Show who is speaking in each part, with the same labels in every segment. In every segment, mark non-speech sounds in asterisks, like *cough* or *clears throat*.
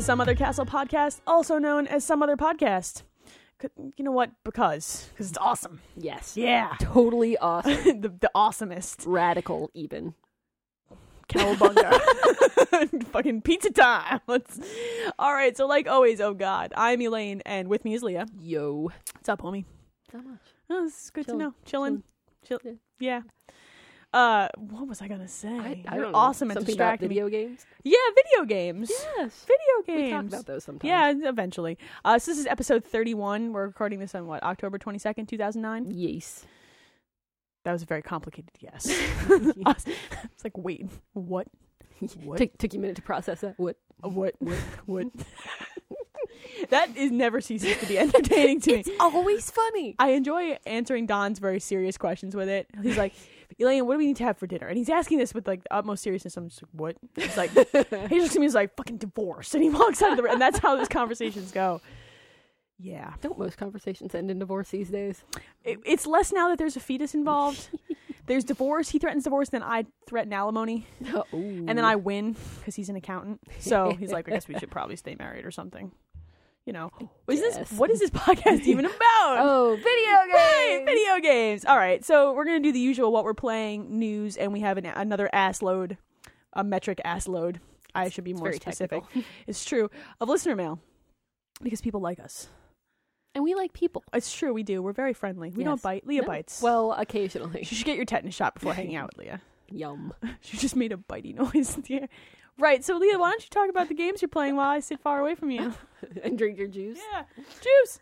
Speaker 1: Some Other Castle podcast, also known as Some Other Podcast. C- You know what? Because because it's awesome.
Speaker 2: Yes.
Speaker 1: Yeah, *laughs*
Speaker 2: Totally awesome.
Speaker 1: the the awesomest.
Speaker 2: Radical, even.
Speaker 1: Cowabunga. *laughs* Fucking pizza time. Let's. All right. So, like always, oh God, I'm Elaine, and with me is Leah.
Speaker 2: Yo.
Speaker 1: What's up, homie?
Speaker 2: So much.
Speaker 1: Oh, this is good
Speaker 2: Chillin'.
Speaker 1: to know. Chilling. Chill.
Speaker 2: Chillin'.
Speaker 1: Yeah. Uh, what was I gonna say?
Speaker 2: I, I
Speaker 1: You're
Speaker 2: don't know.
Speaker 1: awesome at
Speaker 2: Something about
Speaker 1: distracting me.
Speaker 2: video games.
Speaker 1: Yeah, video games.
Speaker 2: Yes.
Speaker 1: Video
Speaker 2: We
Speaker 1: games.
Speaker 2: talk about those sometimes.
Speaker 1: yeah, eventually. Uh, so this is episode 31. We're recording this on what October 22nd, 2009.
Speaker 2: Yes. *laughs*
Speaker 1: That was a very complicated *laughs* yes. it's like wait, what? What?
Speaker 2: Took, took you a minute to process that. What?
Speaker 1: What? What? What? that is never ceases to be *laughs* entertaining to me.
Speaker 2: Always funny.
Speaker 1: I enjoy answering Don's very serious questions with it. He's like, Elaine, what do we need to have for dinner? And he's asking this with like the utmost seriousness. I'm just like, what? He's *laughs* like, he looks at me. He's like, fucking divorce. And he walks out of the room. And that's how those conversations go. Yeah,
Speaker 2: Don't most conversations end in divorce these days?
Speaker 1: it, it's less now that there's a fetus
Speaker 2: *laughs*
Speaker 1: involved. There's divorce. He threatens divorce. Then I threaten alimony,
Speaker 2: Oh, and
Speaker 1: and then I win because he's an accountant.
Speaker 2: *laughs*
Speaker 1: So he's like, I guess we should probably stay married or something. You know, is this
Speaker 2: guess.
Speaker 1: what is this podcast
Speaker 2: *laughs*
Speaker 1: even about?
Speaker 2: Oh,
Speaker 1: Yay,
Speaker 2: video games.
Speaker 1: video games. All right, so we're gonna do the usual what we're playing news, and we have an, another ass load, a metric ass load. I should be more
Speaker 2: very
Speaker 1: specific. it's true of listener mail because people like us.
Speaker 2: *laughs* And we like people.
Speaker 1: It's true we do. We're very friendly. We don't
Speaker 2: Yes.
Speaker 1: bite. Leah
Speaker 2: No.
Speaker 1: bites.
Speaker 2: Well,
Speaker 1: *laughs*
Speaker 2: occasionally.
Speaker 1: she should get your tetanus shot before hanging out
Speaker 2: *laughs*
Speaker 1: with Leah.
Speaker 2: Yum.
Speaker 1: She just made a bitey *laughs* noise. in the air. Right. So Leah, why don't you talk about the games you're playing while I sit far away from
Speaker 2: *laughs*
Speaker 1: you?
Speaker 2: and drink your juice.
Speaker 1: Yeah. Juice.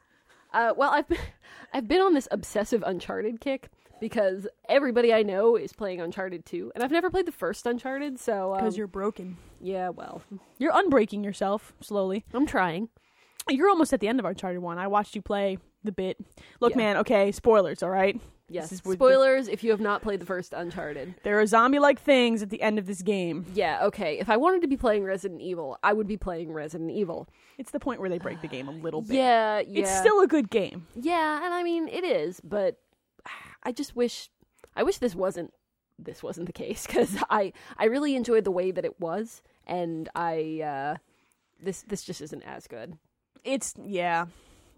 Speaker 2: Uh, well, I've been, *laughs* I've been on this obsessive Uncharted kick because everybody I know is playing Uncharted 2, and I've never played the first Uncharted, so um,
Speaker 1: Because you're broken.
Speaker 2: yeah, well,
Speaker 1: You're unbreaking yourself slowly.
Speaker 2: I'm trying.
Speaker 1: You're almost at the end of Uncharted 1. I watched you play the bit. Look,
Speaker 2: Yeah.
Speaker 1: man, okay, spoilers, all right?
Speaker 2: Yes,
Speaker 1: is with the-
Speaker 2: spoilers if you have not played the first Uncharted.
Speaker 1: There are zombie like things at the end of this game.
Speaker 2: Yeah, okay. If I wanted to be playing Resident Evil, I would be playing Resident Evil.
Speaker 1: It's the point where they break the game a little bit.
Speaker 2: Yeah, yeah.
Speaker 1: It's still a good game.
Speaker 2: yeah, and I mean it is, but *sighs* I just wish I wish this wasn't this wasn't the case *laughs* because I I really enjoyed the way that it was, and I uh, this this just isn't as good.
Speaker 1: It's, yeah.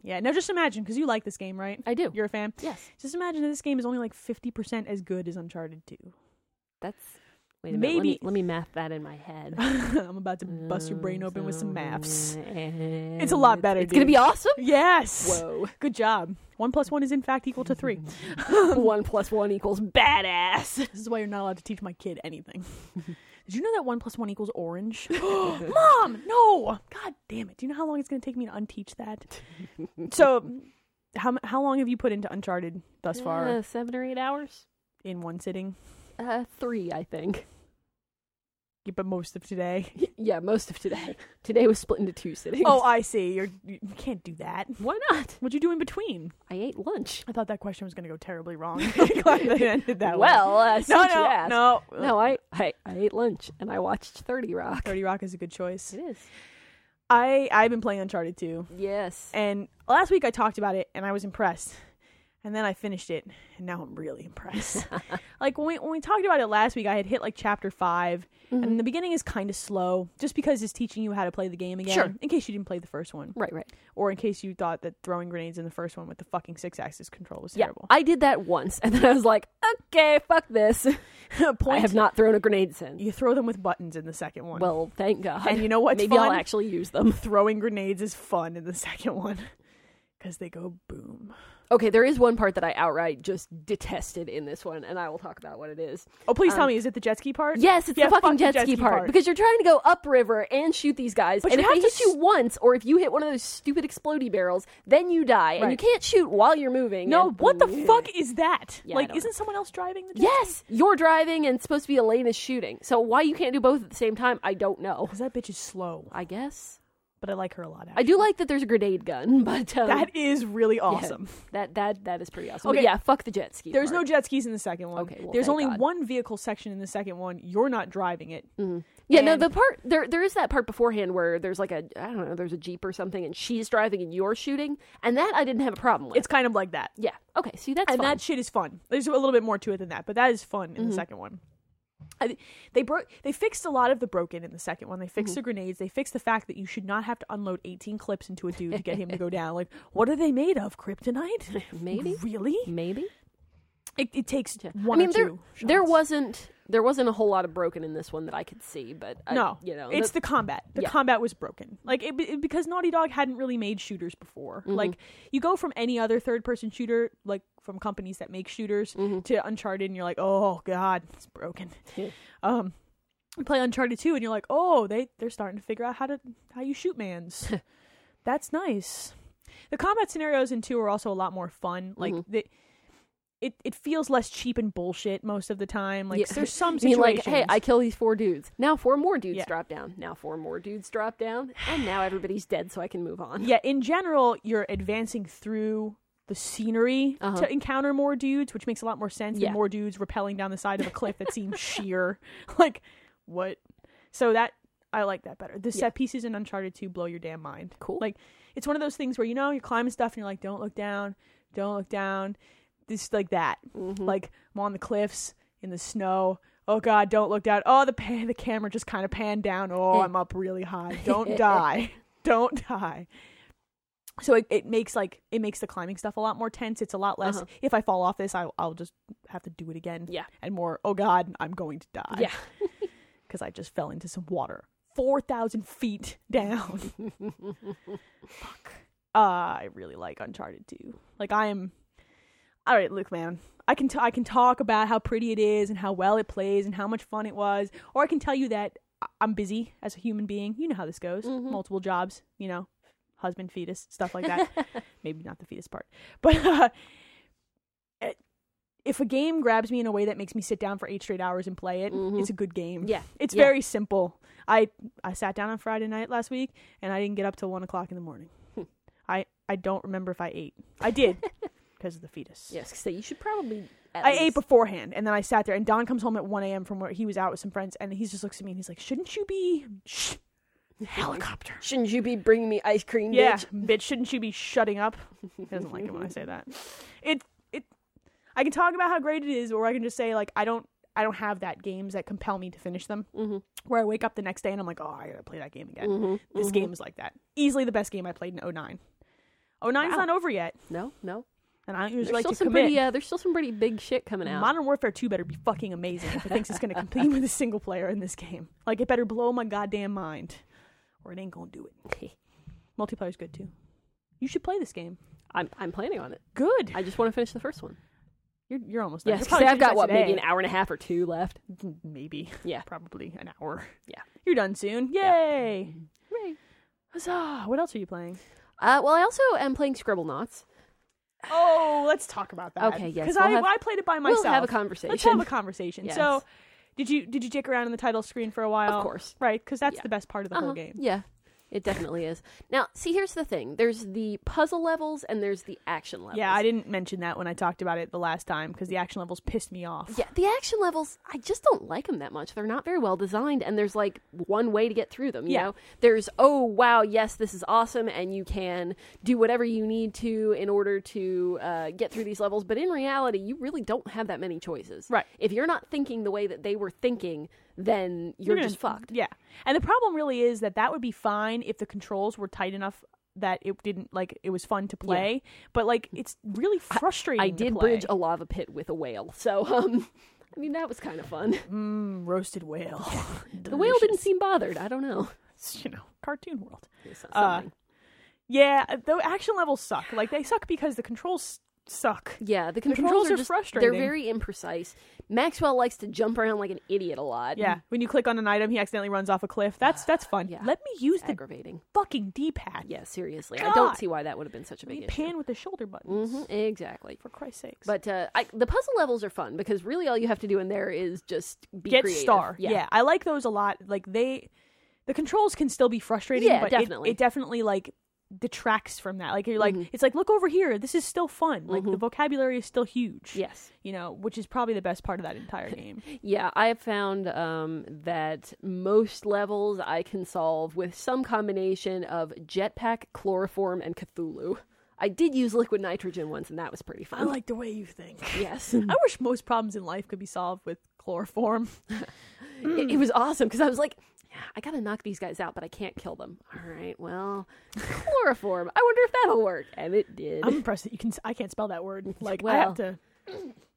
Speaker 1: Yeah. Now just imagine, because you like this game, right?
Speaker 2: I do.
Speaker 1: You're a fan.
Speaker 2: yes,
Speaker 1: Just imagine that this game is only like 50% as good as Uncharted 2.
Speaker 2: that's wait a minute. Let me,
Speaker 1: Maybe-
Speaker 2: let me math that in my head.
Speaker 1: I'm about *laughs* to bust your brain open with some
Speaker 2: Mm,
Speaker 1: maths.
Speaker 2: It's
Speaker 1: a lot better,
Speaker 2: It's gonna
Speaker 1: dude.
Speaker 2: be awesome.
Speaker 1: Yes.
Speaker 2: *laughs* Whoa,
Speaker 1: Good job. One plus one is in fact equal to three.
Speaker 2: *laughs* one plus one equals badass.
Speaker 1: *laughs*
Speaker 2: *laughs*
Speaker 1: This is why you're not allowed to teach my kid anything. Did you know that one plus one equals orange?
Speaker 2: *laughs*
Speaker 1: Mom, no! God damn it! Do you know how long it's going to take me to unteach that? so, how m- how long have you put into Uncharted thus far
Speaker 2: Uh, seven or eight hours.
Speaker 1: in one sitting?
Speaker 2: Uh, three, I think.
Speaker 1: Yeah, But most of
Speaker 2: *laughs*
Speaker 1: today.
Speaker 2: Y- Yeah, most of today. Today was split into two sittings.
Speaker 1: Oh, I see. You're, you you can't do that.
Speaker 2: *laughs* why not?
Speaker 1: What'd you do in between?
Speaker 2: I ate lunch.
Speaker 1: I thought that question was going to go terribly wrong. Glad that it ended that way.
Speaker 2: *laughs* well, uh,
Speaker 1: *laughs*
Speaker 2: since
Speaker 1: no,
Speaker 2: you
Speaker 1: no,
Speaker 2: asked.
Speaker 1: no,
Speaker 2: No, I, I, I ate lunch and I watched 30 Rock.
Speaker 1: Thirty Rock is a good choice.
Speaker 2: It is.
Speaker 1: I I've been playing Uncharted too.
Speaker 2: Yes.
Speaker 1: And last week I talked about it and I was impressed. And then I finished it and now I'm really
Speaker 2: *laughs*
Speaker 1: impressed. like when we when we talked about it last week, I had hit like chapter 5
Speaker 2: Mm-hmm.
Speaker 1: and the beginning is kind of slow just because it's teaching you how to play the game again
Speaker 2: Sure.
Speaker 1: in case you didn't play the first one
Speaker 2: Right, right.
Speaker 1: or in case you thought that throwing grenades in the first one with the fucking six axis control was
Speaker 2: Yeah.
Speaker 1: terrible. *laughs*
Speaker 2: I did that once and then I was like, okay, fuck this. I
Speaker 1: Point
Speaker 2: have not thrown a grenade since.
Speaker 1: you throw them with buttons in the second one.
Speaker 2: Well, thank God.
Speaker 1: and
Speaker 2: *laughs*
Speaker 1: you know what's
Speaker 2: Maybe
Speaker 1: fun?
Speaker 2: I'll actually use them.
Speaker 1: throwing grenades is fun in the *laughs* second one cuz they go boom.
Speaker 2: Okay, there is one part that I outright just detested in this one, and I will talk about what it is.
Speaker 1: Oh, please
Speaker 2: Um,
Speaker 1: tell me is it the jet ski part?
Speaker 2: Yes, it's
Speaker 1: Yeah,
Speaker 2: the fucking,
Speaker 1: fuck
Speaker 2: jet, ski, part, because you're trying to go upriver and shoot these guys,
Speaker 1: But
Speaker 2: and
Speaker 1: you
Speaker 2: if
Speaker 1: have
Speaker 2: they
Speaker 1: to
Speaker 2: hit you once, or if you hit one of those stupid explodey barrels, then you die, and you
Speaker 1: Right.
Speaker 2: can't shoot while you're moving.
Speaker 1: No,
Speaker 2: and- *laughs*
Speaker 1: what the fuck is that?
Speaker 2: Yeah, I
Speaker 1: like,
Speaker 2: don't
Speaker 1: isn't someone else driving the jet
Speaker 2: Yes, you're driving, and it's supposed to be Elena's shooting. So why you can't do both at the same time? I don't know.
Speaker 1: Because that bitch is slow,
Speaker 2: I guess
Speaker 1: but I like her a lot.
Speaker 2: I do like that there's a grenade gun, *laughs* but um,
Speaker 1: That is really
Speaker 2: yeah,
Speaker 1: awesome.
Speaker 2: that that that is pretty awesome. But
Speaker 1: Okay.
Speaker 2: yeah, fuck the jet ski.
Speaker 1: There's no jet skis in the second one.
Speaker 2: Okay, well,
Speaker 1: There's
Speaker 2: thank
Speaker 1: only
Speaker 2: God. Mm.
Speaker 1: one vehicle section in the second one. You're not driving it.
Speaker 2: yeah, no.
Speaker 1: and-
Speaker 2: The part there there is that part beforehand where there's like a I don't know, there's a jeep or something, and she's driving and you're shooting, and that I didn't have a problem with.
Speaker 1: It's kind of like that.
Speaker 2: Yeah. Okay. See, that's
Speaker 1: and
Speaker 2: fun. Mm-hmm.
Speaker 1: that shit is fun. There's a little bit more to it than that, but that is fun in the second one. I, they broke. They fixed a lot of the broken in the second one. They
Speaker 2: Mm-hmm.
Speaker 1: fixed the grenades. They fixed the fact that you should not have to unload 18 clips into a dude to get him to
Speaker 2: *laughs*
Speaker 1: go down. Like, what are they made of? Kryptonite?
Speaker 2: Maybe.
Speaker 1: Really?
Speaker 2: Maybe.
Speaker 1: It, it takes
Speaker 2: Yeah.
Speaker 1: one
Speaker 2: I mean,
Speaker 1: or
Speaker 2: there
Speaker 1: two.
Speaker 2: there
Speaker 1: shots.
Speaker 2: wasn't there wasn't a whole lot of broken in this one that I could see, but I,
Speaker 1: no.
Speaker 2: you know,
Speaker 1: it's the
Speaker 2: that-
Speaker 1: combat. The
Speaker 2: Yeah.
Speaker 1: combat was broken. Like it, it- because Naughty Dog hadn't really made shooters before.
Speaker 2: Mm-hmm.
Speaker 1: Like you go from any other third-person shooter, like from companies that make shooters,
Speaker 2: mm-hmm.
Speaker 1: to Uncharted, and you're like, oh god, it's broken.
Speaker 2: Yeah.
Speaker 1: um, you play Uncharted two, and you're like, oh, they they're starting to figure out how to how you shoot
Speaker 2: *laughs*
Speaker 1: mans. That's nice. The combat scenarios in two are also a lot more fun. Like
Speaker 2: Mhm.
Speaker 1: the. It, it feels less cheap and bullshit most of the time. Like
Speaker 2: Yeah.
Speaker 1: there's some
Speaker 2: *laughs* I mean,
Speaker 1: situations.
Speaker 2: like, hey, I kill these four dudes. Now four more dudes
Speaker 1: Yeah.
Speaker 2: drop down. Now four more dudes drop down, and now everybody's dead, so I can move
Speaker 1: *laughs*
Speaker 2: on.
Speaker 1: yeah, in general, you're advancing through the scenery
Speaker 2: Uh-huh.
Speaker 1: to encounter more dudes, which makes a lot more sense
Speaker 2: Yeah.
Speaker 1: than more dudes rappelling down the side of a cliff that
Speaker 2: *laughs*
Speaker 1: seems sheer. *laughs* Like, what? So that I like that better. The
Speaker 2: Yeah.
Speaker 1: set pieces in Uncharted 2 blow your damn mind.
Speaker 2: Cool.
Speaker 1: Like, it's one of those things where you know you're climbing stuff and you're like, don't look down, don't look down. This like that.
Speaker 2: Mhm.
Speaker 1: Like I'm on the cliffs in the snow. Oh God, don't look down. Oh, the pan- the camera just kind of panned down. Oh, I'm up really high. Don't
Speaker 2: *laughs*
Speaker 1: die. Don't die. So it, it makes like it makes the climbing stuff a lot more tense. It's a lot less.
Speaker 2: Uh-huh.
Speaker 1: If I fall off this, I, I'll just have to do it again.
Speaker 2: Yeah.
Speaker 1: And more. Oh God, I'm going to die.
Speaker 2: yeah,
Speaker 1: Because I just fell into some water four thousand feet down. Fuck. Uh, I really like Uncharted 2. Like I am. All right, Luke, man. I can t- I can talk about how pretty it is and how well it plays and how much fun it was, or I can tell you that I- I'm busy as a human being. You know how this goes. Multiple jobs. You know, husband, fetus, stuff like that. Maybe not the fetus part, *laughs* but. Uh, it- if a game grabs me in a way that makes me sit down for eight straight hours and play it,
Speaker 2: Mhm.
Speaker 1: it's a good game.
Speaker 2: *laughs* yeah.
Speaker 1: It's
Speaker 2: Yeah.
Speaker 1: very simple. I I sat down on Friday night last week and I didn't get up till one o'clock in the morning.
Speaker 2: Hmm.
Speaker 1: I I don't remember if I ate. I
Speaker 2: *laughs*
Speaker 1: did because of the fetus.
Speaker 2: Yes, so you should probably. At
Speaker 1: I ate
Speaker 2: least-
Speaker 1: beforehand and then I sat there and Don comes home at one a.m. from where he was out with some friends and he just looks at me and he's like, "Shouldn't you be shh,
Speaker 2: *laughs*
Speaker 1: helicopter?
Speaker 2: Shouldn't you be bringing me ice cream?
Speaker 1: Yeah,
Speaker 2: bitch?
Speaker 1: bitch, shouldn't you be shutting up?" He doesn't like it when I say that. It it I can talk about how great it is, or I can just say like I don't I don't have that games that compel me to finish them.
Speaker 2: Mhm.
Speaker 1: Where I wake up the next day and I'm like, oh, I gotta play that game again.
Speaker 2: Mm-hmm.
Speaker 1: This game is like that. Easily the best game I played in 09. 09's
Speaker 2: Wow.
Speaker 1: not over yet,
Speaker 2: No, no.
Speaker 1: and I
Speaker 2: There's
Speaker 1: usually like
Speaker 2: still
Speaker 1: to
Speaker 2: some
Speaker 1: commit.
Speaker 2: pretty. Uh, there's still some pretty big shit coming out.
Speaker 1: Modern Warfare 2 better be fucking amazing if it thinks it's gonna compete with a single player in this game. Like it better blow my goddamn mind, or it ain't gonna do it. Multiplayer's good too. You should play this game.
Speaker 2: *laughs* I'm I'm planning on it.
Speaker 1: Good.
Speaker 2: I just want to finish the first one.
Speaker 1: You're, you're almost done.
Speaker 2: Yes,
Speaker 1: You're probably
Speaker 2: I've got
Speaker 1: finished
Speaker 2: what
Speaker 1: today. Mm,
Speaker 2: maybe an hour and a half or two left.
Speaker 1: maybe
Speaker 2: Yeah.
Speaker 1: probably an hour
Speaker 2: Yeah.
Speaker 1: you're done soon yay
Speaker 2: Right.
Speaker 1: huzzah what else are you playing
Speaker 2: Uh, well, I also am playing Scribble Knots.
Speaker 1: oh let's talk about that
Speaker 2: Okay, yes,
Speaker 1: because
Speaker 2: we'll
Speaker 1: I,
Speaker 2: have-
Speaker 1: I played it by myself
Speaker 2: We'll have a
Speaker 1: let's
Speaker 2: *laughs* conversation. Uh-huh.
Speaker 1: have a conversation
Speaker 2: Yes.
Speaker 1: so did you did you dick around in the title screen for a while
Speaker 2: Of course.
Speaker 1: right because that's
Speaker 2: Yeah.
Speaker 1: the best part of the whole
Speaker 2: Uh-huh.
Speaker 1: game
Speaker 2: Yeah, it definitely is. Now, see, here's the thing: there's the puzzle levels and there's the action levels.
Speaker 1: yeah i didn't mention that when i talked about it the last time because the action levels pissed me off
Speaker 2: Yeah, the action levels, I just don't like them that much. They're not very well designed, and there's like one way to get through them. You
Speaker 1: Yeah.
Speaker 2: know, there's oh wow, yes, this is awesome, and you can do whatever you need to in order to uh, get through these levels. But in reality, you really don't have that many choices.
Speaker 1: Right.
Speaker 2: If you're not thinking the way that they were thinking, then you're,
Speaker 1: gonna-
Speaker 2: just fucked.
Speaker 1: Yeah. And the problem really is that that would be fine if the controls were tight enough that it didn't like it was fun to play, but like it's really frustrating.
Speaker 2: I
Speaker 1: to
Speaker 2: did
Speaker 1: play.
Speaker 2: bridge a lava pit with a whale, so um, *laughs* I mean that was kind of fun.
Speaker 1: Mm, roasted whale.
Speaker 2: *laughs* The whale didn't seem bothered. I don't know.
Speaker 1: you know, cartoon world.
Speaker 2: It's not
Speaker 1: Uh,
Speaker 2: something.
Speaker 1: Yeah, the action levels suck. Like they suck because the controls suck.
Speaker 2: yeah, the
Speaker 1: controls
Speaker 2: controls,
Speaker 1: are
Speaker 2: just,
Speaker 1: frustrating.
Speaker 2: They're very imprecise. Maxwell likes to jump around like an idiot a lot.
Speaker 1: Yeah, when you click on an item, he accidentally runs off a cliff. That's that's fun.
Speaker 2: Mm-hmm. Yeah.
Speaker 1: Let me use the
Speaker 2: aggravating.
Speaker 1: fucking D-pad.
Speaker 2: Yeah, seriously, I
Speaker 1: God.
Speaker 2: don't see why that would have been such a
Speaker 1: Let me
Speaker 2: big issue.
Speaker 1: pan with the shoulder buttons.
Speaker 2: Mhm, exactly.
Speaker 1: For Christ's sakes.
Speaker 2: But uh, I, the puzzle levels are fun because really all you have to do in there is just be
Speaker 1: get
Speaker 2: creative.
Speaker 1: star. Yeah. I like those a lot. Like they, the controls can still be frustrating,
Speaker 2: Yeah,
Speaker 1: but
Speaker 2: definitely. Mm-hmm.
Speaker 1: It, it definitely like detracts from that. Like you're like, it's like look over here. This is still fun. Like the vocabulary is still huge.
Speaker 2: Yes.
Speaker 1: you know, which is probably the best part of that
Speaker 2: *laughs*
Speaker 1: entire game.
Speaker 2: Yeah, I have found um, that most levels I can solve with some combination of jetpack, chloroform, and Cthulhu. I did use liquid nitrogen once, and that was pretty fun.
Speaker 1: like the way you think.
Speaker 2: yes.
Speaker 1: I wish most problems in life could be solved with chloroform.
Speaker 2: it, it was awesome because I was like, "Yeah, I gotta knock these guys out, but I can't kill them. All right, well, chloroform. I wonder if that'll work, and it did. *laughs*
Speaker 1: I'm impressed that you can. s- I can't spell that word. Like I
Speaker 2: Well.
Speaker 1: have to.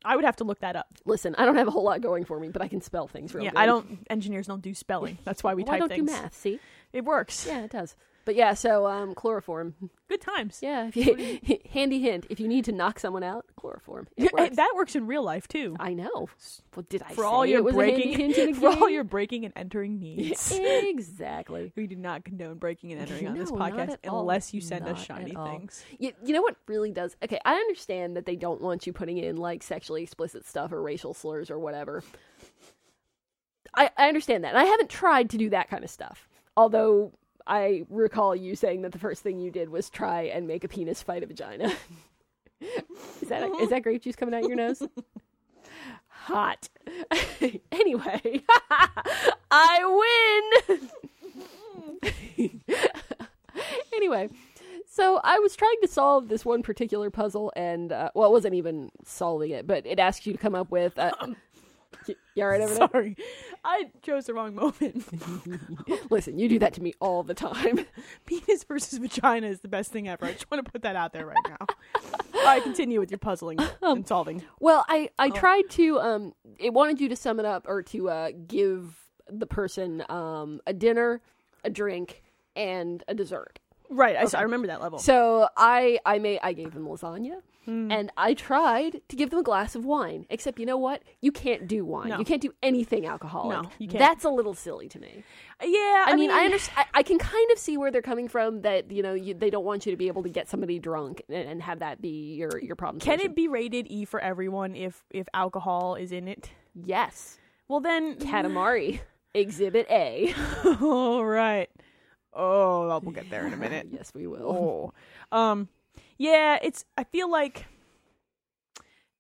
Speaker 1: I would have to look that up.
Speaker 2: Listen, I don't have a whole lot going for me, but I can spell things real
Speaker 1: yeah,
Speaker 2: good.
Speaker 1: I don't. Engineers don't do spelling. That's why we
Speaker 2: Well, I
Speaker 1: type
Speaker 2: don't
Speaker 1: things.
Speaker 2: do
Speaker 1: *laughs*
Speaker 2: math. See,
Speaker 1: It works.
Speaker 2: yeah, it does. But yeah, so um, chloroform.
Speaker 1: Good times. *laughs*
Speaker 2: Yeah, if you, *laughs* handy hint. If you need to knock someone out, chloroform. It
Speaker 1: Hey,
Speaker 2: works.
Speaker 1: that works in real life too.
Speaker 2: I know. Well, did I
Speaker 1: for
Speaker 2: say
Speaker 1: all your
Speaker 2: it was a handy
Speaker 1: breaking,
Speaker 2: hint *laughs* in a
Speaker 1: *laughs* for all
Speaker 2: game?
Speaker 1: your breaking and
Speaker 2: *laughs*
Speaker 1: entering needs.
Speaker 2: exactly.
Speaker 1: We do not condone breaking and entering on this
Speaker 2: No, not
Speaker 1: podcast
Speaker 2: at all.
Speaker 1: unless you send
Speaker 2: Not
Speaker 1: us
Speaker 2: at
Speaker 1: shiny
Speaker 2: all.
Speaker 1: things.
Speaker 2: You, you know what really does? Okay, I understand that they don't want you putting in like sexually explicit stuff or racial slurs or whatever. I, I understand that. And I haven't tried to do that kind of stuff. Although I recall you saying that the first thing you did was try and make a penis fight a vagina. *laughs* is that is that grape juice coming out your nose? Hot. *laughs* anyway, *laughs* I win. *laughs* anyway, so I was trying to solve this one particular puzzle, and uh, well, it wasn't even solving it, but it asked you to come up with. Uh, y- you all
Speaker 1: *laughs*
Speaker 2: right over there?
Speaker 1: Sorry, I chose the wrong moment.
Speaker 2: Listen, you do that to me all the time. *laughs*
Speaker 1: Penis versus vagina is the best thing ever. I just want to put that out there right now. all right, continue with your *laughs* puzzling and solving.
Speaker 2: Well, I I tried to um it wanted you to sum it up or to uh give the person um a dinner, a drink, and a dessert.
Speaker 1: Right, I, s- I remember that level.
Speaker 2: So I I made I gave them lasagna, and I tried to give them a glass of wine. Except you know what? You can't do wine.
Speaker 1: No.
Speaker 2: You can't do anything alcoholic.
Speaker 1: No, you can't.
Speaker 2: That's a little silly to me.
Speaker 1: yeah,
Speaker 2: I, mean, I understand. I, I can kind of see where they're coming from. That you know you, they don't want you to be able to get somebody drunk and, and have that be your your
Speaker 1: *sighs*
Speaker 2: problem.
Speaker 1: Can
Speaker 2: solution.
Speaker 1: it be rated E for everyone if if alcohol is in it?
Speaker 2: Yes,
Speaker 1: Well, *laughs* then,
Speaker 2: Katamari. Exhibit
Speaker 1: *laughs*
Speaker 2: A.
Speaker 1: all right. Oh, well, we'll get there in a *laughs* minute.
Speaker 2: yes, we will. *laughs*
Speaker 1: oh um yeah it's i feel like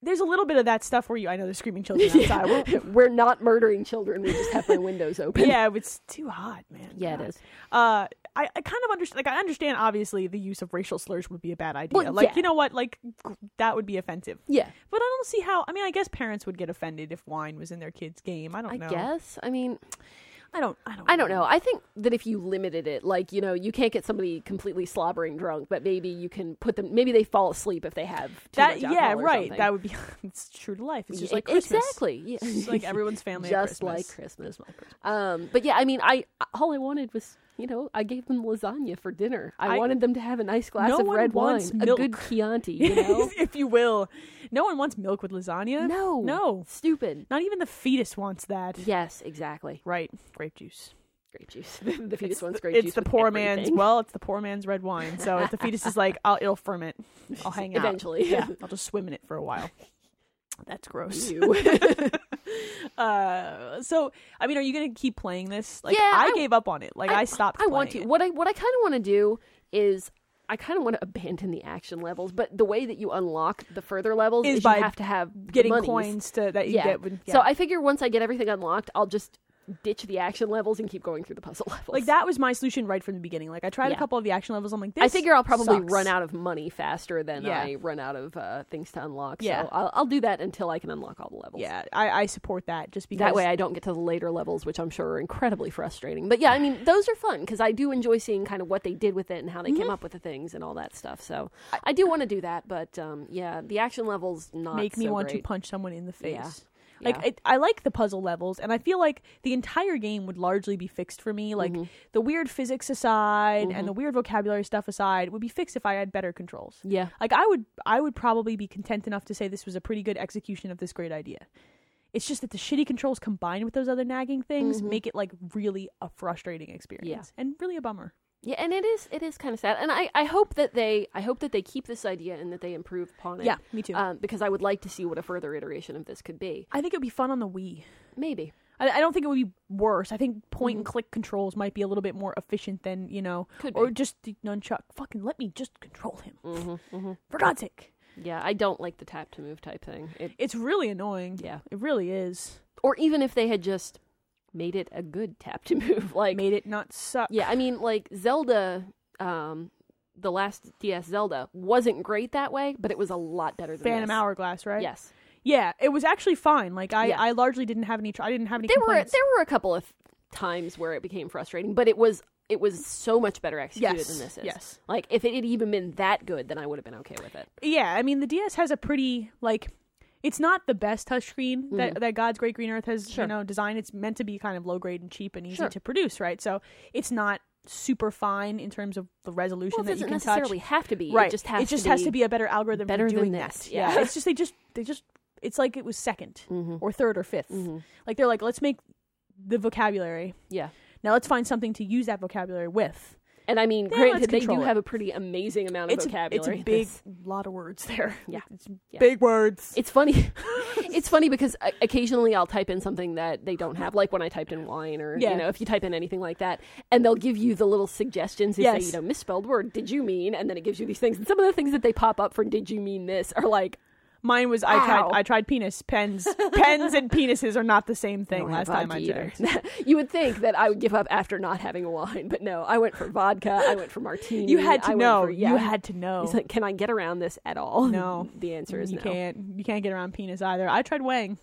Speaker 1: there's a little bit of that stuff where you i know there's screaming *laughs* children outside Well,
Speaker 2: We're not murdering children. We just have
Speaker 1: *laughs*
Speaker 2: my windows open.
Speaker 1: yeah it's too hot man
Speaker 2: Yeah, it
Speaker 1: God.
Speaker 2: is.
Speaker 1: uh I, I kind of understand like i understand obviously the use of racial slurs would be a bad idea
Speaker 2: Well,
Speaker 1: like
Speaker 2: yeah.
Speaker 1: you know what like g- that would be offensive
Speaker 2: Yeah.
Speaker 1: but i don't see how i mean i guess parents would get offended if wine was in their kids game i don't
Speaker 2: I
Speaker 1: know
Speaker 2: guess. I mean,
Speaker 1: i don't i don't
Speaker 2: I don't know. I think that if you limited it, like, you know, you can't get somebody completely slobbering drunk, but maybe you can put them, maybe they fall asleep if they have too
Speaker 1: that
Speaker 2: much
Speaker 1: yeah
Speaker 2: alcohol or
Speaker 1: right
Speaker 2: something.
Speaker 1: that would be *laughs* it's true to life it's just
Speaker 2: Yeah,
Speaker 1: like christmas
Speaker 2: Exactly. Yeah.
Speaker 1: It's
Speaker 2: *laughs*
Speaker 1: like everyone's family at
Speaker 2: just like Christmas.
Speaker 1: *laughs*
Speaker 2: Um, but yeah, I mean, I all I wanted was, you know, I gave them lasagna for dinner. I,
Speaker 1: I-
Speaker 2: wanted them to have a nice glass
Speaker 1: No
Speaker 2: of
Speaker 1: one
Speaker 2: red wine,
Speaker 1: wants
Speaker 2: a good
Speaker 1: milk. *laughs*
Speaker 2: Chianti, you know?
Speaker 1: if you will. No one wants milk with lasagna.
Speaker 2: no.
Speaker 1: No.
Speaker 2: Stupid.
Speaker 1: Not even the fetus wants that.
Speaker 2: Yes, exactly.
Speaker 1: Right. Grape juice.
Speaker 2: Grape juice. *laughs* the fetus
Speaker 1: It's
Speaker 2: one's
Speaker 1: the-
Speaker 2: grape
Speaker 1: it's
Speaker 2: juice.
Speaker 1: the
Speaker 2: with
Speaker 1: poor man's
Speaker 2: everything.
Speaker 1: well, it's the poor man's red wine. So if the fetus is
Speaker 2: *laughs*
Speaker 1: like, I'll it'll ferment. I'll hang out.
Speaker 2: Eventually. *laughs*
Speaker 1: Yeah. I'll just swim in it for a while. That's gross.
Speaker 2: You.
Speaker 1: *laughs* Uh, so I mean, are you gonna keep playing this? Like
Speaker 2: Yeah,
Speaker 1: I,
Speaker 2: I-
Speaker 1: gave up on it. Like I, stopped.
Speaker 2: I want to.
Speaker 1: playing
Speaker 2: What I what I kind of want to do is I kind of want to abandon the action levels, but the way that you unlock the further levels
Speaker 1: Is
Speaker 2: is,
Speaker 1: by
Speaker 2: you have to have
Speaker 1: it. Getting
Speaker 2: monies.
Speaker 1: coins to that you
Speaker 2: Yeah.
Speaker 1: get. When,
Speaker 2: So
Speaker 1: yeah.
Speaker 2: I figure once I get everything unlocked, I'll just ditch the action levels and keep going through the puzzle *laughs* levels.
Speaker 1: like that was my solution right from the beginning. Like I tried a
Speaker 2: Yeah.
Speaker 1: couple of the action levels. I'm like, this
Speaker 2: I figure I'll probably
Speaker 1: sucks.
Speaker 2: run out of money faster than
Speaker 1: Yeah.
Speaker 2: I run out of uh, things to unlock.
Speaker 1: Yeah.
Speaker 2: So I'll, I'll do that until I can unlock all the levels.
Speaker 1: Yeah, I, I support that just because
Speaker 2: That way I don't get to the later levels, which I'm sure are incredibly frustrating. But yeah, I mean, those are fun because I do enjoy seeing kind of what they did with it and how they came up with the things and all that stuff. So Mm-hmm. I, do want to do that, but um, yeah, the action levels not
Speaker 1: make me
Speaker 2: so
Speaker 1: want
Speaker 2: great.
Speaker 1: to punch someone in the face.
Speaker 2: Yeah.
Speaker 1: Like
Speaker 2: Yeah.
Speaker 1: I, I like the puzzle levels, and I feel like the entire game would largely be fixed for me. Like
Speaker 2: Mm-hmm.
Speaker 1: the weird physics aside and the weird vocabulary stuff aside, would be fixed if I had better controls.
Speaker 2: yeah,
Speaker 1: Like I would, I would probably be content enough to say this was a pretty good execution of this great idea. It's just that the shitty controls combined with those other nagging things
Speaker 2: Mm-hmm.
Speaker 1: make it like really a frustrating experience and really a bummer.
Speaker 2: yeah, and it is it is kind of sad, and I, I hope that they I hope that they keep this idea and that they improve upon it.
Speaker 1: Yeah, me too.
Speaker 2: um, because I would like to see what a further iteration of this could be.
Speaker 1: I think it would be fun on the Wii.
Speaker 2: Maybe
Speaker 1: I, I don't think it would be worse. I think point
Speaker 2: Mm-hmm.
Speaker 1: and click controls might be a little bit more efficient than you know,
Speaker 2: Could
Speaker 1: or
Speaker 2: be.
Speaker 1: just the nunchuck. Fucking let me just control him,
Speaker 2: Mm-hmm. *laughs*
Speaker 1: for God's sake.
Speaker 2: Yeah, I don't like the tap to move type thing. It,
Speaker 1: It's really annoying.
Speaker 2: yeah,
Speaker 1: It really is.
Speaker 2: or even if they had just made it a good tap to *laughs* move, like
Speaker 1: Made it not suck.
Speaker 2: Yeah, I mean, like Zelda, um, the last DS Zelda wasn't great that way, but it was a lot better than
Speaker 1: Phantom
Speaker 2: this.
Speaker 1: Hourglass, right?
Speaker 2: Yes,
Speaker 1: Yeah, it was actually fine. Like I,
Speaker 2: Yeah.
Speaker 1: I largely didn't have any. Tr- I didn't have any.
Speaker 2: There were
Speaker 1: complaints.
Speaker 2: there were a couple of times where it became frustrating, but it was it was so much better executed
Speaker 1: Yes,
Speaker 2: than this is.
Speaker 1: yes.
Speaker 2: Like if it had even been that good, then I would have been okay with it.
Speaker 1: yeah i mean the ds has a pretty like it's not the best touchscreen that, that god's great green earth has
Speaker 2: Mm. Sure.
Speaker 1: you know designed it's meant to be kind of low grade and cheap and easy
Speaker 2: Sure.
Speaker 1: to produce right so it's not super fine in terms of the resolution
Speaker 2: Well,
Speaker 1: that
Speaker 2: it
Speaker 1: you can
Speaker 2: doesn't
Speaker 1: touch
Speaker 2: necessarily have to be.
Speaker 1: right
Speaker 2: It just has
Speaker 1: it just
Speaker 2: to
Speaker 1: has
Speaker 2: be,
Speaker 1: to be a better algorithm
Speaker 2: better
Speaker 1: for
Speaker 2: than
Speaker 1: doing
Speaker 2: this.
Speaker 1: that
Speaker 2: Yeah.
Speaker 1: it's just they just they just it's like it was 2nd
Speaker 2: Mhm.
Speaker 1: or third or 5th
Speaker 2: Mhm.
Speaker 1: like they're like let's make the vocabulary
Speaker 2: Yeah.
Speaker 1: now let's find something to use that vocabulary with
Speaker 2: And I mean,
Speaker 1: Yeah,
Speaker 2: granted,
Speaker 1: let's
Speaker 2: they
Speaker 1: control
Speaker 2: do
Speaker 1: it.
Speaker 2: have a pretty amazing amount of
Speaker 1: it's a, it's
Speaker 2: vocabulary.
Speaker 1: a
Speaker 2: in
Speaker 1: big
Speaker 2: this.
Speaker 1: lot of words there
Speaker 2: Yeah.
Speaker 1: it's
Speaker 2: Yeah.
Speaker 1: big words *laughs*
Speaker 2: It's funny. it's funny because o- occasionally I'll type in something that they don't have, like when I typed in wine, or
Speaker 1: Yeah.
Speaker 2: you know, if you type in anything like that, and they'll give you the little suggestions. They
Speaker 1: Yes.
Speaker 2: say, you know, misspelled word. Did you mean? And then it gives you these things. And some of the things that they pop up for "Did you mean this?"
Speaker 1: *laughs*
Speaker 2: are like,
Speaker 1: Mine was I
Speaker 2: Ow.
Speaker 1: tried I tried penis pens pens and penises are not the same thing.
Speaker 2: don't
Speaker 1: Last
Speaker 2: have
Speaker 1: time I
Speaker 2: vodka
Speaker 1: checked,
Speaker 2: either. *laughs* you would think that I would give up after not having a wine, but no, I went for vodka. I went for martini.
Speaker 1: you had to
Speaker 2: I went
Speaker 1: know.
Speaker 2: for- yeah.
Speaker 1: You had to know.
Speaker 2: It's like, can I get around this at all?
Speaker 1: No.
Speaker 2: *laughs* the answer is
Speaker 1: you
Speaker 2: no.
Speaker 1: can't you can't get around penis either. I tried Wang.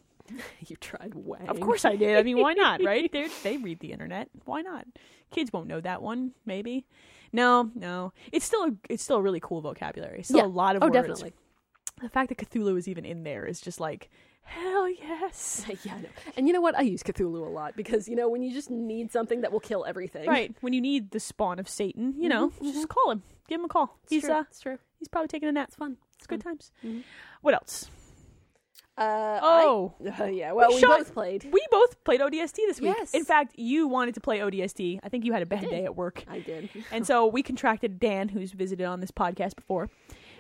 Speaker 2: You tried way.
Speaker 1: Of course I did. I mean, why
Speaker 2: *laughs*
Speaker 1: not? Right? They they read the internet. Why not? Kids won't know that one. Maybe. No, no. It's still a, it's still a really cool vocabulary. It's Still
Speaker 2: Yeah.
Speaker 1: a lot of
Speaker 2: Oh,
Speaker 1: words.
Speaker 2: definitely.
Speaker 1: The fact that Cthulhu is even in there is just like hell yes.
Speaker 2: *laughs* yeah, I know. And you know what? I use Cthulhu a lot because you know when you just need something that will kill everything.
Speaker 1: Right when you need the spawn of Satan, you know, just call him. Give him a call.
Speaker 2: Mm-hmm, It's
Speaker 1: He's
Speaker 2: true.
Speaker 1: uh,
Speaker 2: it's true.
Speaker 1: he's probably taking a nap.
Speaker 2: It's fun.
Speaker 1: It's good times.
Speaker 2: Mhm.
Speaker 1: What else?
Speaker 2: Uh,
Speaker 1: Oh,
Speaker 2: I- *laughs* Uh, yeah. Well, we,
Speaker 1: shot-
Speaker 2: both played.
Speaker 1: we both played ODST this week.
Speaker 2: Yes.
Speaker 1: In fact, you wanted to play ODST. I think you had a bad
Speaker 2: did.
Speaker 1: day at
Speaker 2: *laughs*
Speaker 1: work. *laughs*
Speaker 2: I did.
Speaker 1: And so we contracted Dan, who's visited on this podcast before,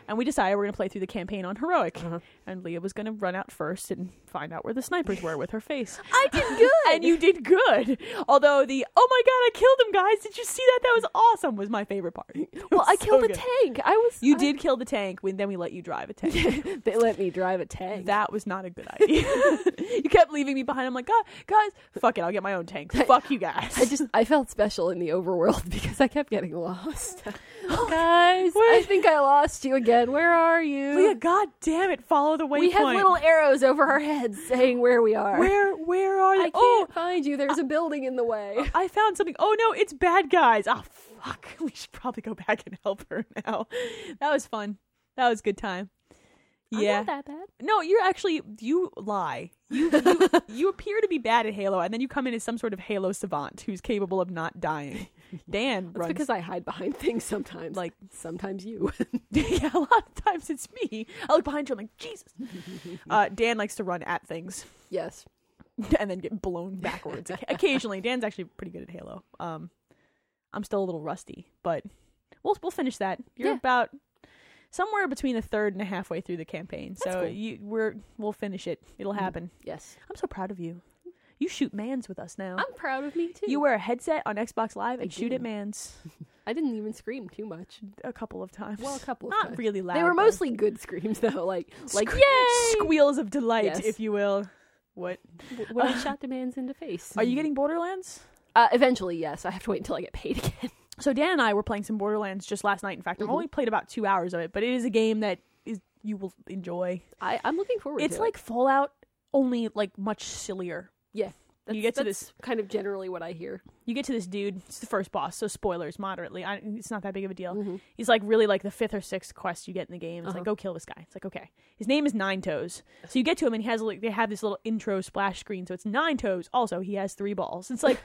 Speaker 1: and we decided we're going to play through the campaign on Heroic.
Speaker 2: Uh-huh.
Speaker 1: And Leah was going to run out first and find out where the snipers were with her face.
Speaker 2: I *laughs* did good.
Speaker 1: and you did good. Although the, oh my God, I killed him, guys. Did you see that? That was awesome, was my favorite part. *laughs* *laughs* It
Speaker 2: Well,
Speaker 1: was
Speaker 2: I
Speaker 1: so
Speaker 2: killed a
Speaker 1: good.
Speaker 2: tank. I was.
Speaker 1: You
Speaker 2: I-
Speaker 1: did kill the tank, when then we let you drive a tank.
Speaker 2: *laughs* they let me drive a tank.
Speaker 1: That was not a good
Speaker 2: *laughs*
Speaker 1: idea. you kept leaving me behind. I'm like, "Gu- guys, fuck it. I'll get my own tank. Fuck you guys.
Speaker 2: I just I felt special in the overworld *laughs* because I kept
Speaker 1: *laughs*
Speaker 2: getting lost. *gasps* Guys, I
Speaker 1: Where-
Speaker 2: think I lost you again. Where are
Speaker 1: *laughs*
Speaker 2: you?
Speaker 1: Leah, god damn it, follow the waypoint.
Speaker 2: we have little arrows over our heads saying where we are.
Speaker 1: Where, where are
Speaker 2: I
Speaker 1: they?
Speaker 2: can't
Speaker 1: Oh,
Speaker 2: find you. There's a building in
Speaker 1: *laughs*
Speaker 2: the way.
Speaker 1: I found something. Oh no, it's bad guys. Oh fuck. *laughs* We should probably go back and help her now. That was fun. That was a good time. Yeah.
Speaker 2: I'm not that bad.
Speaker 1: No, you're actually you lie. You,
Speaker 2: *laughs*
Speaker 1: you you appear to be bad at Halo, and then you come in as some sort of Halo savant who's capable of not dying.
Speaker 2: *laughs*
Speaker 1: Dan
Speaker 2: It's
Speaker 1: runs
Speaker 2: because I hide behind *laughs* things sometimes.
Speaker 1: Like- *laughs*
Speaker 2: sometimes you.
Speaker 1: yeah, a lot of times it's me. I look behind you. I'm like,
Speaker 2: *laughs*
Speaker 1: Jesus. Uh, Dan likes to run at things *laughs*
Speaker 2: yes.
Speaker 1: and then get blown backwards. Oc- Occasionally, Dan's actually pretty good at Halo. Um, I'm still a little rusty, but we'll we'll finish that. You're
Speaker 2: Yeah.
Speaker 1: about somewhere between a third and a halfway through the campaign, so
Speaker 2: cool. Mm-hmm.
Speaker 1: you we're we'll finish it. It'll happen.
Speaker 2: Yes.
Speaker 1: I'm so proud of you. You shoot mans with us now.
Speaker 2: I'm proud of me too.
Speaker 1: you wear a headset on Xbox Live and shoot
Speaker 2: do.
Speaker 1: at mans
Speaker 2: I didn't even scream too much.
Speaker 1: a couple of times.
Speaker 2: Well,
Speaker 1: *laughs*
Speaker 2: a couple of
Speaker 1: Not
Speaker 2: times.
Speaker 1: really loud.
Speaker 2: They were
Speaker 1: though.
Speaker 2: mostly good screams
Speaker 1: *laughs*
Speaker 2: though, like like
Speaker 1: Sque-
Speaker 2: yay!
Speaker 1: *laughs* squeals of delight,
Speaker 2: Yes.
Speaker 1: if you will. What
Speaker 2: Squeak. *laughs*
Speaker 1: *laughs*
Speaker 2: When I shot the man's in the face.
Speaker 1: are you getting Borderlands?
Speaker 2: Uh, eventually, yes. I have to wait until I get paid *laughs* again.
Speaker 1: So Dan and I were playing some Borderlands just last night. In fact, I've
Speaker 2: Mhm.
Speaker 1: only played about two hours of it, but it is a game that is you will enjoy.
Speaker 2: I, I'm looking forward.
Speaker 1: It's
Speaker 2: to
Speaker 1: like Fallout, only like much sillier.
Speaker 2: Yeah. it.
Speaker 1: you get to
Speaker 2: That's-
Speaker 1: this,
Speaker 2: that's kind of generally what I hear.
Speaker 1: you get to this dude. It's the first boss, so spoilers moderately. I, it's not that big of a deal.
Speaker 2: Mm-hmm.
Speaker 1: He's like really like the fifth or sixth quest you get in the game. It's like
Speaker 2: Uh-huh.
Speaker 1: go kill this guy. It's like okay. His name is Nine Toes. So you get to him and he has like they have this little intro splash screen. So it's Nine Toes. Also he has three balls. It's
Speaker 2: *laughs*
Speaker 1: like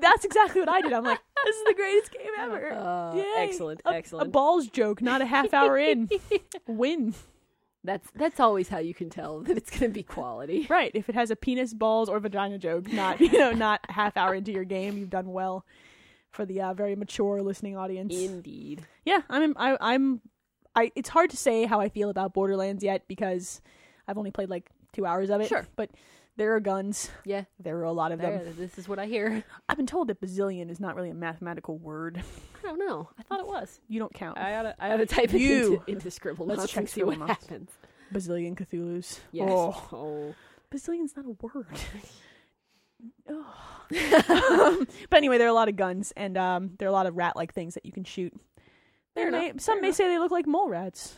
Speaker 1: that's exactly what I did. I'm like this is the greatest
Speaker 2: *laughs*
Speaker 1: game ever.
Speaker 2: Uh,
Speaker 1: Yay.
Speaker 2: excellent,
Speaker 1: A-
Speaker 2: excellent.
Speaker 1: A balls joke, not a half hour in.
Speaker 2: *laughs*
Speaker 1: Win.
Speaker 2: That's that's always how you can tell *laughs* that it's going to be quality.
Speaker 1: *laughs* Right. If it has a penis, balls, or vagina joke,
Speaker 2: *laughs*
Speaker 1: not you know, not a half hour into your game, you've done well for the uh, very mature listening audience.
Speaker 2: Indeed.
Speaker 1: yeah, I'm. I, I'm. I. It's hard to say how I feel about Borderlands yet because I've only played like two hours of it.
Speaker 2: Sure.
Speaker 1: But there are guns.
Speaker 2: Yeah.
Speaker 1: There are a lot of
Speaker 2: There,
Speaker 1: them.
Speaker 2: this is what I hear. *laughs*
Speaker 1: I've been told that bazillion is not really a mathematical word.
Speaker 2: I don't know. I thought it was.
Speaker 1: You don't count
Speaker 2: I oughta, I oughta type it
Speaker 1: You.
Speaker 2: into, into Scribble
Speaker 1: Let's
Speaker 2: Knots
Speaker 1: check
Speaker 2: and see what
Speaker 1: Scribble Knots.
Speaker 2: happens.
Speaker 1: bazillion Cthulhu's.
Speaker 2: Yes.
Speaker 1: Oh.
Speaker 2: *laughs* Oh.
Speaker 1: Bazillion's not a word.
Speaker 2: *laughs*
Speaker 1: Ugh. but anyway, there are a lot of guns, and um, there are a lot of rat-like things that you can shoot. There
Speaker 2: Fair
Speaker 1: may,
Speaker 2: enough,
Speaker 1: some
Speaker 2: fair
Speaker 1: may
Speaker 2: enough.
Speaker 1: say they look like mole rats.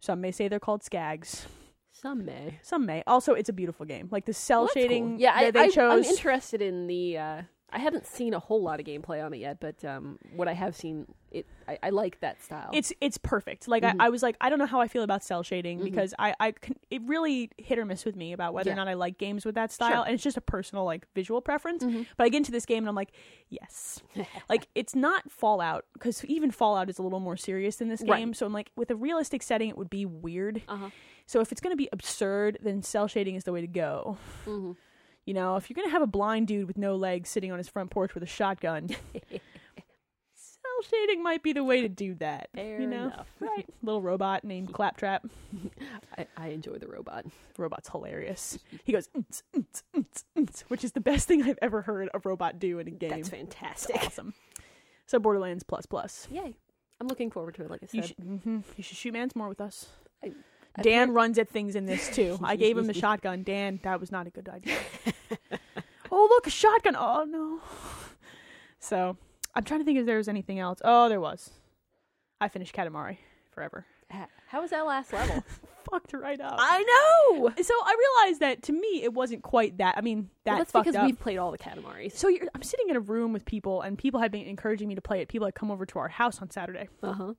Speaker 1: Some may say they're called skags.
Speaker 2: Some may.
Speaker 1: Some may. Also, it's a beautiful game. Like the cell
Speaker 2: Well, that's
Speaker 1: shading
Speaker 2: cool. Yeah,
Speaker 1: that
Speaker 2: I,
Speaker 1: they
Speaker 2: I,
Speaker 1: chose.
Speaker 2: I'm interested in the. Uh, I haven't seen a whole lot of gameplay on it yet, but um, what I have seen, it I, I like that style.
Speaker 1: it's it's perfect. Like
Speaker 2: Mhm.
Speaker 1: I, I was like, I don't know how I feel about cell shading
Speaker 2: Mhm.
Speaker 1: because I I can, it really hit or miss with me about whether
Speaker 2: Yeah.
Speaker 1: or not I like games with that style,
Speaker 2: Sure.
Speaker 1: and it's just a personal like visual preference.
Speaker 2: Mhm.
Speaker 1: But I get into this game and I'm like,
Speaker 2: *laughs*
Speaker 1: yes, like it's not Fallout because even Fallout is a little more serious than this game.
Speaker 2: Right.
Speaker 1: So I'm like, with a realistic setting, it would be weird.
Speaker 2: Uh-huh.
Speaker 1: So if it's gonna be absurd, then cell shading is the way to go.
Speaker 2: Mhm.
Speaker 1: You know, if you're gonna have a blind dude with no legs sitting on his front porch with a
Speaker 2: *laughs*
Speaker 1: shotgun, cell shading might be the way to do that.
Speaker 2: Fair
Speaker 1: you know,
Speaker 2: enough. *laughs*
Speaker 1: right? Little robot named Claptrap.
Speaker 2: I, I enjoy the robot.
Speaker 1: The robot's hilarious. He goes, "Unts, unts, unts, unts," which is the best thing I've ever heard a robot do in a game. It's
Speaker 2: That's fantastic. *laughs*
Speaker 1: awesome. So Borderlands plus plus.
Speaker 2: Yay! I'm looking forward to it. Like I said,
Speaker 1: You should, mhm. you should shoot mans more with us.
Speaker 2: I feel
Speaker 1: Dan runs at things in this too. I gave him
Speaker 2: *laughs*
Speaker 1: the shotgun. Dan, that was not a good idea. *laughs* oh, look, a shotgun. Oh, no. So I'm trying to think if there was anything else. Oh, there was. I finished Katamari forever. *laughs*
Speaker 2: Ha- How was that last level? Oh.
Speaker 1: Fucked right up.
Speaker 2: I know.
Speaker 1: so I realized that to me, it wasn't quite that. I mean, that
Speaker 2: that's
Speaker 1: fucked
Speaker 2: because
Speaker 1: up.
Speaker 2: we've played all the Katamari.
Speaker 1: So you're, I'm sitting in a room with people, and people have been encouraging me to play it. People had come over to our house on Saturday,
Speaker 2: Uh *laughs* huh.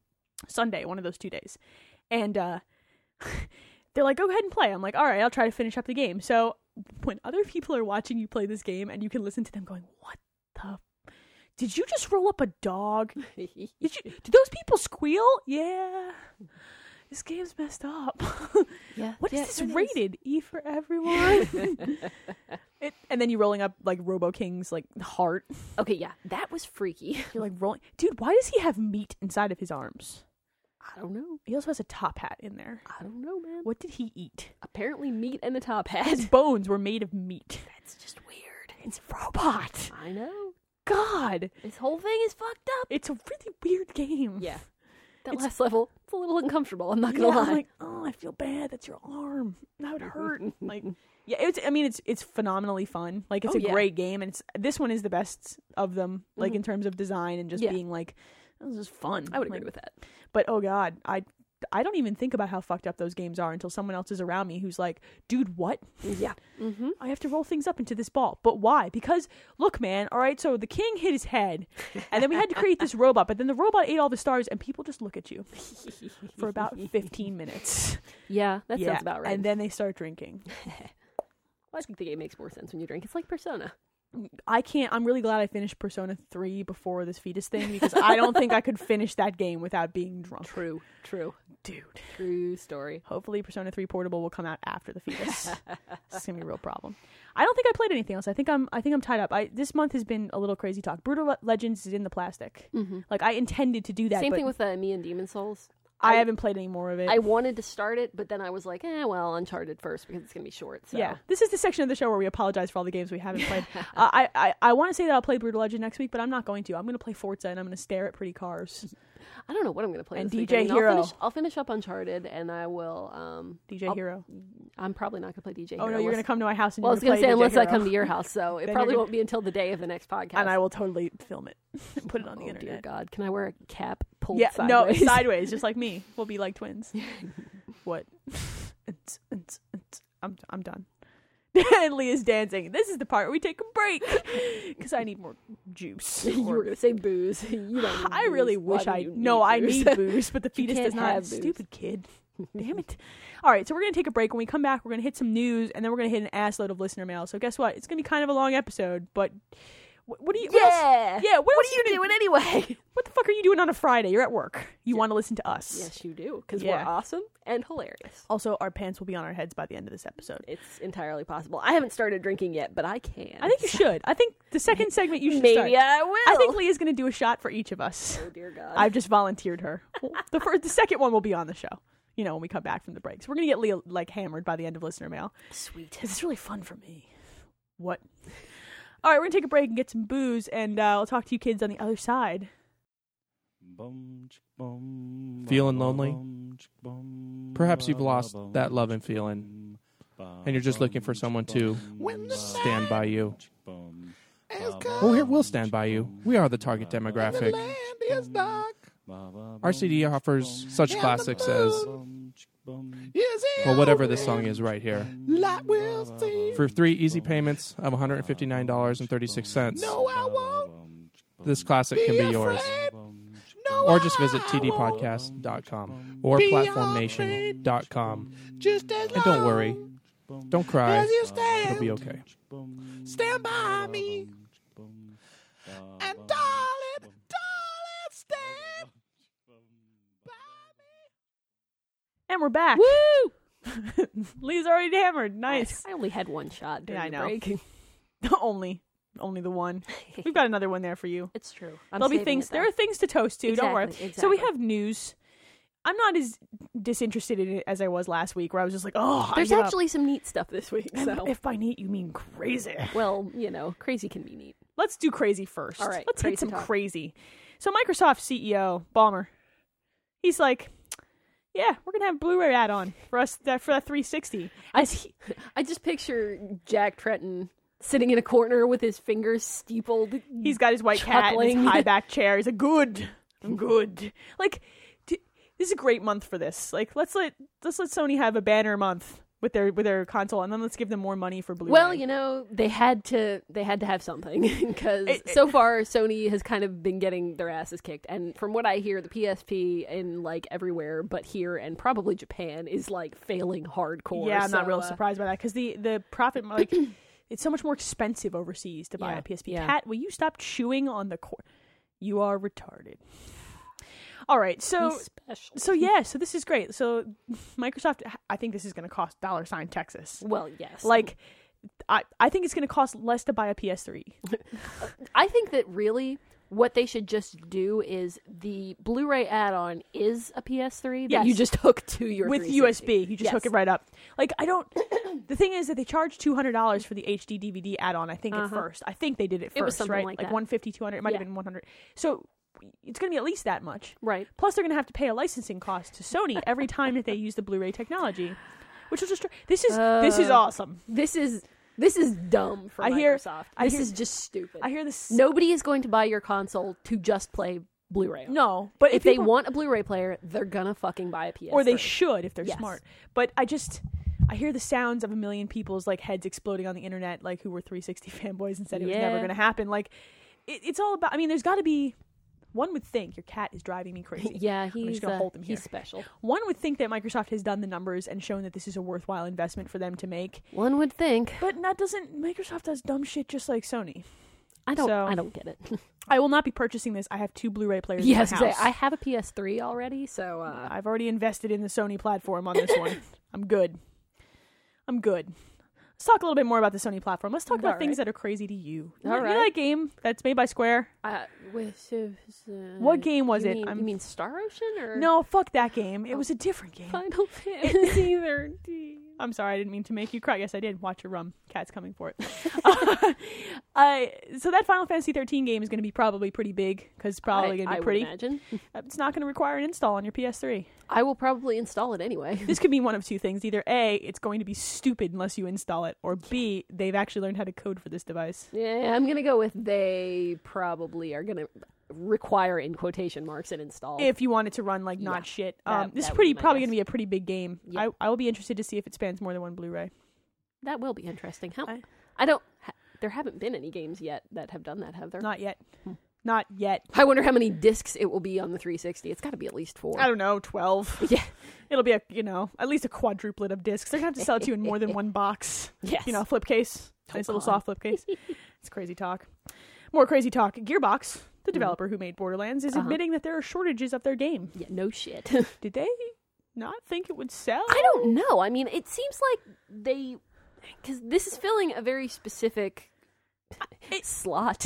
Speaker 1: Sunday, one of those two days, and uh, *laughs* they're like, "Go ahead and play." I'm like, "All right, I'll try to finish up the game." So when other people are watching you play this game, and you can listen to them going, "What the." Did you just roll up a
Speaker 2: *laughs*
Speaker 1: dog? Did you? Did those people squeal? Yeah, this game's messed up. *laughs*
Speaker 2: yeah.
Speaker 1: What is
Speaker 2: yeah,
Speaker 1: this
Speaker 2: it
Speaker 1: rated E for
Speaker 2: *laughs*
Speaker 1: everyone? it, and then you rolling up like Robo King's like heart. *laughs*
Speaker 2: Okay. Yeah, that was freaky. *laughs*
Speaker 1: You're like rolling, dude. Why does he have meat inside of his arms?
Speaker 2: I don't know.
Speaker 1: He also has a top hat in there.
Speaker 2: I don't know, man.
Speaker 1: What did he eat?
Speaker 2: Apparently, meat and the top
Speaker 1: His
Speaker 2: hat. *laughs*
Speaker 1: bones were made of meat. *laughs*
Speaker 2: That's just weird.
Speaker 1: It's a robot.
Speaker 2: *laughs* I know.
Speaker 1: God,
Speaker 2: This whole thing is fucked up.
Speaker 1: it's a really weird game.
Speaker 2: Yeah. That
Speaker 1: It's-
Speaker 2: last level, it's a little uncomfortable. I'm not
Speaker 1: Yeah,
Speaker 2: gonna
Speaker 1: I'm
Speaker 2: lie.
Speaker 1: like, oh, I feel bad. That's your arm. That
Speaker 2: *laughs*
Speaker 1: would hurt. like, yeah, it's. I mean, it's it's phenomenally fun. Like, it's
Speaker 2: Oh,
Speaker 1: a
Speaker 2: yeah.
Speaker 1: great game, and it's this one is the best of them. Like
Speaker 2: Mhm.
Speaker 1: in terms of design and just
Speaker 2: Yeah.
Speaker 1: being like, this is fun.
Speaker 2: I would
Speaker 1: Like,
Speaker 2: agree with that.
Speaker 1: But oh god, I I don't even think about how fucked up those games are until someone else is around me who's like, "Dude, what?
Speaker 2: Yeah. Mm-hmm.
Speaker 1: I have to roll things up into this ball." But why? Because look, man, all right, so the king hit his head, and then we had to create this robot, but then the robot ate all the stars and people just look
Speaker 2: *laughs*
Speaker 1: at you for about 15 minutes.
Speaker 2: Yeah, that
Speaker 1: Yeah,
Speaker 2: sounds about right.
Speaker 1: And then they start drinking.
Speaker 2: I think the game makes more sense when you drink. It's like Persona.
Speaker 1: I can't I'm really glad I finished Persona 3 before this fetus thing because I don't think I could finish that game without being drunk.
Speaker 2: True. True.
Speaker 1: Dude.
Speaker 2: True story.
Speaker 1: Hopefully, Persona 3 Portable will come out after the fetus. it's gonna be a real problem. I don't think I played anything else. I think I'm I think I'm tied up. I this month has been a little crazy talk. Brutal Le- Legends is in the plastic.
Speaker 2: Mm-hmm.
Speaker 1: Like I intended to do that.
Speaker 2: Same
Speaker 1: but
Speaker 2: thing with uh, me and Demon Souls.
Speaker 1: I,
Speaker 2: I-
Speaker 1: haven't played any more of it.
Speaker 2: I wanted to start it, but then I was like, eh, well, Uncharted first because it's gonna be short. So.
Speaker 1: Yeah, this is the section of the show where we apologize for all the games we haven't
Speaker 2: *laughs*
Speaker 1: played. uh, I I, I want to say that I'll play Brutal Legend next week, but I'm not going to. I'm going to play Forza and I'm going to stare at pretty cars.
Speaker 2: I don't know what I'm gonna play.
Speaker 1: And
Speaker 2: this
Speaker 1: DJ
Speaker 2: weekend.
Speaker 1: Hero.
Speaker 2: I'll finish, I'll finish up Uncharted, and I will. Um,
Speaker 1: DJ
Speaker 2: I'll-
Speaker 1: Hero.
Speaker 2: I'm probably not gonna play DJ.
Speaker 1: Oh no,
Speaker 2: Hero
Speaker 1: you're
Speaker 2: unless-
Speaker 1: going to come to my house and
Speaker 2: Well,
Speaker 1: you're
Speaker 2: I was gonna
Speaker 1: play
Speaker 2: say
Speaker 1: DJ
Speaker 2: unless I
Speaker 1: Hero.
Speaker 2: come to your house, so
Speaker 1: *laughs*
Speaker 2: it
Speaker 1: Then
Speaker 2: probably
Speaker 1: you're
Speaker 2: won't be until the day of the next podcast.
Speaker 1: and I will totally film
Speaker 2: *laughs*
Speaker 1: it, put it on the
Speaker 2: oh,
Speaker 1: internet.
Speaker 2: Dear God, can I wear a cap pulled
Speaker 1: yeah,
Speaker 2: sideways?
Speaker 1: no, *laughs*
Speaker 2: *laughs*
Speaker 1: sideways, just like me. We'll be like twins. what? *laughs* It's- it's- it's- I'm I'm done. *laughs* and Leah's dancing. This is the part where we take a break *laughs* because I need more
Speaker 2: *laughs*
Speaker 1: juice.
Speaker 2: you
Speaker 1: Or-
Speaker 2: were gonna say booze. *laughs* you don't. Need
Speaker 1: I really
Speaker 2: booze. Why
Speaker 1: wish
Speaker 2: do
Speaker 1: I
Speaker 2: you
Speaker 1: no, I
Speaker 2: booze?
Speaker 1: need
Speaker 2: *laughs*
Speaker 1: booze, but the fetus
Speaker 2: can't
Speaker 1: does not.
Speaker 2: have booze.
Speaker 1: Stupid kid. Damn it. All right, so we're gonna take a break. When we come back, we're gonna hit some news, and then we're gonna hit an ass load of listener mail. So guess what? It's gonna be kind of a long episode, but what, what do you? What else-
Speaker 2: yeah.
Speaker 1: Yeah. What, else
Speaker 2: What are *laughs*
Speaker 1: gonna-
Speaker 2: you doing anyway? *laughs*
Speaker 1: What the fuck are you doing on a Friday? You're at work. You want to listen to us?
Speaker 2: yes, you do because
Speaker 1: Yeah.
Speaker 2: we're awesome and hilarious.
Speaker 1: Also, our pants will be on our heads by the end of this episode.
Speaker 2: It's entirely possible. I haven't started drinking yet, but I can.
Speaker 1: I think you should. I think the second segment you should
Speaker 2: maybe
Speaker 1: start.
Speaker 2: I will.
Speaker 1: I think Leah's going to do a shot for each of us.
Speaker 2: Oh dear God.
Speaker 1: I've just volunteered her. Well, the first, the second one will be on the show. You know, when we come back from the breaks, we're going to get Leah like hammered by the end of listener mail.
Speaker 2: sweet.
Speaker 1: This is really fun for me. What? All right, we're going to take a break and get some booze, and uh, I'll talk to you kids on the other side.
Speaker 3: Feeling
Speaker 4: Feeling
Speaker 3: lonely?
Speaker 4: lonely?
Speaker 3: Perhaps you've lost that love and feeling, and you're just looking for someone to stand by you. Well, here we'll stand by you. We are the target demographic. RCD offers such classics as
Speaker 4: Is it
Speaker 3: well, whatever this song is right here.
Speaker 4: Light will see.
Speaker 3: For three easy payments of one hundred and fifty nine dollars and thirty six cents,
Speaker 4: No, I won't
Speaker 3: this classic can be yours.
Speaker 4: afraid. No,
Speaker 3: Or just visit
Speaker 4: I won't.
Speaker 3: tdpodcast.com or
Speaker 4: Be
Speaker 3: platformnation.com.
Speaker 4: Just as
Speaker 3: And don't worry, don't cry.
Speaker 4: As you stand,
Speaker 3: It'll be okay.
Speaker 4: stand by me. And darling, darling, stand by me.
Speaker 1: And we're back.
Speaker 2: Woo!
Speaker 1: *laughs* Lee's already hammered. *laughs* Nice.
Speaker 2: I only had one shot during
Speaker 1: Yeah, I
Speaker 2: the
Speaker 1: know.
Speaker 2: *laughs* break.
Speaker 1: only, only the one. We've got another one there for you.
Speaker 2: It's true. *laughs* I'm
Speaker 1: There'll be
Speaker 2: saving
Speaker 1: things.
Speaker 2: it,
Speaker 1: There
Speaker 2: though.
Speaker 1: are things to toast to. don't worry.
Speaker 2: Exactly,
Speaker 1: So we
Speaker 2: exactly.
Speaker 1: have news. I'm not as disinterested in it as I was last week, where I was just like, "Oh, I
Speaker 2: There's
Speaker 1: give up."
Speaker 2: actually some neat stuff this week.
Speaker 1: And
Speaker 2: So,
Speaker 1: if by neat you mean crazy,
Speaker 2: *laughs* well, you know, crazy can be neat.
Speaker 1: let's do crazy first.
Speaker 2: All right,
Speaker 1: let's
Speaker 2: crazy
Speaker 1: hit some
Speaker 2: talk.
Speaker 1: crazy. So Microsoft CEO Balmer, he's like, "Yeah, we're gonna have Blu-ray add-on for us that for that 360."
Speaker 2: I, *laughs* I just picture Jack Trenton sitting in a corner with his fingers steepled.
Speaker 1: He's got his white cat and his
Speaker 2: Chuckling.
Speaker 1: *laughs* high back chair. He's like, "Good, I'm good." Like, d- this is a great month for this. Like, let's let let's let Sony have a banner month with their with their console, and then let's give them more money for Blu-ray.
Speaker 2: Well, you know, they had to they had to have something *laughs* because
Speaker 1: It- it-
Speaker 2: so far Sony has kind of been getting their asses kicked, and from what I hear, the PSP in like everywhere but here and probably Japan is like failing hardcore.
Speaker 1: yeah, I'm not
Speaker 2: So,
Speaker 1: real
Speaker 2: uh,
Speaker 1: surprised by that because the the profit
Speaker 2: *clears throat*
Speaker 1: like it's so much more expensive overseas to buy
Speaker 2: Yeah,
Speaker 1: a PSP.
Speaker 2: yeah.
Speaker 1: Cat, will you stop chewing on the cord? You are retarded. All right, so
Speaker 2: he's special.
Speaker 1: so yeah, so this is great. So Microsoft, I think this is going to cost dollar sign Texas.
Speaker 2: Well, yes.
Speaker 1: Like, I I think it's going to cost less to buy a PS3.
Speaker 2: I think that really what they should just do is the Blu-ray add-on is a PS3 that
Speaker 1: Yes.
Speaker 2: you just *laughs* hook to your
Speaker 1: with
Speaker 2: 360.
Speaker 1: USB. You just hook
Speaker 2: Yes.
Speaker 1: it right up. Like I don't. *clears throat* the thing is that they charge two hundred dollars for the HD DVD add-on. I think at
Speaker 2: Uh-huh.
Speaker 1: first. I think they did it first,
Speaker 2: It was something
Speaker 1: right?
Speaker 2: like
Speaker 1: like
Speaker 2: that.
Speaker 1: one fifty, two hundred. It might
Speaker 2: Yeah.
Speaker 1: have been one hundred. So it's going to be at least that much.
Speaker 2: Right.
Speaker 1: Plus, they're going to have to pay a licensing cost to Sony every time that they use the Blu-ray technology, which is just this is this is
Speaker 2: Uh,
Speaker 1: awesome.
Speaker 2: This is this is dumb for
Speaker 1: I hear-
Speaker 2: Microsoft.
Speaker 1: I
Speaker 2: this
Speaker 1: hear-
Speaker 2: is just stupid.
Speaker 1: I hear this.
Speaker 2: Nobody is going to buy your console to just play Blu-ray. on.
Speaker 1: no, but
Speaker 2: if,
Speaker 1: if,
Speaker 2: they
Speaker 1: people-
Speaker 2: want a Blu-ray player, they're gonna fucking buy a PS.
Speaker 1: or they should if they're
Speaker 2: Yes.
Speaker 1: smart. But I just I hear the sounds of a million people's like heads exploding on the internet, like who were 360 *laughs* fanboys and said it was never
Speaker 2: Yeah.
Speaker 1: going to happen. Like it, it's all about. I mean, there's got to be. One would think your cat is driving me crazy.
Speaker 2: *laughs* *laughs* yeah,
Speaker 1: I'm
Speaker 2: he's
Speaker 1: just gonna
Speaker 2: uh,
Speaker 1: hold him
Speaker 2: he's
Speaker 1: here.
Speaker 2: special.
Speaker 1: One would think that Microsoft has done the numbers and shown that this is a worthwhile investment for them to make,
Speaker 2: One would think.
Speaker 1: but that doesn't. Microsoft does dumb shit just like Sony.
Speaker 2: I don't.
Speaker 1: So-
Speaker 2: I don't get it.
Speaker 1: I will not be purchasing this. I have two Blu-ray players.
Speaker 2: *laughs* yes,
Speaker 1: in my house.
Speaker 2: I have a PS3 already, so uh,
Speaker 1: I've already invested in the Sony platform on
Speaker 2: *laughs*
Speaker 1: this one. I'm good. I'm good. Let's talk a little bit more about the Sony platform. Let's talk about
Speaker 2: All
Speaker 1: things that are crazy to you.
Speaker 2: All
Speaker 1: you know
Speaker 2: right.
Speaker 1: that game that's made by Square?
Speaker 2: uh,
Speaker 1: What game was it?
Speaker 2: Mean,
Speaker 1: I'm-
Speaker 2: Uh, you mean Oh. Star Ocean or
Speaker 1: No, fuck that game. It was a different game. *laughs*
Speaker 2: Final Fantasy 13?
Speaker 1: I'm sorry, I didn't mean to make you cry. Yes, I did. Watch your rum. Cat's coming
Speaker 2: *laughs*
Speaker 1: for it. *laughs* uh, so that Final Fantasy 13 game is going to be probably pretty big because probably going
Speaker 2: I
Speaker 1: to be
Speaker 2: would
Speaker 1: pretty.
Speaker 2: Imagine.
Speaker 1: It's not going to require an install on your PS3.
Speaker 2: I will probably install it anyway. *laughs*
Speaker 1: this could be one of two things either a it's going to be stupid unless you install it or b they've actually learned how to code for this device
Speaker 2: Yeah, I'm gonna go with they probably are gonna require in quotation marks an install.
Speaker 1: if you want it to run like not
Speaker 2: Yeah.
Speaker 1: shit
Speaker 2: That-
Speaker 1: um, this
Speaker 2: that
Speaker 1: is
Speaker 2: would
Speaker 1: pretty
Speaker 2: be my
Speaker 1: probably
Speaker 2: guess.
Speaker 1: going to be a pretty big game
Speaker 2: Yeah.
Speaker 1: I, I will be interested to see if it spans more than one blu-ray
Speaker 2: that will be interesting. How I,
Speaker 1: I-
Speaker 2: don't. Ha, there haven't been any games yet that have done that, have there?
Speaker 1: not yet
Speaker 2: Hmm.
Speaker 1: not yet
Speaker 2: I wonder how many discs it will be on the 360. It's got to be at least four.
Speaker 1: i don't know 12
Speaker 2: *laughs* Yeah.
Speaker 1: it'll be a you know at least a quadruplet of discs they're going to have to sell it to you in more than one
Speaker 2: *laughs*
Speaker 1: box
Speaker 2: Yes.
Speaker 1: you know flip case
Speaker 2: Oh,
Speaker 1: nice little
Speaker 2: God.
Speaker 1: soft flip
Speaker 2: *laughs*
Speaker 1: case it's crazy talk more crazy talk gearbox the developer who made borderlands is
Speaker 2: Hmm. Uh-huh.
Speaker 1: admitting that there are shortages of their game
Speaker 2: Yeah, no shit. *laughs* I
Speaker 1: Did they not think it would sell?
Speaker 2: don't know. I mean, it seems like they, because this is filling a very specific slot.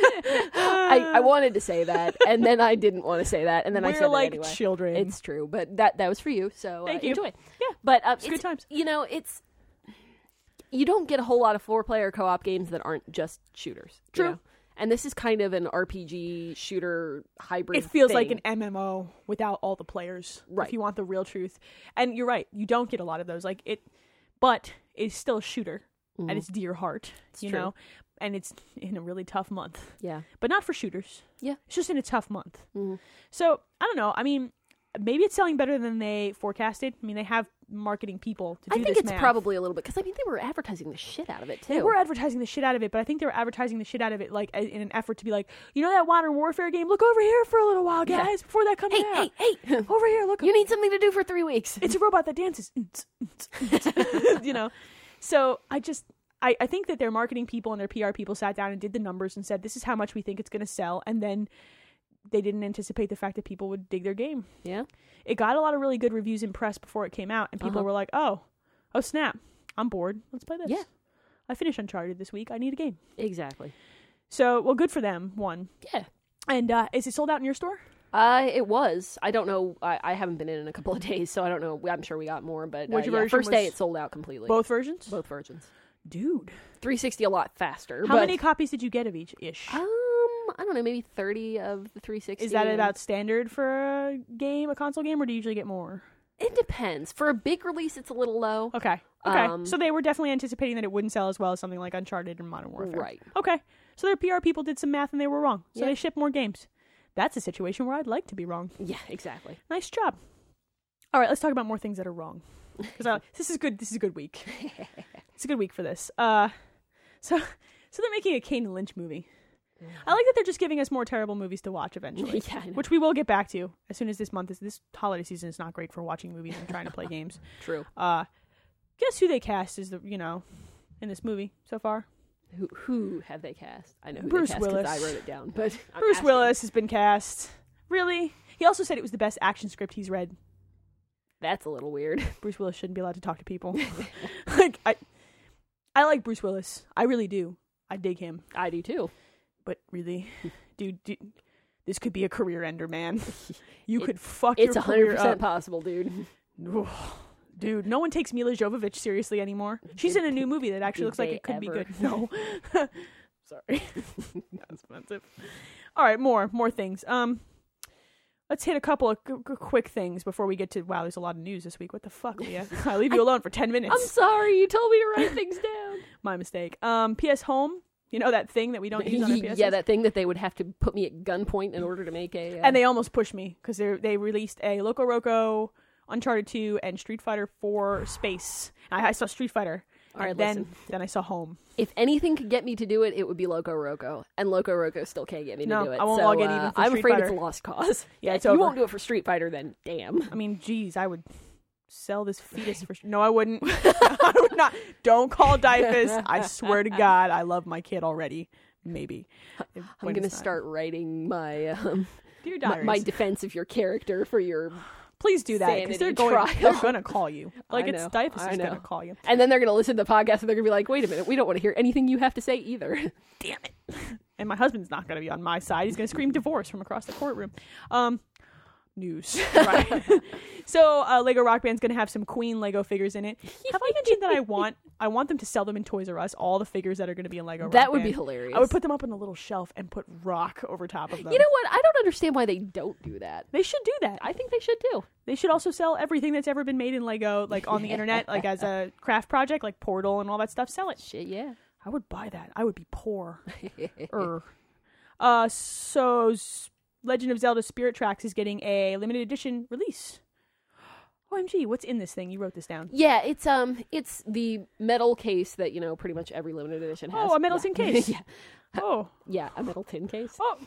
Speaker 2: I, I wanted to say that, and then I didn't want to say that, and then
Speaker 1: We're
Speaker 2: I said
Speaker 1: like
Speaker 2: it anyway.
Speaker 1: children.
Speaker 2: It's true, but that that was for you. So
Speaker 1: Thank
Speaker 2: uh,
Speaker 1: you.
Speaker 2: enjoy.
Speaker 1: Yeah,
Speaker 2: but uh,
Speaker 1: good times.
Speaker 2: You know, it's you don't get a whole lot of four player co op games that aren't just shooters. you
Speaker 1: True.
Speaker 2: know? And this is kind of an RPG shooter hybrid.
Speaker 1: it feels like
Speaker 2: thing.
Speaker 1: an MMO without all the players.
Speaker 2: Right.
Speaker 1: If you want the real truth, and you're right, you don't get a lot of those. Like it, but it's still a shooter, and it's dear heart. you
Speaker 2: Mm. true.
Speaker 1: know, and it's in a really tough month,
Speaker 2: Mm-hmm. Yeah.
Speaker 1: but not for shooters.
Speaker 2: Yeah.
Speaker 1: It's just in a tough month.
Speaker 2: Mhm.
Speaker 1: So I don't know. I mean, maybe it's selling better than they forecasted. I mean, they have marketing people to do
Speaker 2: I think
Speaker 1: this
Speaker 2: it's
Speaker 1: math.
Speaker 2: probably a little bit because I mean they were advertising the shit out of it too.
Speaker 1: They were advertising the shit out of it, but I think they were advertising the shit out of it like in an effort to be like, you know that Modern Warfare game? Look over here for a little while,
Speaker 2: Yeah.
Speaker 1: guys, before that comes
Speaker 2: hey,
Speaker 1: out.
Speaker 2: hey, hey!
Speaker 1: Over here, look.
Speaker 2: *laughs* You need something to do for three weeks. *laughs*
Speaker 1: it's a robot that dances. *laughs* you know, so I just I, I think that their marketing people and their PR people sat down and did the numbers and said this is how much we think it's going to sell, and then they didn't anticipate the fact that people would dig their game.
Speaker 2: Yeah.
Speaker 1: It got a lot of really good reviews in press before it came out, and people
Speaker 2: Uh-huh.
Speaker 1: were like, "Oh, oh snap, I'm bored. Let's play this."
Speaker 2: Yeah.
Speaker 1: I finished Uncharted this week. I need a game.
Speaker 2: Exactly.
Speaker 1: So, well, good for them. One.
Speaker 2: Yeah.
Speaker 1: And uh, is it sold out in your store?
Speaker 2: Uh, it was. I don't know. I, I haven't been in in a couple of days, so I don't know. I'm sure we got more, but uh,
Speaker 1: Which
Speaker 2: yeah,
Speaker 1: version
Speaker 2: first day
Speaker 1: was-
Speaker 2: it sold out completely.
Speaker 1: Both versions.
Speaker 2: both versions.
Speaker 1: Dude,
Speaker 2: 360 a lot faster.
Speaker 1: how
Speaker 2: but-
Speaker 1: many copies did you get of each ish?
Speaker 2: Um, I don't know. Maybe 30 of the 360.
Speaker 1: Is that
Speaker 2: and-
Speaker 1: about standard for a game, a console game, or do you usually get more?
Speaker 2: It depends. For a big release, it's a little low.
Speaker 1: Okay. Okay.
Speaker 2: Um,
Speaker 1: so they were definitely anticipating that it wouldn't sell as well as something like Uncharted and Modern Warfare.
Speaker 2: Right.
Speaker 1: Okay. So their PR people did some math and they were wrong. So
Speaker 2: Yeah.
Speaker 1: they shipped more games. That's a situation where I'd like to be wrong.
Speaker 2: Yeah, exactly.
Speaker 1: Nice job. All right, let's talk about more things that are
Speaker 2: *laughs*
Speaker 1: wrong. 'Cause I- this is good. This is a good week. it's a good week for this. Uh, so, *laughs* so they're making a Kane and Lynch movie. I like that they're just giving us more terrible movies to watch eventually.
Speaker 2: *laughs* Yeah, I know.
Speaker 1: which we will get back to as soon as this month is this holiday season is not great for watching movies and trying to
Speaker 2: *laughs*
Speaker 1: play games.
Speaker 2: True.
Speaker 1: Uh, guess who they cast is the you know in this movie so far?
Speaker 2: Who, who have they cast? I know who
Speaker 1: Bruce
Speaker 2: they cast 'cause
Speaker 1: Willis.
Speaker 2: I wrote it down,
Speaker 1: *laughs*
Speaker 2: but I'm
Speaker 1: Bruce
Speaker 2: asking.
Speaker 1: Willis has been cast. Really? He also said it was the best action script he's read.
Speaker 2: That's a little weird. *laughs*
Speaker 1: Bruce Willis shouldn't be allowed to talk to people. *laughs* like I, I like Bruce Willis. I really do. I dig him.
Speaker 2: I do too.
Speaker 1: But
Speaker 2: *laughs*
Speaker 1: really, dude, dude this could be a career ender, man. You
Speaker 2: It-
Speaker 1: could fuck
Speaker 2: It's
Speaker 1: your
Speaker 2: hundred
Speaker 1: career
Speaker 2: percent
Speaker 1: up.
Speaker 2: possible, dude. *laughs*
Speaker 1: *sighs* Dude, no one takes Mila Jovovich seriously anymore. She's in a new movie
Speaker 2: *laughs*
Speaker 1: that actually
Speaker 2: Did
Speaker 1: looks like
Speaker 2: they
Speaker 1: it could be
Speaker 2: ever?
Speaker 1: good. No. *laughs* Sorry. That's offensive. All right, more, more things. Um Let's hit a couple of q- q- quick things before we get to wow. There's a lot of news this week. What the fuck,
Speaker 2: *laughs*
Speaker 1: Leah? I leave you alone for ten minutes.
Speaker 2: I'm sorry. You told me to write
Speaker 1: *laughs*
Speaker 2: things down.
Speaker 1: My mistake. Um, PS Home. You know that thing that we
Speaker 2: *laughs*
Speaker 1: don't use on our PS.
Speaker 2: yeah, that thing that they would have to put me at gunpoint in order to make a. Uh,
Speaker 1: and they almost pushed me because they they released a Loco Roco, Uncharted Two, and Street Fighter Four Space. And I, I saw Street Fighter.
Speaker 2: All right,
Speaker 1: and then
Speaker 2: listen.
Speaker 1: then I saw Home.
Speaker 2: if anything could get me to do it, it would be Loco Roco, and Loco Roco still can't get me
Speaker 1: No,
Speaker 2: to do it.
Speaker 1: I won't
Speaker 2: so,
Speaker 1: log in
Speaker 2: uh,
Speaker 1: even for
Speaker 2: I'm
Speaker 1: Street
Speaker 2: afraid
Speaker 1: Fighter.
Speaker 2: it's a lost cause.
Speaker 1: Yeah,
Speaker 2: If
Speaker 1: it's
Speaker 2: you
Speaker 1: over.
Speaker 2: won't do it for Street Fighter, then damn.
Speaker 1: I mean, geez, I would sell this fetus for. No, I wouldn't. *laughs* I would not. Don't call Dyfus. I swear to God, I love my kid already. Maybe
Speaker 2: I'm gonna start writing my um,
Speaker 1: Dear
Speaker 2: my,
Speaker 1: diaries,
Speaker 2: my defense of your character for your,
Speaker 1: please do that because
Speaker 2: sanity
Speaker 1: they're going.
Speaker 2: trial.
Speaker 1: They're going to call
Speaker 2: *laughs*
Speaker 1: you. Like
Speaker 2: I
Speaker 1: it's
Speaker 2: know,
Speaker 1: Dyfus
Speaker 2: I
Speaker 1: is going to
Speaker 2: know.
Speaker 1: call you.
Speaker 2: and then they're gonna listen to the podcast and they're gonna be like, wait a minute, we don't want to hear anything you have to say either.
Speaker 1: damn it. And my husband's not going to be on my side. He's going to scream divorce from across the courtroom. Um,
Speaker 2: *laughs*
Speaker 1: news. Right. so uh, Lego Rock Band's going to have some Queen Lego figures in
Speaker 2: *laughs*
Speaker 1: it. Have I mentioned that I want I want them to sell them in Toys R Us? All the figures that are going to be in Lego.
Speaker 2: that
Speaker 1: Rock
Speaker 2: would be
Speaker 1: Band.
Speaker 2: hilarious.
Speaker 1: I would put them up on a little shelf and put rock over top of them.
Speaker 2: You know what? I don't understand why they don't do that.
Speaker 1: they should do that.
Speaker 2: I think they should too.
Speaker 1: They should also sell everything that's ever been made in Lego, like
Speaker 2: *laughs*
Speaker 1: on the internet, like as a craft project, like Portal and all that stuff. Sell it.
Speaker 2: Shit, yeah.
Speaker 1: I would buy that. I would be
Speaker 2: *laughs*
Speaker 1: poor. er. Uh, so S- Legend of Zelda Spirit Tracks is getting a limited edition release. *gasps* OMG, what's in this thing? You wrote this
Speaker 2: *laughs*
Speaker 1: down.
Speaker 2: Yeah, it's um, it's the metal case that you know pretty much every limited edition has.
Speaker 1: Oh, a metal
Speaker 2: *laughs* Yeah.
Speaker 1: tin case.
Speaker 2: yeah,
Speaker 1: Oh,
Speaker 2: yeah, a metal tin case.
Speaker 1: oh,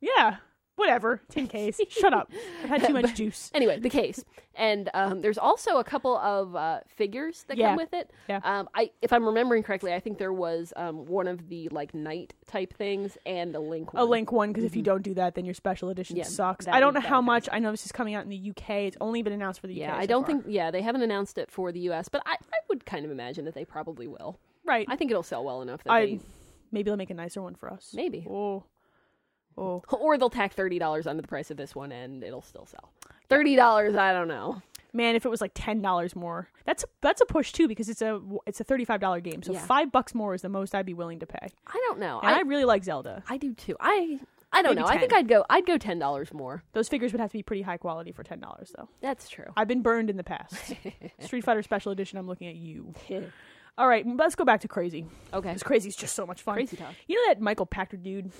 Speaker 1: yeah. Whatever. Tin case. Shut up. I've
Speaker 2: *laughs*
Speaker 1: had too much juice.
Speaker 2: Anyway, the case, and um, there's also a couple of uh, figures that
Speaker 1: Yeah.
Speaker 2: come with it.
Speaker 1: Yeah.
Speaker 2: Um, I, if I'm remembering correctly, I think there was um, one of the like knight type things and a link.
Speaker 1: A
Speaker 2: one.
Speaker 1: link one because if you don't do that, then your special edition
Speaker 2: Mm-hmm. Yeah,
Speaker 1: sucks.
Speaker 2: that
Speaker 1: I don't
Speaker 2: would-
Speaker 1: know
Speaker 2: that
Speaker 1: how
Speaker 2: would
Speaker 1: much. I know this is coming out in the UK. It's only been announced for the UK.
Speaker 2: Yeah, I
Speaker 1: so
Speaker 2: don't
Speaker 1: far.
Speaker 2: think. Yeah, they haven't announced it for the U.S., but I, I would kind of imagine that they probably will.
Speaker 1: Right.
Speaker 2: I think it'll sell well enough that
Speaker 1: I-
Speaker 2: they
Speaker 1: maybe they'll make a nicer one for us.
Speaker 2: maybe,
Speaker 1: Oh, oh.
Speaker 2: or they'll tack thirty dollars onto the price of this one, and it'll still sell. Thirty dollars, I don't know.
Speaker 1: man if it was like ten dollars more that's a, that's a push too because it's a it's a thirty five dollar game so
Speaker 2: Yeah.
Speaker 1: five bucks more is the most i'd be willing to pay
Speaker 2: I don't know.
Speaker 1: and I,
Speaker 2: I,
Speaker 1: really like zelda
Speaker 2: I do too. I I don't
Speaker 1: Maybe
Speaker 2: know. I think
Speaker 1: 10.
Speaker 2: I'd go. I'd go ten dollars more.
Speaker 1: those figures would have to be pretty high quality for ten dollars though
Speaker 2: That's true. *laughs*
Speaker 1: i've been burned in the past street fighter special edition i'm looking at you All right, let's go back to Crazy.
Speaker 2: Okay.
Speaker 1: Because Crazy's just so much fun.
Speaker 2: Crazy talk.
Speaker 1: You know that Michael Pachter dude?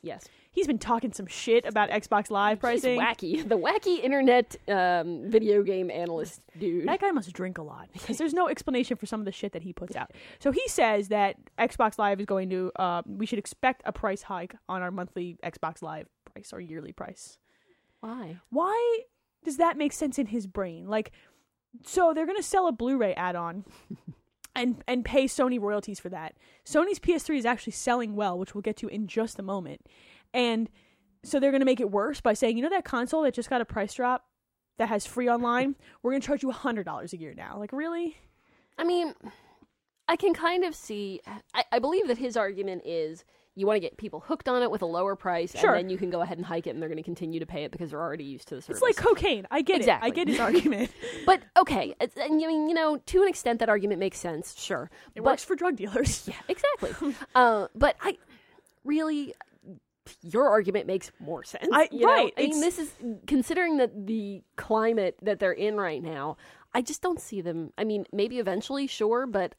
Speaker 2: Yes.
Speaker 1: He's been talking some shit about Xbox Live
Speaker 2: He's
Speaker 1: pricing.
Speaker 2: wacky. *laughs* The wacky internet um, video game analyst dude.
Speaker 1: That guy must drink a
Speaker 2: *laughs*
Speaker 1: lot because there's no explanation for some of the shit that he puts out. So he says that Xbox Live is going to, uh, we should expect a price hike on our monthly Xbox Live price or yearly price.
Speaker 2: Why?
Speaker 1: Why does that make sense in his brain? Like, so they're going to sell a Blu-ray
Speaker 2: *laughs*
Speaker 1: add-on. And, and pay Sony royalties for that. Sony's PS3 is actually selling well, which we'll get to in just a moment. And so they're going to make it worse by saying, you know, that console that just got a price drop that has free online,
Speaker 2: *laughs*
Speaker 1: we're going to charge you $100 a year now. Like, really?
Speaker 2: I mean, I can kind of see. I, I believe that his argument is you want to get people hooked on it with a lower price,
Speaker 1: Sure.
Speaker 2: and then you can go ahead and hike it, and they're going to continue to pay it because they're already used to the
Speaker 1: It's
Speaker 2: service.
Speaker 1: like cocaine. I get
Speaker 2: Exactly.
Speaker 1: it. I get
Speaker 2: *laughs*
Speaker 1: his argument.
Speaker 2: but okay, it's- and I mean, you know, to an extent, that argument makes sense. Sure,
Speaker 1: It
Speaker 2: but *laughs*
Speaker 1: works for drug dealers.
Speaker 2: yeah, *laughs* exactly. uh, but I really. Your argument makes more sense.
Speaker 1: I-
Speaker 2: you know?
Speaker 1: right,
Speaker 2: I mean,
Speaker 1: it's-
Speaker 2: this is considering that the climate that they're in right now. I just don't see them. I mean, maybe eventually, sure, but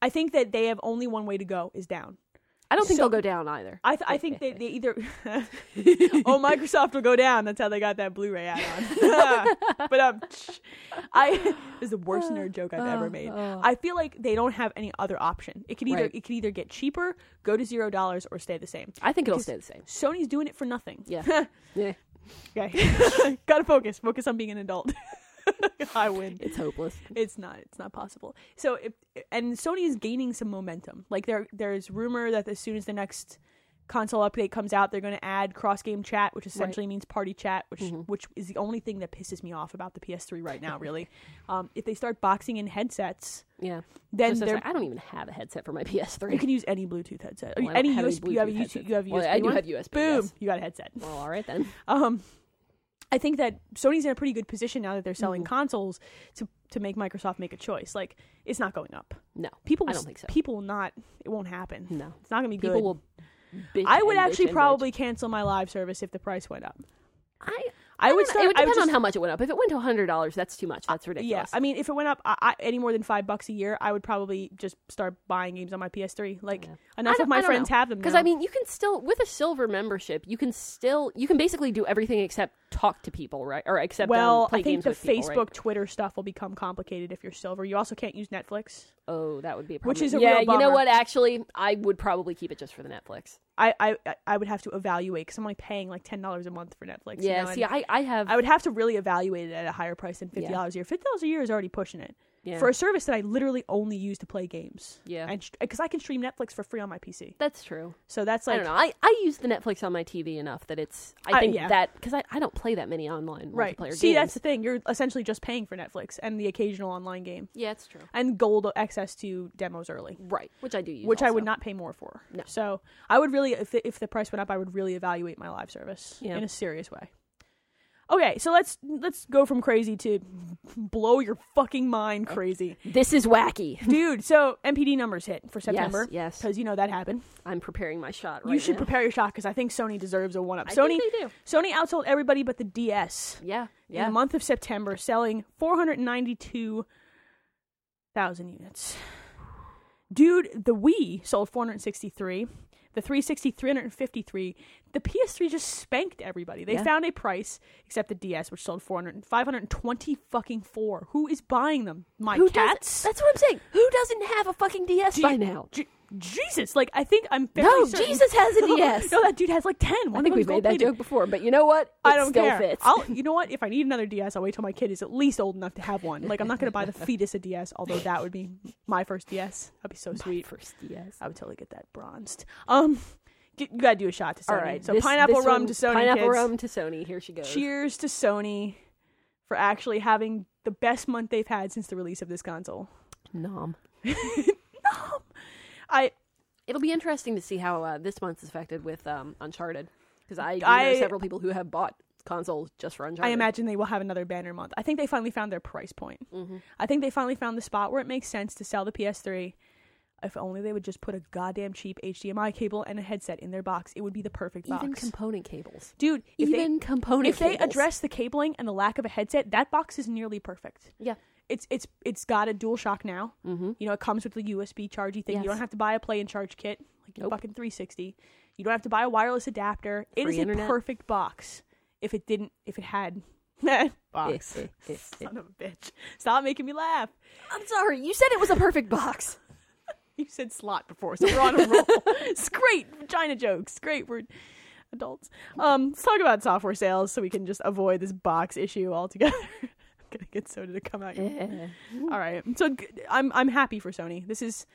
Speaker 1: I think that they have only one way to go is down.
Speaker 2: I don't think
Speaker 1: So-
Speaker 2: they'll go down either.
Speaker 1: I, th- I think they, they either *laughs* oh Microsoft will go down. That's how they got that Blu-ray add-on. *laughs* but um, I this is the worst nerd joke I've ever made. I feel like they don't have any other option. It could either
Speaker 2: Uh, Right.
Speaker 1: it could either get cheaper, go to zero dollars, or stay the same.
Speaker 2: I think it'll stay the *laughs* same.
Speaker 1: Sony's doing it for nothing.
Speaker 2: Yeah. yeah.
Speaker 1: Okay, *laughs* gotta focus. Focus on being an adult. *laughs* I win.
Speaker 2: It's hopeless.
Speaker 1: It's not. It's not possible. So, if, and Sony is gaining some momentum. Like there, there's rumor that as soon as the next console update comes out, they're going to add cross-game chat, which essentially means party chat, which
Speaker 2: Mm-hmm.
Speaker 1: which is the only thing that pisses me off about the PS3 right now. Really, *laughs* um, if they start boxing in headsets,
Speaker 2: Yeah.
Speaker 1: then
Speaker 2: Just as
Speaker 1: they're.
Speaker 2: I don't even have a headset for my *laughs*
Speaker 1: You
Speaker 2: PS3.
Speaker 1: can use any Bluetooth headset.
Speaker 2: Well, I
Speaker 1: any
Speaker 2: don't have any
Speaker 1: USB. you have a
Speaker 2: Bluetooth
Speaker 1: YouTube,
Speaker 2: headsets.
Speaker 1: you have a USB.
Speaker 2: Well, I do
Speaker 1: one?
Speaker 2: have USB,
Speaker 1: Boom!
Speaker 2: yes.
Speaker 1: You got a headset.
Speaker 2: well, all
Speaker 1: *laughs*
Speaker 2: right then.
Speaker 1: Um, I think that Sony's in a pretty good position now that they're selling
Speaker 2: Mm-hmm.
Speaker 1: consoles to to make Microsoft make a choice. Like it's not going up.
Speaker 2: No.
Speaker 1: People,
Speaker 2: I
Speaker 1: will-
Speaker 2: don't think so.
Speaker 1: People will not. It won't happen.
Speaker 2: No.
Speaker 1: It's not gonna be
Speaker 2: People
Speaker 1: good.
Speaker 2: will. Bitch
Speaker 1: I would
Speaker 2: and bitch
Speaker 1: actually
Speaker 2: and bitch.
Speaker 1: probably cancel my live service if the price went up.
Speaker 2: I.
Speaker 1: I would
Speaker 2: don't know.
Speaker 1: start-
Speaker 2: It would
Speaker 1: I would
Speaker 2: depend on
Speaker 1: just- Uh,
Speaker 2: how much it went up. If it went to hundred dollars, that's too much. That's ridiculous.
Speaker 1: Yeah, I mean, if it went up I, I, any more than five bucks a year, I would probably just start buying games on my PS3. Like enough of my friends have them
Speaker 2: because
Speaker 1: now.
Speaker 2: I mean, you can still with a silver membership, you can still you can basically do everything except talk to people, right? Or except um,
Speaker 1: well,
Speaker 2: play
Speaker 1: I think
Speaker 2: games
Speaker 1: the
Speaker 2: with
Speaker 1: Facebook,
Speaker 2: people, right?
Speaker 1: Twitter stuff will become complicated if you're silver. You also can't use Netflix.
Speaker 2: Oh, that would be a problem.
Speaker 1: Which is a
Speaker 2: yeah.
Speaker 1: real
Speaker 2: you know
Speaker 1: bummer.
Speaker 2: what? Actually, I would probably keep it just for the Netflix.
Speaker 1: I I, I- I would have to evaluate because I'm only paying like ten dollars a month for Netflix. you
Speaker 2: Yeah.
Speaker 1: know,
Speaker 2: See,
Speaker 1: and
Speaker 2: I I have
Speaker 1: I would have to really evaluate it at a higher price than fifty dollars a year. Fifty dollars a year is already pushing it
Speaker 2: yeah.
Speaker 1: for a service that I literally only use to play games.
Speaker 2: Yeah.
Speaker 1: and because I can stream Netflix for free on my PC,
Speaker 2: That's true.
Speaker 1: so that's like
Speaker 2: I don't know. I, I use the Netflix on my TV enough that it's. I
Speaker 1: I-
Speaker 2: think
Speaker 1: yeah.
Speaker 2: that because I, I don't play that many online
Speaker 1: right.
Speaker 2: multiplayer
Speaker 1: See,
Speaker 2: games.
Speaker 1: that's the thing. You're essentially just paying for Netflix and the occasional online game
Speaker 2: yeah, it's true.
Speaker 1: and gold access to demos early.
Speaker 2: Right, which I do use.
Speaker 1: Which I would
Speaker 2: also.
Speaker 1: not pay more for.
Speaker 2: No.
Speaker 1: So I would really, if the, if the price went up, I would really evaluate my live service
Speaker 2: Yeah.
Speaker 1: in a serious way. Okay, so let's let's go from crazy to blow your fucking mind crazy,
Speaker 2: This is wacky.
Speaker 1: dude. So MPD numbers hit for September,
Speaker 2: yes.
Speaker 1: because you know that happened.
Speaker 2: I'm preparing my shot. Right
Speaker 1: you should
Speaker 2: now.
Speaker 1: prepare your shot because I think Sony deserves a one up.
Speaker 2: I
Speaker 1: Sony,
Speaker 2: think they do.
Speaker 1: Sony outsold everybody but the DS
Speaker 2: Yeah,
Speaker 1: in
Speaker 2: yeah.
Speaker 1: the month of September, selling 492,000 units. Dude, the Wii sold 463, the 360 353. The PS3 just spanked everybody. They
Speaker 2: Yeah.
Speaker 1: found a price except the DS which sold 400 520 fucking 4. Who is buying them? My
Speaker 2: Who doesn't-
Speaker 1: cats?
Speaker 2: That's what I'm saying. Who doesn't have a fucking DS
Speaker 1: Do you-
Speaker 2: by now?
Speaker 1: Je- Jesus, like I think I'm fairly
Speaker 2: No,
Speaker 1: certain-
Speaker 2: Jesus has a
Speaker 1: *laughs*
Speaker 2: DS.
Speaker 1: no, that dude has like 10. One
Speaker 2: I
Speaker 1: of
Speaker 2: think we've
Speaker 1: them's
Speaker 2: made that
Speaker 1: gold-plated.
Speaker 2: joke before, but you know what? It
Speaker 1: I don't
Speaker 2: still
Speaker 1: care.
Speaker 2: fits.
Speaker 1: I'll, you know what? If I need another DS, I'll wait till my kid is at least old enough to have one. Like I'm not going to *laughs* buy the fetus a DS, although that would be my first DS. That'd be so sweet.
Speaker 2: first DS.
Speaker 1: I would totally get that bronzed. Um, get, you got to do a shot to Sony.
Speaker 2: All right.
Speaker 1: So
Speaker 2: this-
Speaker 1: pineapple
Speaker 2: this
Speaker 1: rum
Speaker 2: one-
Speaker 1: to Sony.
Speaker 2: Pineapple
Speaker 1: kids.
Speaker 2: rum to Sony. Here she goes.
Speaker 1: Cheers to Sony for actually having the best month they've had since the release of this console.
Speaker 2: Nom.
Speaker 1: I
Speaker 2: It'll be interesting to see how uh, this month's affected with um, Uncharted because I, do
Speaker 1: I-
Speaker 2: know several people who have bought consoles just for
Speaker 1: I
Speaker 2: Uncharted.
Speaker 1: imagine they will have another banner month. I think they finally found their price point.
Speaker 2: Mm-hmm.
Speaker 1: I think they finally found the spot where it makes sense to sell the PS3. If only they would just put a goddamn cheap HDMI cable and a headset in their box, it would be the perfect
Speaker 2: even
Speaker 1: box.
Speaker 2: component cables.
Speaker 1: Dude, if
Speaker 2: even
Speaker 1: they,
Speaker 2: component
Speaker 1: if they
Speaker 2: cables.
Speaker 1: address the cabling and the lack of a headset, that box is nearly perfect.
Speaker 2: yeah,
Speaker 1: it's it's it's got a dual shock now
Speaker 2: Mm-hmm.
Speaker 1: you know it comes with the usb chargey thing you don't
Speaker 2: Yes.
Speaker 1: have to buy a play and charge kit like your
Speaker 2: Nope.
Speaker 1: fucking 360 you don't have to buy a wireless adapter it
Speaker 2: Free
Speaker 1: is
Speaker 2: internet.
Speaker 1: a perfect box if it didn't if it
Speaker 2: *laughs*
Speaker 1: had *laughs* that box
Speaker 2: Eh, eh, eh, eh.
Speaker 1: son of a bitch stop making me laugh
Speaker 2: I'm sorry. You said it was a
Speaker 1: *laughs*
Speaker 2: perfect box.
Speaker 1: You said slot before, so we're on a roll. it's great vagina jokes. Great, we're adults. Um, let's talk about software sales so we can just avoid this box issue altogether. *laughs* I'm gonna get Sony to come out. here. All right, so g- I'm I'm happy for Sony. This is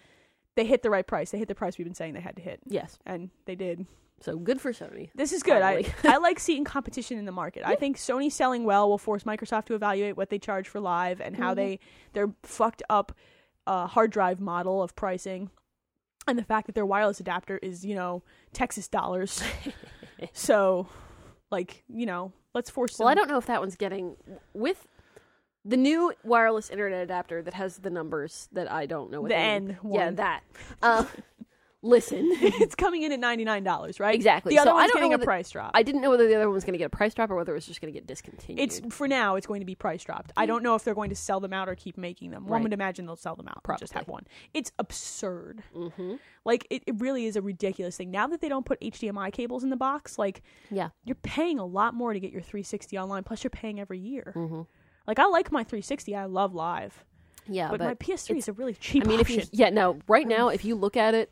Speaker 1: they hit the right price. They hit the price we've been saying they had to hit,
Speaker 2: Yes.
Speaker 1: and they did.
Speaker 2: So good for Sony. *laughs*
Speaker 1: This is good. I,
Speaker 2: Finally.
Speaker 1: I like seeing competition in the market. I think Sony selling well will force Microsoft to evaluate what they charge for live and
Speaker 2: Mm-hmm.
Speaker 1: how they their fucked up uh, hard drive model of pricing, and the fact that their wireless adapter is you know Texas dollars. *laughs* so, like you know, let's force.
Speaker 2: Well, I
Speaker 1: them-
Speaker 2: don't know if that one's getting with the new wireless internet adapter that has the numbers that I don't know. What
Speaker 1: The
Speaker 2: they
Speaker 1: N
Speaker 2: mean. Yeah,
Speaker 1: one.
Speaker 2: that. Uh, *laughs* listen,
Speaker 1: *laughs* it's coming in at ninety nine dollars, right?
Speaker 2: Exactly.
Speaker 1: The other
Speaker 2: So I
Speaker 1: one's
Speaker 2: don't know
Speaker 1: getting a
Speaker 2: whether-
Speaker 1: price drop.
Speaker 2: I didn't know whether the other one was going to get a price drop or whether it was just going to get discontinued.
Speaker 1: it's for now. It's going to be price dropped. I don't know if they're going to sell them out or keep making them.
Speaker 2: Mm. Right.
Speaker 1: One would imagine they'll sell them out. Probably. Just have
Speaker 2: Probably.
Speaker 1: one. It's absurd.
Speaker 2: mm-hmm.
Speaker 1: Like it, it really is a ridiculous thing. Now that they don't put HDMI cables in the box, like
Speaker 2: yeah.
Speaker 1: you're paying a lot more to get your 360 online. Plus, you're paying every year.
Speaker 2: Mhm.
Speaker 1: Like I like my 360. I love live,
Speaker 2: Yeah,
Speaker 1: but, Mm.
Speaker 2: but,
Speaker 1: my PS3 is a really cheap
Speaker 2: I mean, if
Speaker 1: option.
Speaker 2: you yeah, no, right now if you look at it,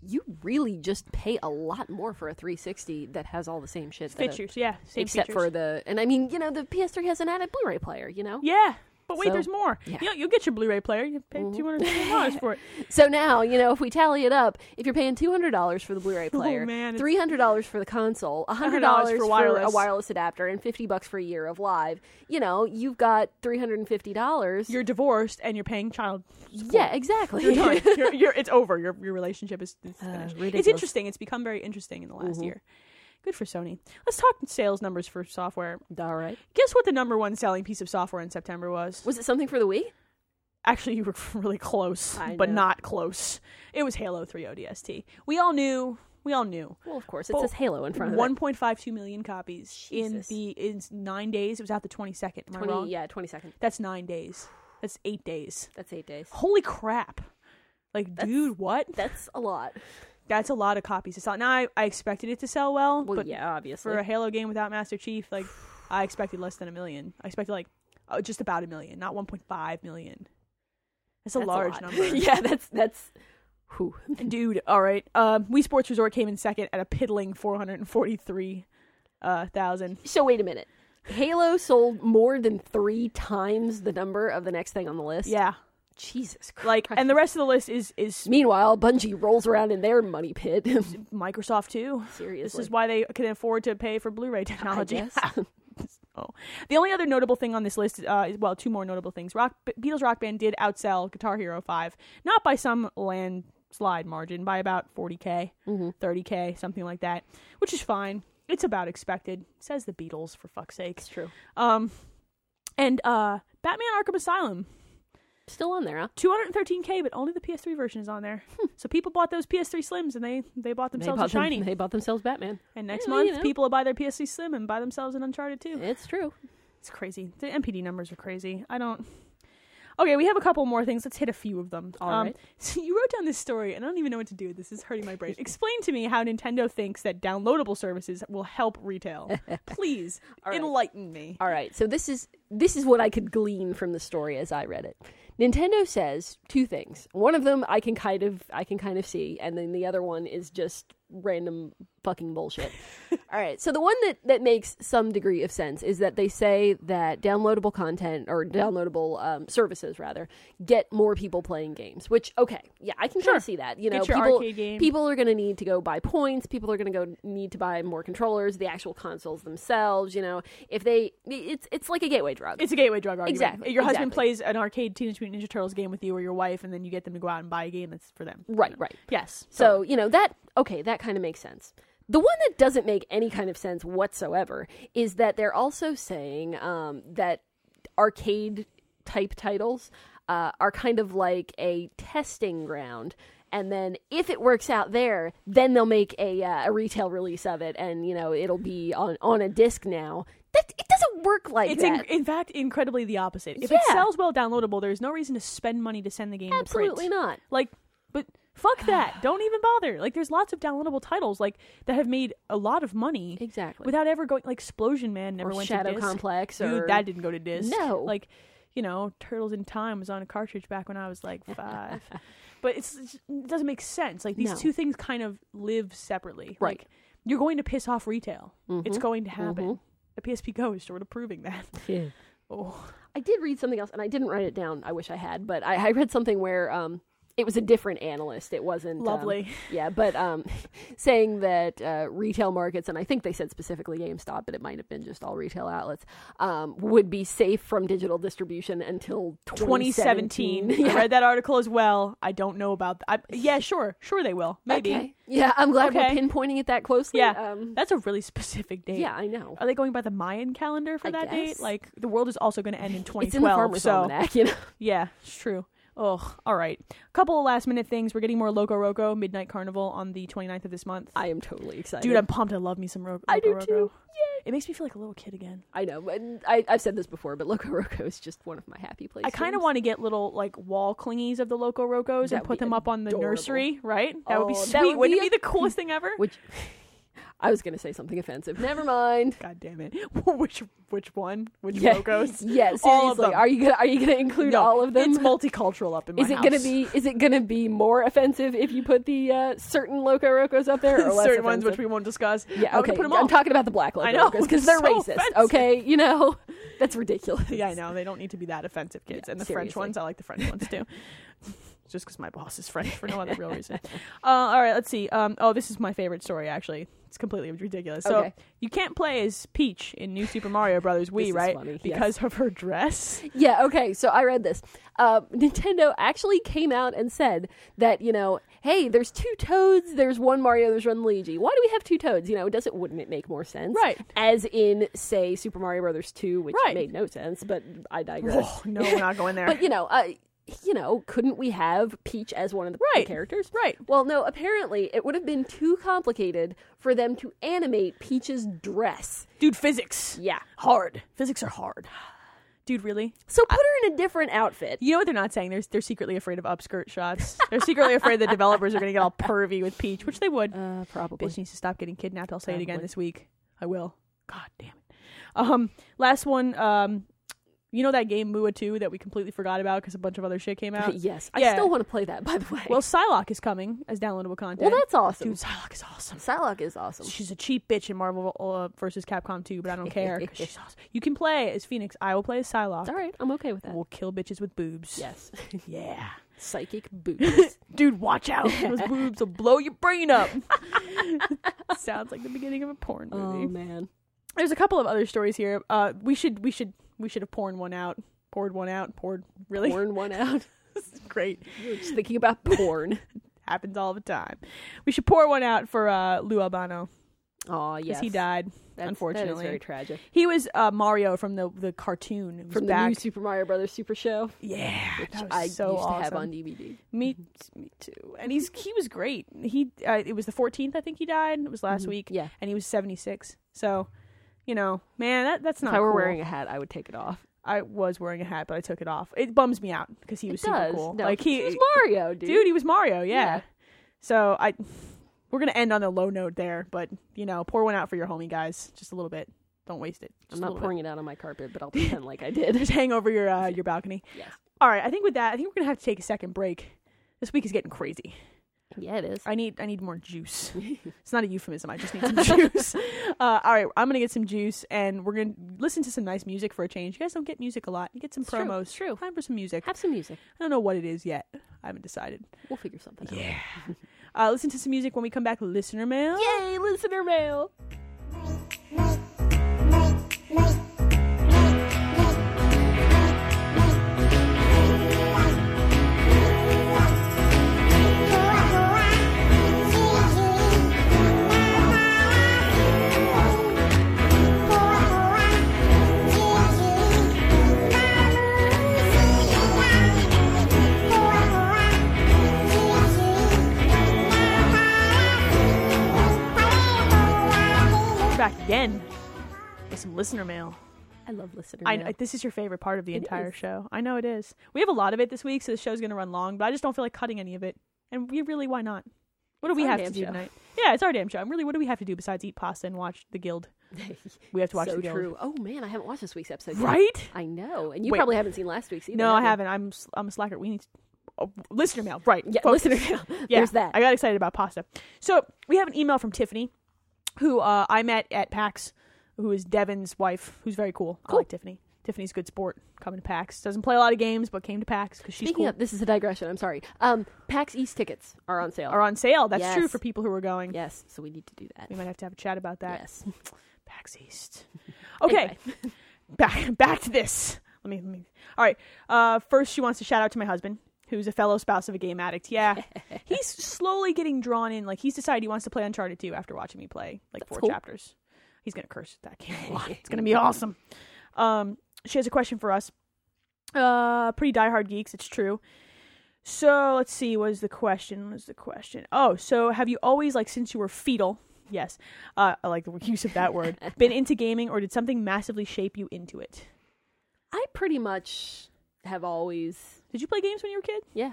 Speaker 2: you really just pay a lot more for a 360 that has all the same shit. that a-
Speaker 1: features, yeah, same
Speaker 2: except
Speaker 1: features.
Speaker 2: for the, and I mean, you know, the PS3 has an added Blu-ray player. You know,
Speaker 1: yeah. But wait,
Speaker 2: So,
Speaker 1: there's more.
Speaker 2: yeah. Mm-hmm.
Speaker 1: You know, you'll get your Blu-ray player. You pay two hundred dollars for it.
Speaker 2: So now, you know, if we tally it up, if you're paying two hundred dollars for
Speaker 1: *laughs*
Speaker 2: the Blu-ray *laughs* player,
Speaker 1: Oh, man, it's-
Speaker 2: three hundred dollars for the console, hundred
Speaker 1: $100 for
Speaker 2: dollars for a
Speaker 1: wireless.
Speaker 2: wireless adapter, and fifty bucks for a year of live, you know, you've got three hundred and fifty dollars.
Speaker 1: You're divorced and you're paying
Speaker 2: *laughs*
Speaker 1: child.
Speaker 2: Yeah, exactly.
Speaker 1: You're done.
Speaker 2: *laughs*
Speaker 1: you're, you're, it's over. Your your relationship is, is finished.
Speaker 2: Uh, ridiculous. Mm-hmm.
Speaker 1: it's interesting. It's become very interesting in the last year. Good for Sony. Let's talk sales numbers for software.
Speaker 2: All right.
Speaker 1: Guess what the number one selling piece of software in September was?
Speaker 2: Was it something for the Wii?
Speaker 1: Actually, you were *laughs* really close,
Speaker 2: I
Speaker 1: but
Speaker 2: know.
Speaker 1: not close. It was Halo 3 ODST. We all knew. We all knew.
Speaker 2: Well, of course, it
Speaker 1: Well,
Speaker 2: says Halo in front of it.
Speaker 1: 1.52 million copies
Speaker 2: Jesus.
Speaker 1: in the in nine days. It was out the 22nd. Am I wrong?
Speaker 2: Twenty, yeah, twenty second.
Speaker 1: That's nine days. That's eight days.
Speaker 2: That's eight days.
Speaker 1: Holy crap! Like, dude, what?
Speaker 2: *laughs* That's a lot.
Speaker 1: That's a lot of copies to sell. Now, I, I expected it to sell well,
Speaker 2: Well,
Speaker 1: but
Speaker 2: yeah, obviously.
Speaker 1: for a Halo game without Master Chief, like I expected less than a million. I expected like oh, just about a million, not 1.5 million. That's a
Speaker 2: That's
Speaker 1: large
Speaker 2: lot.
Speaker 1: number.
Speaker 2: *laughs* yeah, that's that's. Whew.
Speaker 1: Dude, all right. Um, Wii Sports Resort came in second at a piddling 443 uh, thousand.
Speaker 2: So wait a minute. Halo sold more than three times the number of the next thing on the list.
Speaker 1: Yeah.
Speaker 2: Jesus Christ.
Speaker 1: Like and the rest of the list is is
Speaker 2: Meanwhile, Bungie rolls around in their money pit. *laughs*
Speaker 1: Microsoft too.
Speaker 2: Seriously.
Speaker 1: This *laughs* is why they can afford to pay for Blu-ray technology. *laughs*
Speaker 2: *laughs* guess.
Speaker 1: oh. The only other notable thing on this list uh, is well, two more notable things. Rock B- Beatles Rock Band did outsell Guitar Hero 5, not by some landslide margin, by about 40k,
Speaker 2: Mm-hmm.
Speaker 1: 30k, something like that, which is fine. It's about expected. Says the Beatles for fuck's sake.
Speaker 2: It's true.
Speaker 1: Um and uh Batman Arkham Asylum
Speaker 2: Still on there, huh?
Speaker 1: 213k, but only the PS3 version is on there. so people bought those PS3 Slims and they they bought themselves a
Speaker 2: bought them-
Speaker 1: shiny.
Speaker 2: Hmm. they bought themselves Batman.
Speaker 1: and next
Speaker 2: Yeah, well,
Speaker 1: month,
Speaker 2: you know.
Speaker 1: people will buy their PS3 Slim and buy themselves an Uncharted 2.
Speaker 2: It's true.
Speaker 1: It's crazy. The MPD numbers are crazy. I don't. Okay, we have a couple more things. Let's hit a few of them. Um,
Speaker 2: All right.
Speaker 1: *laughs* So you wrote down this story, and I don't even know what to do. This is hurting my
Speaker 2: *laughs*
Speaker 1: brain. Explain to me how Nintendo thinks that downloadable services will help
Speaker 2: *laughs*
Speaker 1: retail. Please
Speaker 2: All right.
Speaker 1: enlighten me.
Speaker 2: All right. So this is this is what I could glean from the story as I read it. Nintendo says two things. One of them I can kind of I can kind of see, and then the other one is just random
Speaker 1: *laughs*
Speaker 2: fucking bullshit. All right. So the one that that makes some degree of sense is that they say that downloadable content or downloadable um, services rather get more people playing games. Which okay, yeah, I can kind
Speaker 1: Sure.
Speaker 2: of see that. You know,
Speaker 1: Get your
Speaker 2: people
Speaker 1: arcade game.
Speaker 2: people are going to need to go buy points people are going to go need to buy more controllers the actual consoles themselves you know if they it's it's like a gateway drug
Speaker 1: It's a gateway drug argument.
Speaker 2: Exactly,
Speaker 1: Your husband
Speaker 2: exactly.
Speaker 1: plays an arcade Teenage Mutant Ninja Turtles game with you or your wife, and then you get them to go out and buy a game that's for them.
Speaker 2: right right
Speaker 1: Yes.
Speaker 2: so you know that okay that kind of makes sense the one that doesn't make any kind of sense whatsoever is that they're also saying um, that arcade type titles uh, are kind of like a testing ground and then if it works out there then they'll make a, uh, a retail release of it and you know it'll be on, on a disc now It, it doesn't work like
Speaker 1: It's in,
Speaker 2: that.
Speaker 1: in fact incredibly the opposite. If it
Speaker 2: Yeah.
Speaker 1: sells well downloadable, there's no reason to spend money to send the game to print.
Speaker 2: Absolutely not.
Speaker 1: Like, but fuck
Speaker 2: *sighs*
Speaker 1: that. Don't even bother. Like, there's lots of downloadable titles like that have made a lot of money
Speaker 2: Exactly.
Speaker 1: without ever going. Like, Explosion Man never
Speaker 2: or
Speaker 1: went
Speaker 2: Shadow
Speaker 1: to disc.
Speaker 2: Complex or
Speaker 1: Dude, that didn't go to disc.
Speaker 2: No.
Speaker 1: like you know, Turtles in Time was on a cartridge back when I was like
Speaker 2: *laughs*
Speaker 1: five. but it's, it's- it doesn't make sense. Like these
Speaker 2: No.
Speaker 1: two things kind of live separately.
Speaker 2: Right.
Speaker 1: Like, you're going to piss off retail. It's
Speaker 2: Mhm.
Speaker 1: going to happen.
Speaker 2: Mhm.
Speaker 1: The PSP Go is sort of proving
Speaker 2: *laughs*
Speaker 1: that.
Speaker 2: Mm-hmm.
Speaker 1: Oh,
Speaker 2: I did read something else, and I didn't write it down. I wish I had, but I, I read something where um, it was a different analyst. It wasn't um,
Speaker 1: lovely.
Speaker 2: yeah, but um, *laughs* saying that uh, retail markets, and I think they said specifically GameStop, but it might have been just all retail outlets, um, would be safe from digital distribution until 2017. *laughs*
Speaker 1: 2017. I read that article as well. I don't know about that. I, yeah, sure. Sure they will. Maybe.
Speaker 2: Okay. Yeah, I'm glad
Speaker 1: Okay.
Speaker 2: we're pinpointing it that closely.
Speaker 1: Yeah.
Speaker 2: Um,
Speaker 1: That's a really *laughs* specific date.
Speaker 2: yeah, I know.
Speaker 1: Are they going by the Mayan calendar for
Speaker 2: I
Speaker 1: that
Speaker 2: guess.
Speaker 1: date? Like the world is also going to end in
Speaker 2: It's in the
Speaker 1: 2012.
Speaker 2: farmer's
Speaker 1: so *laughs*
Speaker 2: almanac, *laughs* you know.
Speaker 1: yeah, it's true. Oh, all right. A couple of last minute things. We're getting more Loco Roco Midnight Carnival on the 29th of this month.
Speaker 2: I am totally excited.
Speaker 1: Dude, I'm pumped. I love me some Ro- Loco
Speaker 2: I do
Speaker 1: Roco.
Speaker 2: too.
Speaker 1: It makes me feel like a little kid again.
Speaker 2: I know, but I, I've said this before, but Loco Roco is just one of my happy places.
Speaker 1: I kind of want to get little like wall clingies of the Loco Rocos
Speaker 2: That
Speaker 1: and
Speaker 2: would
Speaker 1: put
Speaker 2: be
Speaker 1: them up on the
Speaker 2: adorable.
Speaker 1: nursery, right? That would be
Speaker 2: Oh,
Speaker 1: sweet.
Speaker 2: that would
Speaker 1: Wouldn't
Speaker 2: be
Speaker 1: it be the
Speaker 2: *laughs*
Speaker 1: coolest thing ever?
Speaker 2: Which I was going to say something offensive. Never mind.
Speaker 1: God damn it! *laughs* which which one? Which
Speaker 2: Yeah.
Speaker 1: logos?
Speaker 2: Yeah, seriously.
Speaker 1: All of them.
Speaker 2: Are you gonna are you gonna *laughs* include
Speaker 1: No,
Speaker 2: all of them?
Speaker 1: It's multicultural up in my
Speaker 2: is it
Speaker 1: house.
Speaker 2: gonna
Speaker 1: *laughs*
Speaker 2: be is it gonna be more offensive if you put the uh, certain Loco Rocos up
Speaker 1: *laughs*
Speaker 2: there or less
Speaker 1: certain ones which
Speaker 2: offensive?
Speaker 1: we won't discuss? *laughs*
Speaker 2: yeah,
Speaker 1: I
Speaker 2: okay.
Speaker 1: would put them
Speaker 2: I'm
Speaker 1: all.
Speaker 2: talking about the black Loco
Speaker 1: I know, *laughs*
Speaker 2: Rocos because they're
Speaker 1: so
Speaker 2: racist.
Speaker 1: offensive.
Speaker 2: Okay, you know *laughs* that's ridiculous.
Speaker 1: yeah, I know they don't need to be that offensive, kids.
Speaker 2: Yeah,
Speaker 1: and the French
Speaker 2: seriously.
Speaker 1: ones, I like the French ones
Speaker 2: *laughs*
Speaker 1: too. *laughs* Just because my boss is French for no other real reason. Uh, all right, let's see. Um, oh, this is my favorite story actually. It's completely ridiculous. So
Speaker 2: Okay.
Speaker 1: you can't play as Peach in New Super Mario Brothers
Speaker 2: This
Speaker 1: Wii,
Speaker 2: is
Speaker 1: right?
Speaker 2: funny, yes.
Speaker 1: Because of her
Speaker 2: *laughs*
Speaker 1: dress.
Speaker 2: Yeah, okay. So I read this. Uh, *laughs* Nintendo actually came out and said that, you know, hey, there's two Toads, there's one Mario, there's one Luigi. Why do we have two Toads? You know, does it wouldn't it make more sense?
Speaker 1: Right.
Speaker 2: As in, say, Super Mario Brothers 2, which
Speaker 1: Right.
Speaker 2: made no sense, but I digress.
Speaker 1: Oh no, we're not going there.
Speaker 2: But, you know, uh, you know, couldn't we have Peach as one of the
Speaker 1: Right.
Speaker 2: characters?
Speaker 1: right.
Speaker 2: Well, no, apparently it would have been too complicated for them to animate Peach's dress.
Speaker 1: Dude, physics.
Speaker 2: Yeah.
Speaker 1: Hard. Physics are hard. Dude, really?
Speaker 2: So put her in a different outfit.
Speaker 1: You know what they're not saying? They're, they're secretly afraid of upskirt shots. They're secretly afraid the developers are going to get all pervy with Peach, which they would.
Speaker 2: Uh, probably.
Speaker 1: Bitch needs to stop getting kidnapped. I'll say it again
Speaker 2: Probably.
Speaker 1: this week. I will. God damn it. Um, last one. Um, you know that game Mua 2 that we completely forgot about because a bunch of other shit came
Speaker 2: *laughs*
Speaker 1: out?
Speaker 2: yes, I
Speaker 1: yeah.
Speaker 2: still want to play that. By the way,
Speaker 1: Well, Psylocke is coming as downloadable content.
Speaker 2: *laughs* well, that's awesome.
Speaker 1: Dude, Psylocke is awesome.
Speaker 2: Psylocke is awesome.
Speaker 1: She's a cheap bitch in Marvel uh, versus Capcom 2, but I don't care
Speaker 2: *laughs*
Speaker 1: 'cause she's awesome. You can play as Phoenix. I will play as Psylocke.
Speaker 2: All right, I'm okay with that.
Speaker 1: We'll kill bitches with boobs.
Speaker 2: Yes,
Speaker 1: *laughs* Yeah.
Speaker 2: psychic boots.
Speaker 1: *laughs* dude, watch out. Those boobs will blow your brain
Speaker 2: *laughs*
Speaker 1: up. Sounds like the beginning of a porn movie.
Speaker 2: man,
Speaker 1: There's a couple of other stories here. Uh, we should we should we should have poured one out. Poured one out. Poured really *laughs*
Speaker 2: porn one out.
Speaker 1: great.
Speaker 2: You're just thinking about *laughs* porn.
Speaker 1: Happens all the time. We should pour one out for uh, Lou Albano
Speaker 2: Oh
Speaker 1: because
Speaker 2: yes,
Speaker 1: he died.
Speaker 2: That's- that is
Speaker 1: unfortunately.
Speaker 2: very tragic.
Speaker 1: He was uh, Mario from the the cartoon. He was
Speaker 2: From the
Speaker 1: back.
Speaker 2: new Super Mario Brothers Super Show,
Speaker 1: yeah,
Speaker 2: which
Speaker 1: that was
Speaker 2: I
Speaker 1: so
Speaker 2: used
Speaker 1: awesome.
Speaker 2: to have on DVD.
Speaker 1: Me, me too. And he's he was great. He uh, it was the 14th, I think he died. It was last
Speaker 2: Mhm.
Speaker 1: week.
Speaker 2: Yeah.
Speaker 1: and he was 76. So, you know, man, that that's not.
Speaker 2: if I were
Speaker 1: cool.
Speaker 2: wearing a hat, I would take it off.
Speaker 1: I was wearing a hat, but I took it off. It bums me out because he was
Speaker 2: it
Speaker 1: super
Speaker 2: does.
Speaker 1: cool.
Speaker 2: No,
Speaker 1: like he,
Speaker 2: was Mario, dude.
Speaker 1: dude, he was Mario. Yeah.
Speaker 2: Yeah.
Speaker 1: So I, we're gonna end on a low note there, but you know, pour one out for your homie, guys. Just a little bit. Don't waste it.
Speaker 2: I'm
Speaker 1: Just a
Speaker 2: not
Speaker 1: little
Speaker 2: pouring it out on my carpet, but I'll pretend like I did.
Speaker 1: Bit. *laughs* Just hang over your uh, your balcony.
Speaker 2: Yes.
Speaker 1: All right. I think with that, I think we're gonna have to take a second break. This week is getting crazy.
Speaker 2: Yeah, it is.
Speaker 1: I need I need more
Speaker 2: *laughs*
Speaker 1: juice. it's not a euphemism. I just need some juice. Uh, all right, I'm gonna get some juice, and we're gonna listen to some nice music for a change. You guys don't get music a lot. You get some
Speaker 2: It's true.
Speaker 1: promos.
Speaker 2: It's true.
Speaker 1: Time for some music. I
Speaker 2: Have some music.
Speaker 1: don't know what it is yet. I haven't decided.
Speaker 2: We'll figure something out.
Speaker 1: Yeah. uh, listen to some music when we come back. Listener mail.
Speaker 2: Yay, listener mail.
Speaker 4: Thank you.
Speaker 1: We're back again with some listener mail.
Speaker 2: I love listener
Speaker 1: I,
Speaker 2: mail.
Speaker 1: I- this is your favorite part of the
Speaker 2: It
Speaker 1: entire
Speaker 2: is.
Speaker 1: show. I know it is. We have a lot of it this week, so the show's going to run long. But I just don't feel like cutting any of it. And we really, why not? What do we
Speaker 2: our
Speaker 1: have to
Speaker 2: damn
Speaker 1: do
Speaker 2: show.
Speaker 1: tonight? Yeah, it's our damn show. I'm really, what do we have to do besides eat pasta and watch The
Speaker 2: *laughs*
Speaker 1: Guild? We have to watch
Speaker 2: so
Speaker 1: The Guild,
Speaker 2: true. Oh man, I haven't watched this week's episode. yet.
Speaker 1: right?
Speaker 2: I know, and you
Speaker 1: Wait.
Speaker 2: probably haven't seen last week's either.
Speaker 1: No, I
Speaker 2: have you?
Speaker 1: haven't. I'm s- I'm a slacker. We need to, oh, listener mail, right?
Speaker 2: Yeah,
Speaker 1: Focus.
Speaker 2: listener mail.
Speaker 1: *laughs* Yeah,
Speaker 2: There's that.
Speaker 1: I got excited about pasta. So we have an email from Tiffany, who uh, I met at PAX, who is Devin's wife, who's very cool. I
Speaker 2: Cool.
Speaker 1: like Tiffany. Tiffany's a good sport. Coming to PAX, doesn't play a lot of games, but came to PAX because she's
Speaker 2: Speaking
Speaker 1: cool.
Speaker 2: of, this is a digression. I'm sorry. Um, PAX East tickets are on sale.
Speaker 1: Are on sale. That's true
Speaker 2: Yes.
Speaker 1: for people who are going.
Speaker 2: Yes, so we need to do that.
Speaker 1: We might have to have a chat about that.
Speaker 2: Yes.
Speaker 1: PAX
Speaker 2: *laughs*
Speaker 1: East. *laughs* Okay,
Speaker 2: Anyway.
Speaker 1: back back to this. Let me, let me. All right. Uh, first, she wants to shout out to my husband, who's a fellow spouse of a game addict.
Speaker 2: *laughs*
Speaker 1: Yeah, he's slowly getting drawn in. Like he's decided he wants to play Uncharted 2 after watching me play like four
Speaker 2: cool.
Speaker 1: chapters. He's gonna curse at that game a lot. It's
Speaker 2: *laughs*
Speaker 1: gonna be awesome. Um, she has a question for us. Uh, pretty diehard geeks. It's true. So let's see. What is the question? What is the question? Oh, so have you always like since you were fetal? Yes, uh, I like the use of that
Speaker 2: *laughs*
Speaker 1: word. Been into gaming, or did something massively shape you into it?
Speaker 2: I pretty much have always.
Speaker 1: Did you play games when you were a kid?
Speaker 2: Yeah.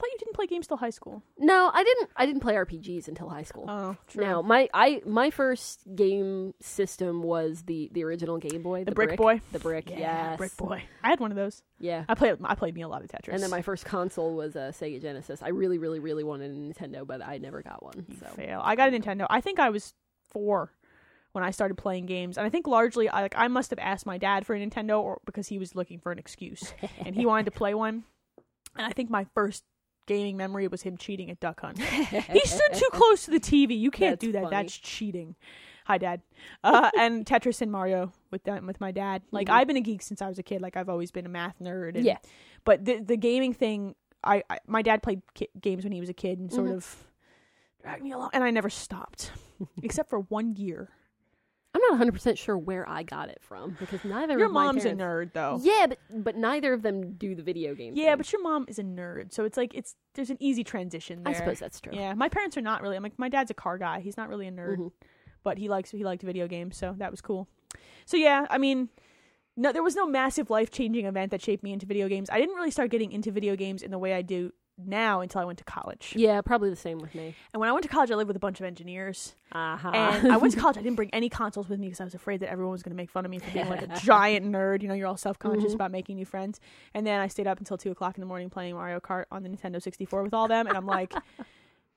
Speaker 1: I thought you didn't play games till high school.
Speaker 2: No, I didn't. I didn't play RPGs until high school.
Speaker 1: Oh, true.
Speaker 2: Now my I my first game system was the the original Game Boy, the,
Speaker 1: Brick Boy?
Speaker 2: the brick, yes,
Speaker 1: Brick Boy. I had one of those.
Speaker 2: yeah.
Speaker 1: I played. I played me a lot of Tetris.
Speaker 2: And then my first console was a Sega Genesis. I really, really, really wanted a Nintendo, but I never got one.
Speaker 1: You
Speaker 2: So
Speaker 1: fail. I got a Nintendo. I think I was four when I started playing games, and I think largely I like I must have asked my dad for a Nintendo, or because he was looking for an excuse and he wanted to play one. And I think my first gaming memory was him cheating at Duck Hunt. *laughs* he stood
Speaker 2: *laughs*
Speaker 1: too close to the TV. You can't
Speaker 2: That's
Speaker 1: do that.
Speaker 2: funny.
Speaker 1: That's cheating. Hi, Dad. Uh, and Tetris and Mario with that, with my dad. Like I've been a geek since I was a kid. Like I've always been a math nerd. And,
Speaker 2: Mm-hmm. Yeah.
Speaker 1: But the the gaming thing, I, I my dad played ki- games when he was a kid and sort
Speaker 2: Mm-hmm.
Speaker 1: of dragged me along, and I never
Speaker 2: *laughs*
Speaker 1: stopped, except for one year.
Speaker 2: I'm not 100 percent sure where I got it from because neither
Speaker 1: Your
Speaker 2: of my
Speaker 1: mom's a nerd,
Speaker 2: parents-
Speaker 1: though.
Speaker 2: Yeah, but but neither of them do the video game.
Speaker 1: Yeah,
Speaker 2: thing.
Speaker 1: but your mom is a nerd, so it's like it's there's an easy transition there.
Speaker 2: I suppose that's true.
Speaker 1: Yeah, my parents are not really. I'm like my dad's a car guy. He's not really a nerd,
Speaker 2: Mhm.
Speaker 1: but he likes he liked video games, so that was cool. So yeah, I mean, no, there was no massive life changing event that shaped me into video games. I didn't really start getting into video games in the way I do now until I went to college.
Speaker 2: Yeah, probably the same with me.
Speaker 1: And when I went to college, I lived with a bunch of engineers.
Speaker 2: Uh-huh.
Speaker 1: And *laughs* I went to college. I didn't bring any consoles with me because I was afraid that everyone was going to make fun of me for being
Speaker 2: *laughs*
Speaker 1: like a giant nerd. You know, you're all self conscious
Speaker 2: Mm-hmm.
Speaker 1: about making new friends. And then I stayed up until two o'clock in the morning playing Mario Kart on the Nintendo 64 with all them. And I'm
Speaker 2: *laughs*
Speaker 1: like,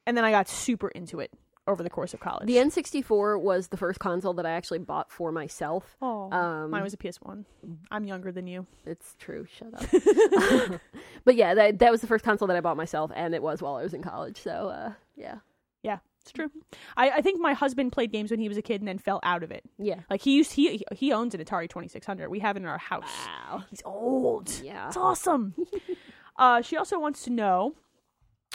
Speaker 1: and then I got super into it over the course of college.
Speaker 2: the N64 was the first console that I actually bought for myself.
Speaker 1: Oh,
Speaker 2: Um, mm.
Speaker 1: mine was a PS1. I'm younger than you.
Speaker 2: It's true.
Speaker 1: *laughs*
Speaker 2: Shut up. *laughs* but yeah, that that was the first console that I bought myself, and it was while I was in college. So uh, yeah,
Speaker 1: Yeah, it's true.
Speaker 2: Mm-hmm.
Speaker 1: I, I think my husband played games when he was a kid and then fell out of it.
Speaker 2: yeah.
Speaker 1: Like he used he he owns an Atari 2600. We have it in our house.
Speaker 2: *laughs* Wow.
Speaker 1: He's old.
Speaker 2: Yeah.
Speaker 1: It's *laughs* awesome. uh, she also wants to know.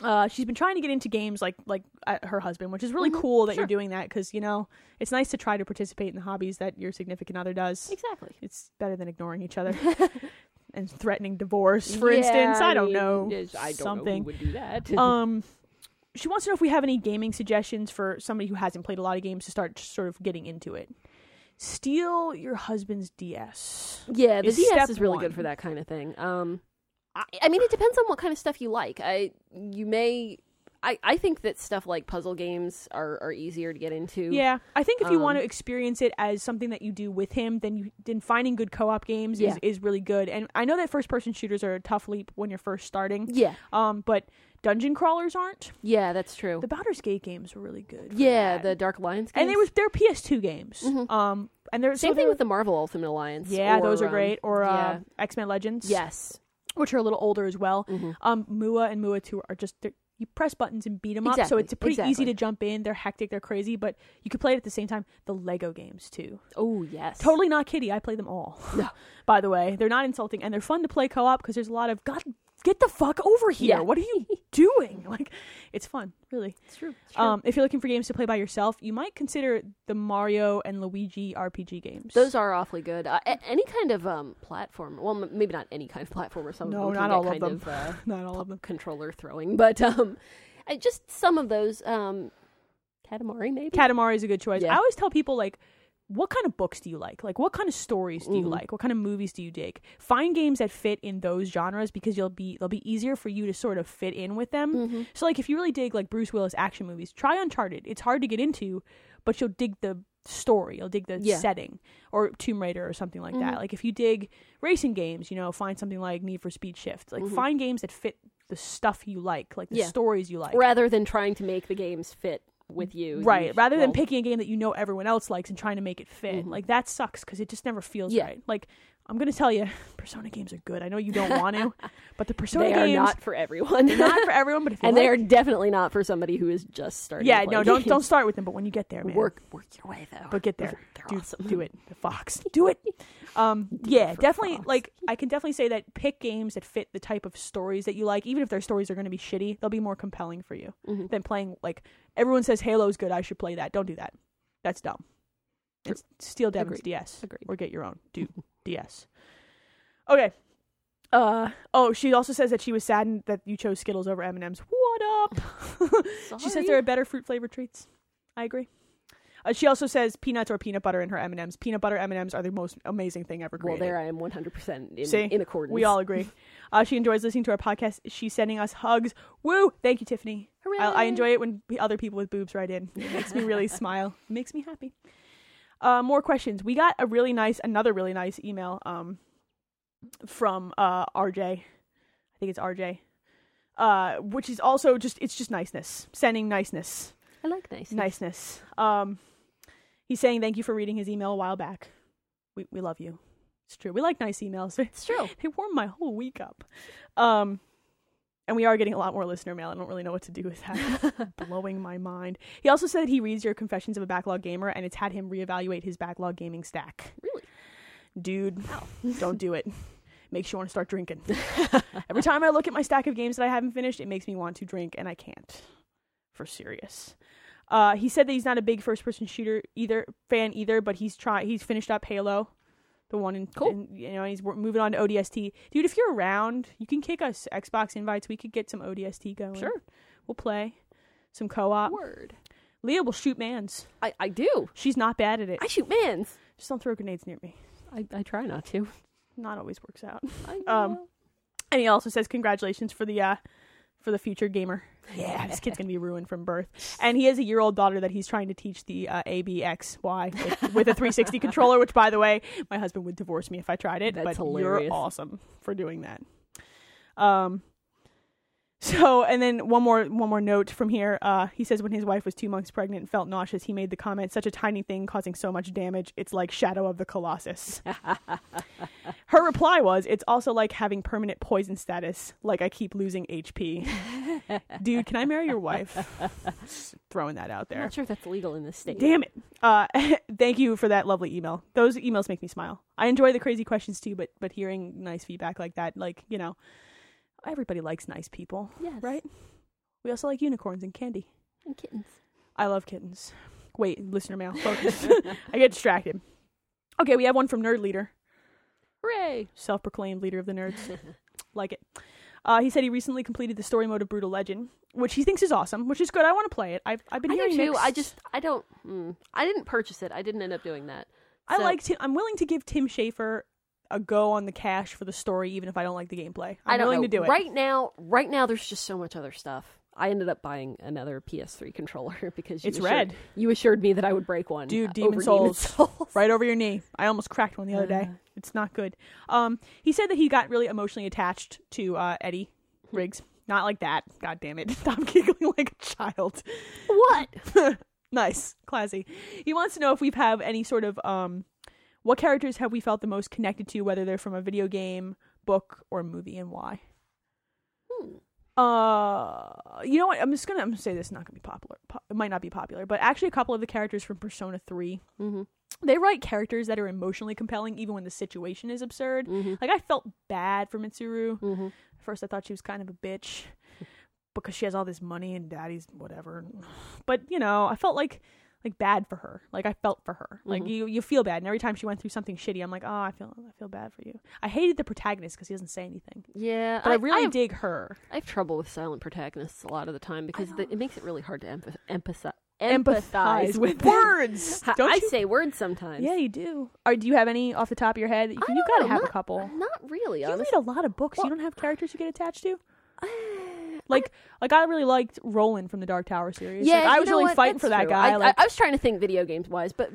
Speaker 1: Uh, she's been trying to get into games like like uh, her husband, which is really cool that you're doing that because you know it's nice to try to participate in the hobbies that your significant other does.
Speaker 2: Exactly.
Speaker 1: It's better than ignoring each *laughs* other and threatening divorce, for instance. I, don't know something.
Speaker 2: would do that.
Speaker 1: *laughs* um, she wants to know if we have any gaming suggestions for somebody who hasn't played a lot of games to start sort of getting into it. Steal your husband's DS.
Speaker 2: yeah, the
Speaker 1: is
Speaker 2: DS
Speaker 1: step
Speaker 2: is really
Speaker 1: one.
Speaker 2: good for that kind of thing. Um, I, I mean, it depends on what kind of stuff you like. I you may. I, I think that stuff like puzzle games are, are easier to get into.
Speaker 1: Yeah, I think if you want
Speaker 2: Um,
Speaker 1: to experience it as something that you do with him, then you then finding good co-op games
Speaker 2: Yeah.
Speaker 1: is, is really good. And I know that first-person shooters are a tough leap when you're first starting,
Speaker 2: Yeah.
Speaker 1: um, but dungeon crawlers aren't.
Speaker 2: Yeah, that's true.
Speaker 1: The Baldur's Gate games were really good. for
Speaker 2: Oh. yeah,
Speaker 1: that.
Speaker 2: the Dark Alliance games. Mm-hmm.
Speaker 1: and they were they're PS2 games. Um, and they're
Speaker 2: Same
Speaker 1: so
Speaker 2: thing
Speaker 1: they're-
Speaker 2: with the Marvel Ultimate Alliance.
Speaker 1: yeah,
Speaker 2: or,
Speaker 1: those are
Speaker 2: um,
Speaker 1: great. Or uh,
Speaker 2: yeah.
Speaker 1: X Men Legends,
Speaker 2: Yes. Mm-hmm.
Speaker 1: which are a little older as well. Um, Mua and Mua Two are just they're- you press buttons and beat them up, so
Speaker 2: Exactly,
Speaker 1: it's pretty easy
Speaker 2: exactly.
Speaker 1: to jump in. They're hectic, they're crazy, but you could play it at the same time. The Lego games too.
Speaker 2: Oh yes.
Speaker 1: Totally not kiddie. I play them all. *laughs* By the way, they're not insulting and they're fun to play co-op because there's a lot of God, get the fuck over here.
Speaker 2: Yeah.
Speaker 1: What are
Speaker 2: *laughs*
Speaker 1: you doing? *laughs* Like, it's fun, really.
Speaker 2: It's true.
Speaker 1: Um, if you're looking for games to play by yourself, you might consider the Mario and Luigi RPG games.
Speaker 2: those are awfully good. Uh, a- any kind of um platform. Well, m- maybe not any kind of platform or something.
Speaker 1: No, not all of
Speaker 2: kind
Speaker 1: them.
Speaker 2: Of, uh,
Speaker 1: *laughs* not all of them.
Speaker 2: controller throwing, but um, I- just some of those um, Katamari maybe.
Speaker 1: Katamari is a good choice.
Speaker 2: Yeah.
Speaker 1: I always tell people like what kind of books do you like? Like, what kind of stories do you
Speaker 2: Mm-hmm.
Speaker 1: like? What kind of movies do you dig? Find games that fit in those genres because you'll be they'll be easier for you to sort of fit in with them.
Speaker 2: Mm-hmm.
Speaker 1: So, like, if you really dig like Bruce Willis action movies, try Uncharted. It's hard to get into, but you'll dig the story, you'll dig the
Speaker 2: Yeah. Mm-hmm.
Speaker 1: setting, or Tomb Raider or something like that. Like, if you dig racing games, you know, find something like Need for Speed Shift. Like, find games that fit the stuff you like, like the
Speaker 2: Mm-hmm. Yeah.
Speaker 1: stories you like.
Speaker 2: rather than trying to make the games fit with you.
Speaker 1: Right.
Speaker 2: you-
Speaker 1: Rather than
Speaker 2: well, Mm-hmm.
Speaker 1: picking a game that you know everyone else likes and trying to make it fit. Like that sucks because it just never feels
Speaker 2: Yeah.
Speaker 1: right. Like I'm gonna tell you, *laughs* Persona games are good. I know you don't want
Speaker 2: *laughs*
Speaker 1: to, but the Persona
Speaker 2: they are
Speaker 1: games
Speaker 2: not for everyone.
Speaker 1: they're *laughs*
Speaker 2: *laughs*
Speaker 1: not for everyone. But if you
Speaker 2: and they are
Speaker 1: like-
Speaker 2: definitely not for somebody who is just starting.
Speaker 1: yeah,
Speaker 2: to play
Speaker 1: no, don't
Speaker 2: games.
Speaker 1: don't start with them. But when you get there, man,
Speaker 2: work work your way though.
Speaker 1: but get there.
Speaker 2: They're
Speaker 1: do,
Speaker 2: awesome. *laughs*
Speaker 1: do it, the Fox. *laughs* Do it. *laughs* Um, yeah,
Speaker 2: for
Speaker 1: definitely.
Speaker 2: Fox.
Speaker 1: Like I can definitely say that pick games that fit the type of stories that you like, even if their stories are going to be shitty, they'll be more compelling for you
Speaker 2: Mm-hmm.
Speaker 1: than playing like everyone says Halo's good. I should play that. Don't do that. That's dumb. It's steal Devin's
Speaker 2: Agreed.
Speaker 1: DS
Speaker 2: Agreed.
Speaker 1: or get your own. Do *laughs* DS. Okay. Uh oh, she also says that she was saddened that you chose Skittles over M and M's. What up? *laughs* She says there are better fruit flavored treats. I agree. Uh, she also says peanuts or peanut butter in her M and M's. Peanut butter M and M's are the most amazing thing ever
Speaker 2: well,
Speaker 1: created.
Speaker 2: there I am one hundred percent in
Speaker 1: See?
Speaker 2: in accordance.
Speaker 1: we all agree. Uh, she enjoys listening to our podcast. She's sending us hugs. Woo! Thank you, Tiffany. I, I
Speaker 2: Hooray.
Speaker 1: enjoy it when p- other people with boobs write in. It makes me really smile. It makes me happy. Uh, more questions. We got a really nice, another really nice email um, from uh, RJ. I think it's RJ, uh, which is also just it's just niceness, sending niceness
Speaker 2: I like nice.
Speaker 1: niceness. Um, he's saying thank you for reading his email a while back. We we love you. It's true. We like nice emails. *laughs*
Speaker 2: It's true.
Speaker 1: they warm my whole week up. Um, and we are getting a lot more listener mail. I don't really know what to do with that. *laughs* Blowing my mind. He also said that he reads your Confessions of a Backlog Gamer, and it's had him reevaluate his backlog gaming stack.
Speaker 2: Really?
Speaker 1: Dude, *laughs* don't do
Speaker 2: *laughs*
Speaker 1: it. Makes you want to start drinking. Every time I look at my stack of games that I haven't finished, it makes me want to drink, and I can't. For serious. Uh, he said that he's not a big first-person shooter either fan either, but he's try he's finished up Halo, the one in,
Speaker 2: Cool.
Speaker 1: in- you know he's wor- moving on to ODST. Dude, if you're around, you can kick us Xbox invites. We could get some ODST going.
Speaker 2: Sure.
Speaker 1: we'll play some co-op.
Speaker 2: Word.
Speaker 1: Leah will shoot mans.
Speaker 2: I, I do.
Speaker 1: She's not bad at it.
Speaker 2: I shoot mans.
Speaker 1: Just don't throw grenades near me.
Speaker 2: I, I try not to.
Speaker 1: Not always works out. *laughs*
Speaker 2: I,
Speaker 1: Um,
Speaker 2: *laughs*
Speaker 1: And he also says congratulations for the uh for the future
Speaker 2: *laughs*
Speaker 1: gamer. Yeah, this kid's gonna be ruined from birth. And he has a year old daughter that he's trying to teach the uh, ABXY with, with a
Speaker 2: *laughs*
Speaker 1: 360 controller. Which, by the way, my husband would divorce me if I tried it.
Speaker 2: That's
Speaker 1: but
Speaker 2: hilarious.
Speaker 1: you're awesome for doing that. Um. So, and then one more one more note from here. Uh, he says when his wife was two months pregnant and felt nauseous, he made the comment, "Such a tiny thing causing so much damage. It's like Shadow of the Colossus."
Speaker 2: *laughs*
Speaker 1: Her reply was, "It's also like having permanent poison status. Like I keep losing HP. Dude, can I marry your wife?"
Speaker 2: *laughs*
Speaker 1: Just throwing that out
Speaker 2: I'm
Speaker 1: there.
Speaker 2: not sure if that's legal in this state.
Speaker 1: Damn it. Uh, *laughs* thank you for that lovely email. Those emails make me smile. I enjoy the crazy questions too, but but hearing nice feedback like that, like you know, everybody likes nice people,
Speaker 2: Yes.
Speaker 1: right? We also like unicorns and candy. *laughs*
Speaker 2: And kittens.
Speaker 1: I love kittens. Wait, listener mail. Focus. *laughs* I get distracted. Okay, we have one from Nerd Leader
Speaker 2: Hooray.
Speaker 1: self proclaimed leader of the nerds. like it. Uh, he said he recently completed the story mode of Brutal Legend, which he thinks is awesome, which is good. I want to play it. I've, I've been
Speaker 2: I
Speaker 1: hearing
Speaker 2: do too. I
Speaker 1: mixed-
Speaker 2: just I don't. Mm, I didn't purchase it. I didn't end up doing that.
Speaker 1: I
Speaker 2: so-
Speaker 1: like Tim. I'm willing to give Tim Schafer a go on the cash for the story, even if I don't like the gameplay. I'm
Speaker 2: I do not
Speaker 1: willing
Speaker 2: know.
Speaker 1: to do it.
Speaker 2: Right now, right now, there's just so much other stuff. I ended up buying another PS3 controller *laughs* because you
Speaker 1: It's
Speaker 2: assured,
Speaker 1: red.
Speaker 2: You assured me that I would break one.
Speaker 1: Dude,
Speaker 2: uh,
Speaker 1: Demon
Speaker 2: over
Speaker 1: Souls.
Speaker 2: Souls.
Speaker 1: Right over your knee. I almost cracked one the other
Speaker 2: Ah.
Speaker 1: day. It's not good. Um, he said that he got really emotionally attached to uh, Eddie Riggs. Not like that. God damn it. *laughs* Stop giggling like a child.
Speaker 2: *laughs* What?
Speaker 1: *laughs* nice classy he wants to know if we've have any sort of um what characters have we felt the most connected to whether they're from a video game book or movie and why Hmm. uh you know what i'm just gonna i'm gonna say this is not gonna be popular po- it might not be popular but actually a couple of the characters from persona 3
Speaker 2: Mhm.
Speaker 1: they write characters that are emotionally compelling even when the situation is absurd
Speaker 2: Mm-hmm.
Speaker 1: like i felt bad for mitsuru
Speaker 2: Mhm.
Speaker 1: at first i thought she was kind of a bitch *laughs* because she has all this money and daddy's whatever but you know i felt like like bad for her like i felt for her
Speaker 2: Mm-hmm.
Speaker 1: like you you feel bad and every time she went through something shitty i'm like oh i feel i feel bad for you i hated the protagonist because he doesn't say anything
Speaker 2: Yeah,
Speaker 1: but i, really
Speaker 2: have,
Speaker 1: dig her
Speaker 2: I have trouble with silent protagonists a lot of the time because the, it makes it really hard to emph- empathize. empathize with them.
Speaker 1: *laughs* words.
Speaker 2: Ha-
Speaker 1: Don't
Speaker 2: I
Speaker 1: you?
Speaker 2: say words sometimes.
Speaker 1: yeah, you do. Or do you have any off the top of your head? You,
Speaker 2: I
Speaker 1: you
Speaker 2: don't
Speaker 1: gotta
Speaker 2: know,
Speaker 1: have a
Speaker 2: not-
Speaker 1: couple.
Speaker 2: Not really,
Speaker 1: You
Speaker 2: honestly.
Speaker 1: read a lot of books. you
Speaker 2: Well-
Speaker 1: don't have characters you get attached to.
Speaker 2: *sighs* Uh,
Speaker 1: Like, like I really liked Roland from the Dark Tower series.
Speaker 2: yeah,
Speaker 1: Like, I
Speaker 2: you
Speaker 1: was
Speaker 2: know
Speaker 1: really
Speaker 2: what?
Speaker 1: fighting
Speaker 2: That's
Speaker 1: for that
Speaker 2: true.
Speaker 1: guy.
Speaker 2: I,
Speaker 1: like,
Speaker 2: I, I was trying to think video games wise, but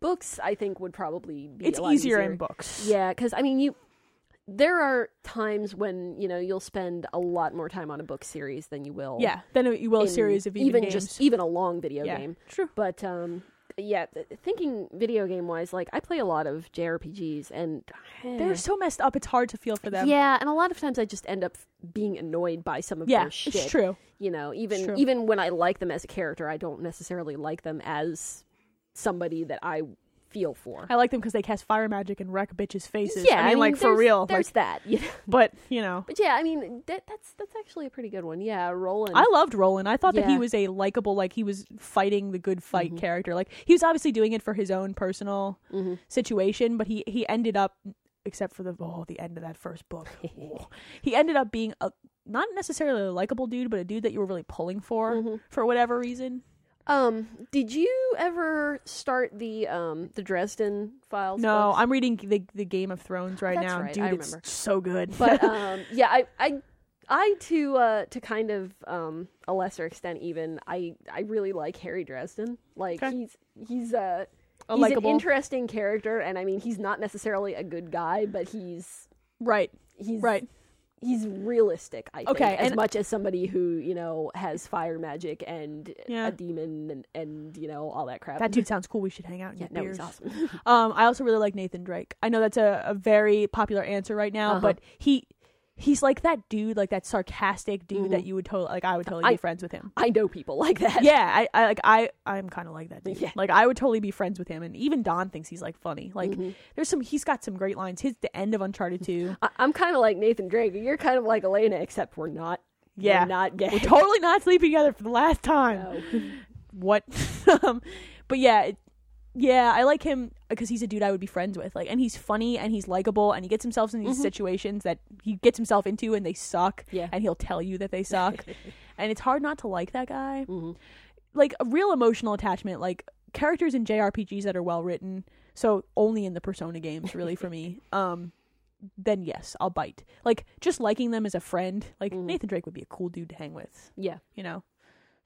Speaker 2: books I think would probably be
Speaker 1: it's
Speaker 2: a lot
Speaker 1: easier,
Speaker 2: easier
Speaker 1: in books.
Speaker 2: Yeah, because I mean, you. There are times when you know you'll spend a lot more time on a book series than you will.
Speaker 1: yeah. Then you will a
Speaker 2: in
Speaker 1: series of even, games.
Speaker 2: just e- even a long video
Speaker 1: yeah,
Speaker 2: game.
Speaker 1: true.
Speaker 2: But um, yeah, th- thinking video game wise, like I play a lot of JRPGs, and
Speaker 1: They're so messed up. It's hard to feel for Eh. them.
Speaker 2: yeah, and a lot of times I just end up being annoyed by some of
Speaker 1: Yeah,
Speaker 2: their shit.
Speaker 1: it's true.
Speaker 2: You know, even
Speaker 1: true.
Speaker 2: even when I like them as a character, I don't necessarily like them as somebody that I feel for.
Speaker 1: I like them because they cast fire magic and wreck bitches' faces.
Speaker 2: yeah,
Speaker 1: I mean, like for
Speaker 2: there's-
Speaker 1: real.
Speaker 2: There's
Speaker 1: Like,
Speaker 2: that. You know?
Speaker 1: but you know,
Speaker 2: But yeah, I mean that, that's that's actually a pretty good one. Yeah, Roland.
Speaker 1: I loved Roland. I thought that he
Speaker 2: Yeah. Mm-hmm.
Speaker 1: was a likable, like he was fighting the good fight character. Like he was obviously doing it for his own personal situation, but he he ended up, except for the oh the end of that first
Speaker 2: *laughs*
Speaker 1: book, Oh. he ended up being a not necessarily a likable dude, but a dude that you were really pulling for
Speaker 2: Mm.
Speaker 1: for whatever reason.
Speaker 2: Mm-hmm. um, did you ever start the um the Dresden Files?
Speaker 1: No,
Speaker 2: books?
Speaker 1: I'm reading the the Game of Thrones right
Speaker 2: That's
Speaker 1: now,
Speaker 2: right,
Speaker 1: dude.
Speaker 2: I
Speaker 1: it's
Speaker 2: remember.
Speaker 1: so good. *laughs*
Speaker 2: but um, yeah, I, I, I to uh, to kind of um, a lesser extent, even I, I really like Harry Dresden. Like
Speaker 1: Okay.
Speaker 2: he's he's uh,
Speaker 1: A
Speaker 2: he's
Speaker 1: likable-
Speaker 2: an interesting character, and I mean he's not necessarily a good guy, but he's
Speaker 1: right,
Speaker 2: he's
Speaker 1: right.
Speaker 2: He's realistic, I think,
Speaker 1: Okay,
Speaker 2: as
Speaker 1: and-
Speaker 2: much as somebody who you know has fire magic and
Speaker 1: Yeah.
Speaker 2: a demon and, and you know all that crap.
Speaker 1: That dude sounds cool. We should hang out and
Speaker 2: yeah,
Speaker 1: get
Speaker 2: no,
Speaker 1: beers.
Speaker 2: he's awesome. *laughs*
Speaker 1: Um, I also really like Nathan Drake. I know that's a, a very popular answer right now,
Speaker 2: Uh-huh.
Speaker 1: but he he's like that dude, like that sarcastic dude that you would totally like. I would totally be
Speaker 2: Mm-hmm. I-
Speaker 1: friends with him.
Speaker 2: I know people like that.
Speaker 1: Yeah, I, I like I I'm kind of like that dude.
Speaker 2: Yeah.
Speaker 1: Like I would totally be friends with him, and even Don thinks he's like funny. Like
Speaker 2: Mm-hmm.
Speaker 1: there's some he's got some great lines. His the end of Uncharted two.
Speaker 2: I- I'm kind of like Nathan Drake. You're kind of like Elena, except we're not.
Speaker 1: Yeah.
Speaker 2: we're not gay. *laughs*
Speaker 1: We're totally not sleeping together for the last time.
Speaker 2: No.
Speaker 1: What? *laughs* um, but yeah, it, yeah, I like him because he's a dude I would be friends with. Like, and he's funny and he's likable and he gets himself in these
Speaker 2: Mm-hmm.
Speaker 1: situations that he gets himself into and they suck.
Speaker 2: Yeah.
Speaker 1: and he'll tell you that they
Speaker 2: *laughs*
Speaker 1: suck, and it's hard not to like that guy.
Speaker 2: Mm-hmm.
Speaker 1: Like a real emotional attachment, like characters in JRPGs that are well written. So only in the Persona games, really, for
Speaker 2: *laughs*
Speaker 1: me. Um, then yes, I'll bite. Like just liking them as a friend. Like
Speaker 2: Mm-hmm.
Speaker 1: Nathan Drake would be a cool dude to hang with,
Speaker 2: Yeah.
Speaker 1: you know.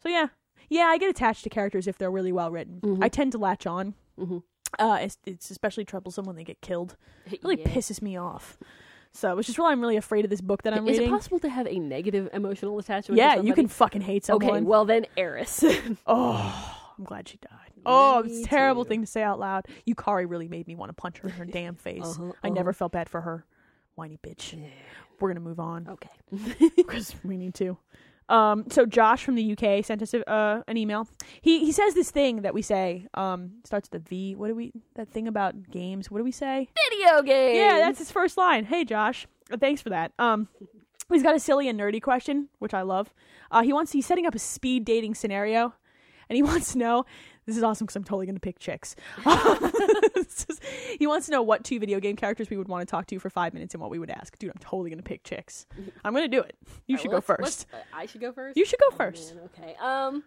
Speaker 1: So yeah, yeah, I get attached to characters if they're really well written.
Speaker 2: Mm-hmm.
Speaker 1: I tend to latch on.
Speaker 2: Mhm.
Speaker 1: Uh, it's, it's especially troublesome when they get killed. It really
Speaker 2: Yeah.
Speaker 1: pisses me off. So which is why I'm really afraid of this book that I'm
Speaker 2: Is
Speaker 1: reading.
Speaker 2: it possible to have a negative emotional attachment? to
Speaker 1: yeah, you
Speaker 2: somebody?
Speaker 1: can fucking hate someone.
Speaker 2: Okay, well then, *laughs* Eris.
Speaker 1: Oh, I'm glad she died. Oh, it's a
Speaker 2: Me
Speaker 1: terrible
Speaker 2: too.
Speaker 1: thing to say out loud. Yukari really made me want to punch her *laughs* in her damn face.
Speaker 2: Uh-huh,
Speaker 1: I never felt bad for her. Whiny bitch. We're going to move on
Speaker 2: *laughs* okay.
Speaker 1: because Oh, we need to. Um, so Josh from the UK sent us a, uh, an email. He he says this thing that we say um, starts with a V. What do we that thing about games? What do we say?
Speaker 2: Video games.
Speaker 1: Yeah, that's his first line. Hey, Josh. Uh, Thanks for that. Um, he's got a silly and nerdy question, which I love. Uh, he wants he's setting up a speed dating scenario, and he *laughs* wants to know. This is awesome because I'm totally going to pick chicks. *laughs* This is- he wants to know what two video game characters we would want to talk to for five minutes and what we would ask. Dude, I'm totally going to pick chicks. I'm going to do it. You should go first.
Speaker 2: uh, I should go first.
Speaker 1: You should go first.
Speaker 2: Man, okay. Um.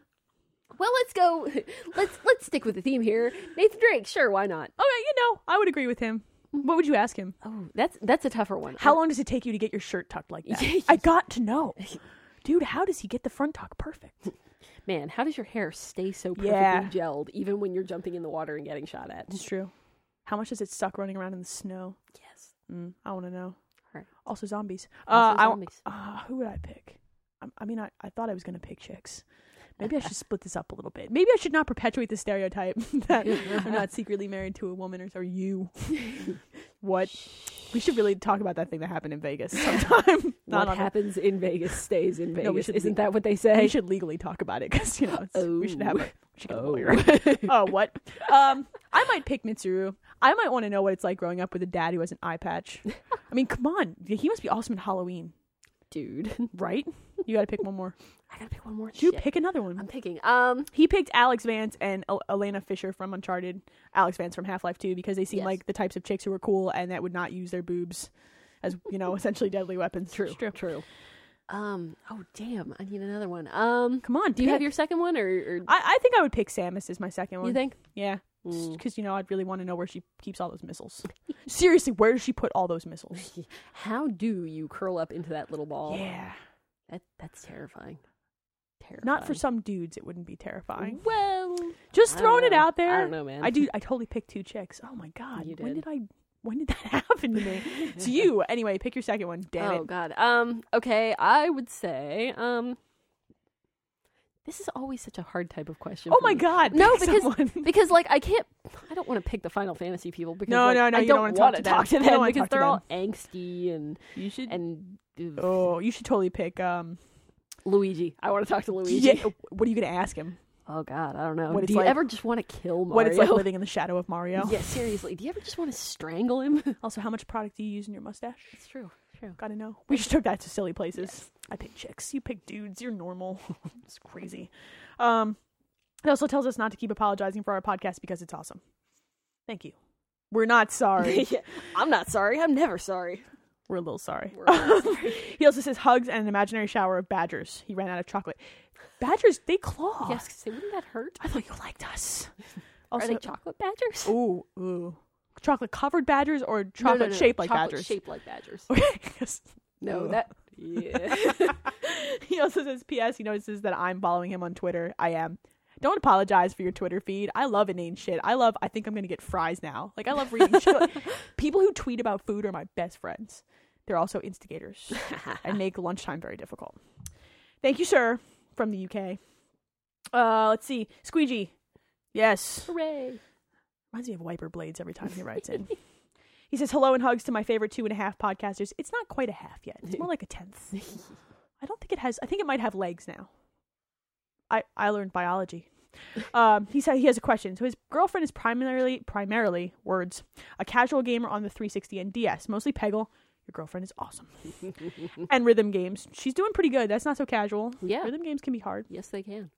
Speaker 2: Well, let's go. *laughs* Let's let's stick with the theme here. Nathan Drake. Sure, why not?
Speaker 1: Okay, you know, I would agree with him. What would you ask him?
Speaker 2: Oh, that's that's a tougher one. Oh,
Speaker 1: How long does it take you to get your shirt tucked like that?
Speaker 2: Yeah.
Speaker 1: I got to know. Dude, how does he get the front tuck perfect?
Speaker 2: man? How does your hair stay so perfectly
Speaker 1: Yeah.
Speaker 2: gelled even when you're jumping in the water and getting shot at?
Speaker 1: It's true. How much does it suck running around in the snow?
Speaker 2: Yes.
Speaker 1: Mm, I want to know.
Speaker 2: Alright.
Speaker 1: Also zombies.
Speaker 2: Also
Speaker 1: uh, I-
Speaker 2: zombies.
Speaker 1: uh, who would I pick? I, I mean, I, I thought I was going to pick chicks. Maybe I
Speaker 2: *laughs*
Speaker 1: should split this up a little bit. Maybe I should not perpetuate the stereotype *laughs*
Speaker 2: *laughs*
Speaker 1: that I'm not secretly married to a woman or, or you. what? We should really talk about that thing that happened in Vegas sometime. *laughs*
Speaker 2: What
Speaker 1: not on the-
Speaker 2: happens in Vegas
Speaker 1: *laughs*
Speaker 2: stays in Vegas.
Speaker 1: we should
Speaker 2: Isn't
Speaker 1: leave-
Speaker 2: that what they
Speaker 1: we
Speaker 2: say?
Speaker 1: should legally talk about it because you know it's, we should have a,
Speaker 2: Oh.
Speaker 1: we should get a lawyer. *laughs* oh what? Um, I might pick Mitsuru. I might want to know what it's like growing up with a dad who has an eye patch. I mean, come on, he must be awesome at Halloween,
Speaker 2: Dude,
Speaker 1: right? You got to pick one more.
Speaker 2: I gotta pick one more.
Speaker 1: Do
Speaker 2: Shit.
Speaker 1: pick another one.
Speaker 2: I'm picking. Um,
Speaker 1: he picked Alex Vance and El- Elena Fisher from Uncharted, Alex Vance from Half Life Two, because they seem
Speaker 2: Yes.
Speaker 1: like the types of chicks *laughs* who are cool and that would not use their boobs as you know essentially deadly weapons. It's
Speaker 2: true. Um. Oh, damn. I need another one. Um.
Speaker 1: Come on,
Speaker 2: Do you have
Speaker 1: pick.
Speaker 2: your second one, or, or
Speaker 1: I, I think I would pick Samus as my second one.
Speaker 2: you think?
Speaker 1: Yeah,
Speaker 2: Mm.
Speaker 1: because you know I'd really want to know where she keeps all those missiles. *laughs* Seriously, where does she put all those missiles?
Speaker 2: Mm. *laughs* How do you curl up into that little ball?
Speaker 1: Yeah,
Speaker 2: That that's terrifying. Terrifying.
Speaker 1: not for some dudes. It wouldn't be terrifying.
Speaker 2: Well,
Speaker 1: Just
Speaker 2: I
Speaker 1: throwing
Speaker 2: don't
Speaker 1: it
Speaker 2: know.
Speaker 1: out there.
Speaker 2: I don't know, man.
Speaker 1: I
Speaker 2: *laughs*
Speaker 1: do. I totally picked two chicks. Oh my god.
Speaker 2: You
Speaker 1: When
Speaker 2: did.
Speaker 1: did I? When did that *laughs* happen to me? to
Speaker 2: *laughs*
Speaker 1: you. Anyway, pick your second one. Damn
Speaker 2: oh God. Um. Okay. I would say. Um. This is always such a hard type of question.
Speaker 1: it. Oh
Speaker 2: for
Speaker 1: my
Speaker 2: me.
Speaker 1: god.
Speaker 2: No,
Speaker 1: pick
Speaker 2: because-
Speaker 1: someone.
Speaker 2: *laughs* because like I can't. I don't want to pick the Final Fantasy people because
Speaker 1: No,
Speaker 2: like,
Speaker 1: no, no,
Speaker 2: I
Speaker 1: you
Speaker 2: don't,
Speaker 1: don't wanna talk
Speaker 2: wanna
Speaker 1: to
Speaker 2: talk to
Speaker 1: them.
Speaker 2: them,
Speaker 1: You don't wanna
Speaker 2: because
Speaker 1: talk to
Speaker 2: they're
Speaker 1: them.
Speaker 2: all angsty and
Speaker 1: you should.
Speaker 2: *laughs* and ugh,
Speaker 1: oh, you should totally pick. Um.
Speaker 2: Luigi. I want to talk to Luigi.
Speaker 1: *laughs* Yeah, what are you gonna ask him?
Speaker 2: Oh God, I don't know.
Speaker 1: What it's
Speaker 2: do you
Speaker 1: like-
Speaker 2: ever just want to kill Mario?
Speaker 1: What it's like living in the shadow of Mario.
Speaker 2: *laughs* Yeah, seriously. Do you ever just want to
Speaker 1: *laughs*
Speaker 2: strangle him?
Speaker 1: Also, how much product do you use in your mustache?
Speaker 2: It's *laughs* true. True.
Speaker 1: Gotta know. We just took that to silly places. I pick chicks. You pick dudes. You're normal. *laughs* it's crazy. Um, it also tells us not to keep apologizing for our podcast because it's awesome. Thank you. We're not
Speaker 2: *laughs*
Speaker 1: sorry.
Speaker 2: yeah. I'm not sorry. I'm
Speaker 1: *laughs*
Speaker 2: never sorry.
Speaker 1: We're a little sorry.
Speaker 2: We're all sorry.
Speaker 1: He also says hugs and an imaginary shower of badgers. He ran out of chocolate. Badgers, they claw.
Speaker 2: yes, say, wouldn't that hurt?
Speaker 1: I thought you liked
Speaker 2: *laughs*
Speaker 1: us.
Speaker 2: Are
Speaker 1: Also,
Speaker 2: they chocolate badgers?
Speaker 1: ooh, ooh, chocolate covered badgers or chocolate shaped like badgers.
Speaker 2: Shaped like badgers.
Speaker 1: *laughs* Okay. yes.
Speaker 2: No,
Speaker 1: Ugh. *laughs*
Speaker 2: that. Yeah. *laughs*
Speaker 1: he also says, P.S. He notices that I'm following him on Twitter. I am. Don't apologize for your Twitter feed. I love inane shit. I love, I think I'm going to get fries now. Like, I love reading shit. Like, People who tweet about food are my best friends. They're also instigators and make lunchtime very difficult. Thank you, sir, from the UK. Uh, let's see. Squeegee. Yes.
Speaker 2: *laughs* Hooray!
Speaker 1: Reminds me of wiper blades every time he writes in. he says, hello and hugs to my favorite two and a half podcasters. It's not quite a half yet, it's more like a tenth. I don't think it has. I think it might have legs now. I I learned biology. Um, he said he has a question. So his girlfriend is primarily primarily words a casual gamer on the 360 and DS, mostly Peggle. Your girlfriend is awesome. and rhythm games. She's doing pretty good. That's not so casual.
Speaker 2: Yeah. *laughs*
Speaker 1: Rhythm games can be hard.
Speaker 2: yes, they can.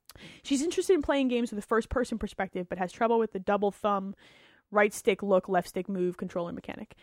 Speaker 1: She's interested in playing games with a first person perspective, but has trouble with the double thumb, right stick look, left stick move controller mechanic.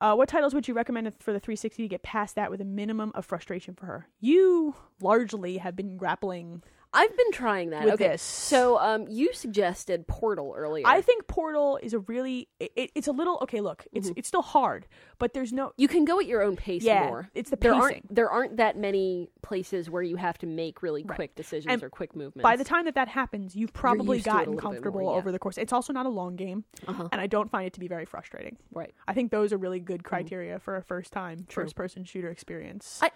Speaker 1: Uh, what titles would you recommend for the 360 to get past that with a minimum of frustration for her? You largely have been grappling.
Speaker 2: I've been trying that.
Speaker 1: With
Speaker 2: okay,
Speaker 1: this.
Speaker 2: so um, you suggested Portal earlier.
Speaker 1: I think Portal is a really it, it, it's a little okay. Look, it's
Speaker 2: Mm-hmm.
Speaker 1: it's still hard, but there's no
Speaker 2: you can go at your own pace
Speaker 1: Yeah,
Speaker 2: more.
Speaker 1: it's the
Speaker 2: there
Speaker 1: pacing.
Speaker 2: aren't there aren't that many places where you have to make really
Speaker 1: Right.
Speaker 2: quick decisions
Speaker 1: And
Speaker 2: or quick movements.
Speaker 1: by the time that that happens, you've probably
Speaker 2: used to it a
Speaker 1: gotten
Speaker 2: little bit more,
Speaker 1: comfortable
Speaker 2: yeah.
Speaker 1: over the course. It's also not a long game,
Speaker 2: Uh-huh.
Speaker 1: and I don't find it to be very frustrating.
Speaker 2: right. Mm-hmm.
Speaker 1: I think those are really good criteria for a first time
Speaker 2: True.
Speaker 1: first person shooter experience.
Speaker 2: I, I-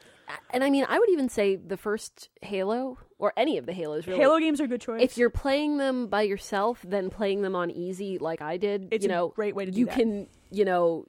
Speaker 2: and I mean, I would even say the first Halo or any of the Halos. Really,
Speaker 1: Halo games are a good choice.
Speaker 2: If you're playing them by yourself, then playing them on easy, like I did,
Speaker 1: It's
Speaker 2: you
Speaker 1: a
Speaker 2: know,
Speaker 1: great way to do
Speaker 2: you
Speaker 1: that.
Speaker 2: can, you know,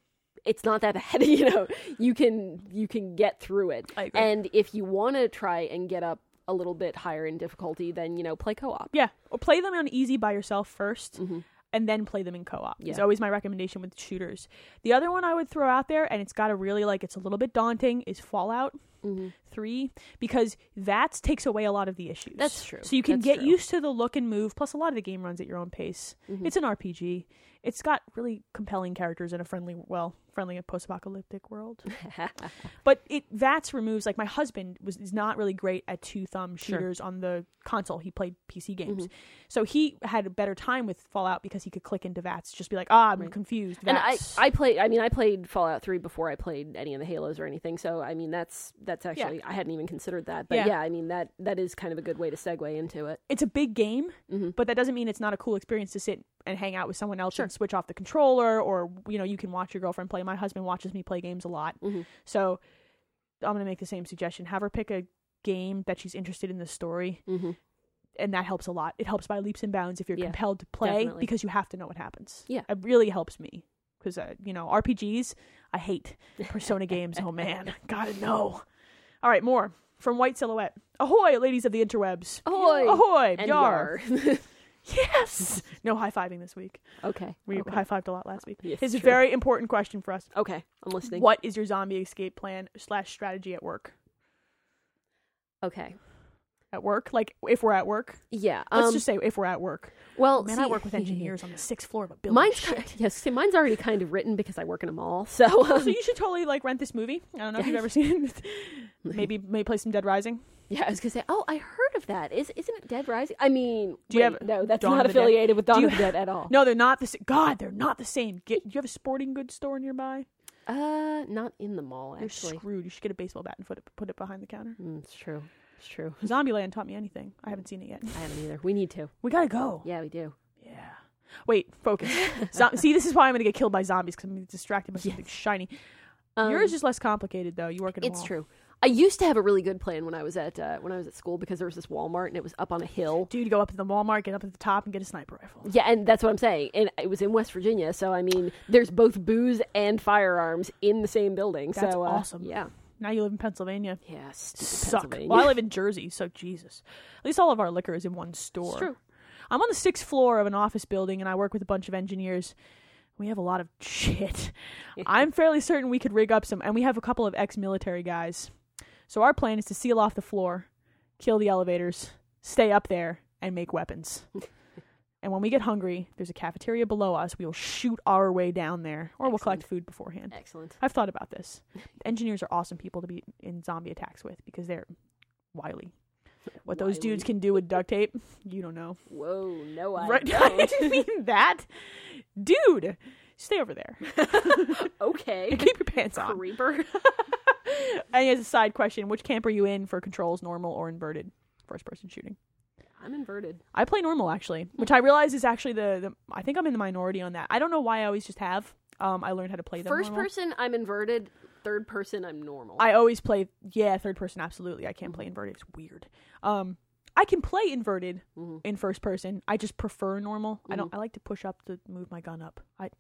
Speaker 2: it's not that *laughs* bad. You know, you can you can get through it.
Speaker 1: I agree.
Speaker 2: And if you want to try and get up a little bit higher in difficulty, then you know, play co-op. Mm-hmm.
Speaker 1: yeah, or play them on easy by yourself 1st and then play them in co-op. It's
Speaker 2: Mm. Yeah.
Speaker 1: always my recommendation with shooters. The other one I would throw out there, and it's got to really like it's a little bit daunting, is Fallout.
Speaker 2: Mm-hmm.
Speaker 1: Three, because that takes away a lot of the issues.
Speaker 2: That's true.
Speaker 1: So you can
Speaker 2: That's
Speaker 1: get
Speaker 2: true.
Speaker 1: used to the look and move. Plus, a lot of the game runs at your own pace.
Speaker 2: Mm-hmm.
Speaker 1: It's an RPG. It's got really compelling characters in a friendly, well, friendly post-apocalyptic
Speaker 2: *laughs*
Speaker 1: world. But it Vats removes like my husband was is not really great at two thumb shooters on the console. He played PC games,
Speaker 2: Mm-hmm.
Speaker 1: so he had a better time with Fallout because he could click into Vats, just be like, ah, I'm confused.
Speaker 2: and I,
Speaker 1: Vats.
Speaker 2: I play I mean I played Fallout 3 before I played any of the Halos or anything so I mean that's that's actually I hadn't even considered that but yeah.
Speaker 1: Yeah.
Speaker 2: I mean that that is kind of a good way to segue into it
Speaker 1: it's a big game,
Speaker 2: Mhm.
Speaker 1: but that doesn't mean it's not a cool experience to sit and hang out with someone else and switch off the controller, or you know, you can watch your girlfriend play. My husband watches me play games a lot,
Speaker 2: Mhm.
Speaker 1: so I'm gonna make the same suggestion: have her pick a game that she's interested in the story.
Speaker 2: mm-hmm.
Speaker 1: and that helps a lot. It helps by leaps and bounds if you're
Speaker 2: Yeah,
Speaker 1: compelled to play
Speaker 2: definitely.
Speaker 1: because you have to know what happens.
Speaker 2: Yeah.
Speaker 1: it really helps me because uh, you know RPGs I hate
Speaker 2: *laughs*
Speaker 1: Persona games. Oh man, gotta know. All right, more from White Silhouette. Ahoy, ladies of the interwebs!
Speaker 2: Ahoy!
Speaker 1: ahoy,
Speaker 2: and
Speaker 1: yar!
Speaker 2: yar,
Speaker 1: Yes. No high fiving this week.
Speaker 2: *laughs* okay
Speaker 1: We
Speaker 2: okay.
Speaker 1: high fived a lot last week.
Speaker 2: Yes,
Speaker 1: It's a
Speaker 2: true.
Speaker 1: very important question for us.
Speaker 2: okay I'm listening
Speaker 1: What is your zombie escape plan slash strategy at work?
Speaker 2: okay
Speaker 1: At work, like if we're at work,
Speaker 2: yeah
Speaker 1: let's
Speaker 2: um,
Speaker 1: just say if we're at work.
Speaker 2: well
Speaker 1: Man,
Speaker 2: see,
Speaker 1: I work
Speaker 2: *laughs*
Speaker 1: with engineers on the sixth floor of a building.
Speaker 2: mine's
Speaker 1: Shit. Oh,
Speaker 2: ki- *laughs* yes see, mine's already kind of written because I work in a mall *laughs* so um,
Speaker 1: *laughs* So you should totally like rent this movie. I don't know if you've ever seen it. *laughs* Maybe maybe play some Dead Rising.
Speaker 2: Yeah, I was gonna say. Oh, I heard of that. Is isn't it Dead Rising? I mean,
Speaker 1: Do you
Speaker 2: wait,
Speaker 1: have
Speaker 2: no, that's
Speaker 1: Dawn of
Speaker 2: not
Speaker 1: the Dead?
Speaker 2: affiliated with Dawn
Speaker 1: you
Speaker 2: of the
Speaker 1: *laughs*
Speaker 2: Dead at all.
Speaker 1: No, they're not the same. God, they're not the same. Get, do you have a sporting goods store nearby?
Speaker 2: uh, not in the mall
Speaker 1: You're
Speaker 2: actually.
Speaker 1: screwed. You should get a baseball bat and put it, put it behind the counter.
Speaker 2: Mm, it's true. It's true.
Speaker 1: Zombieland taught me anything. I haven't seen it yet.
Speaker 2: I haven't either. We need to.
Speaker 1: We gotta go.
Speaker 2: Yeah,
Speaker 1: *laughs*
Speaker 2: we do.
Speaker 1: Yeah. Wait,
Speaker 2: *laughs*
Speaker 1: focus. Zo- see, this is why I'm gonna get killed by zombies because I'm gonna be distracted by something shiny.
Speaker 2: Um,
Speaker 1: Yours is less complicated though. You work at a
Speaker 2: It's
Speaker 1: mall.
Speaker 2: true. I used to have a really good plan when I was at uh, when I was at school because there was this Walmart and it was up on a hill.
Speaker 1: Dude, go up to the Walmart, get up at the top, and get a sniper rifle.
Speaker 2: Yeah, and that's what I'm saying. And it was in West Virginia, so I mean, there's both booze and firearms in the same building.
Speaker 1: That's
Speaker 2: so uh,
Speaker 1: awesome.
Speaker 2: Yeah,
Speaker 1: Now you live in Pennsylvania.
Speaker 2: yeah. stupid
Speaker 1: Suck.
Speaker 2: Pennsylvania.
Speaker 1: Well, I live in Jersey, so Jesus. At least all of our liquor is in one store.
Speaker 2: It's true.
Speaker 1: I'm on the sixth floor of an office building, and I work with a bunch of engineers. We have a lot of *laughs*
Speaker 2: *laughs*
Speaker 1: shit. I'm fairly certain we could rig up some, and we have a couple of ex-military guys. So our plan is to seal off the floor, kill the elevators, stay up there, and make
Speaker 2: *laughs*
Speaker 1: weapons. and when we get hungry, there's a cafeteria below us. We will shoot our way down there, or we'll collect food beforehand.
Speaker 2: Excellent.
Speaker 1: I've thought about
Speaker 2: *laughs*
Speaker 1: this. Engineers are awesome people to be in zombie attacks with because they're wily. What those
Speaker 2: Wily.
Speaker 1: dudes can do with duct tape, you don't know.
Speaker 2: Whoa, no, I
Speaker 1: right? *laughs* I
Speaker 2: *laughs* don't.
Speaker 1: didn't mean that, dude. Stay over there.
Speaker 2: okay,
Speaker 1: *laughs* Keep your pants on.
Speaker 2: creeper.
Speaker 1: And as a side question, which camp are you in for controls, normal or inverted? First person shooting.
Speaker 2: I'm inverted.
Speaker 1: I play normal actually, which I realize is actually the, the I think I'm in the minority on that. I don't know why I always just have. Um, I learned how to play them.
Speaker 2: First
Speaker 1: normal.
Speaker 2: person, I'm inverted. Third person, I'm normal.
Speaker 1: I always play yeah, third person absolutely. I can't play inverted. It's weird. Um I can play inverted
Speaker 2: Mhm.
Speaker 1: in first person. I just prefer normal. I don't I like to push up to move my gun up. I
Speaker 2: Mm.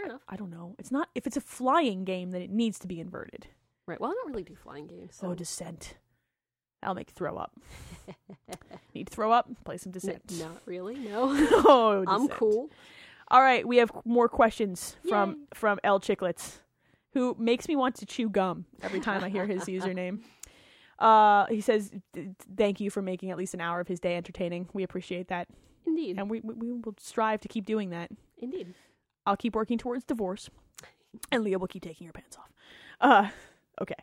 Speaker 2: Fair enough.
Speaker 1: I don't know. It's not if it's a flying game then it needs to be inverted.
Speaker 2: Right. Well, I don't really do flying games. So
Speaker 1: So descent. That'll make you throw
Speaker 2: *laughs*
Speaker 1: up. Need to throw up? Play some
Speaker 2: N-
Speaker 1: descent.
Speaker 2: not really. No,
Speaker 1: *laughs* oh,
Speaker 2: *laughs* I'm
Speaker 1: Descent.
Speaker 2: cool.
Speaker 1: All right, we have more questions from
Speaker 2: Yay.
Speaker 1: from L Chicklets, who makes me want to chew gum every time I hear
Speaker 2: *laughs*
Speaker 1: his username. Uh, he says, "Th- "Thank you for making at least an hour of his day entertaining. We appreciate that,
Speaker 2: Indeed.
Speaker 1: and we we, we will strive to keep doing that.
Speaker 2: Indeed.
Speaker 1: I'll keep working towards divorce, and Leah will keep taking your pants off." Uh, okay.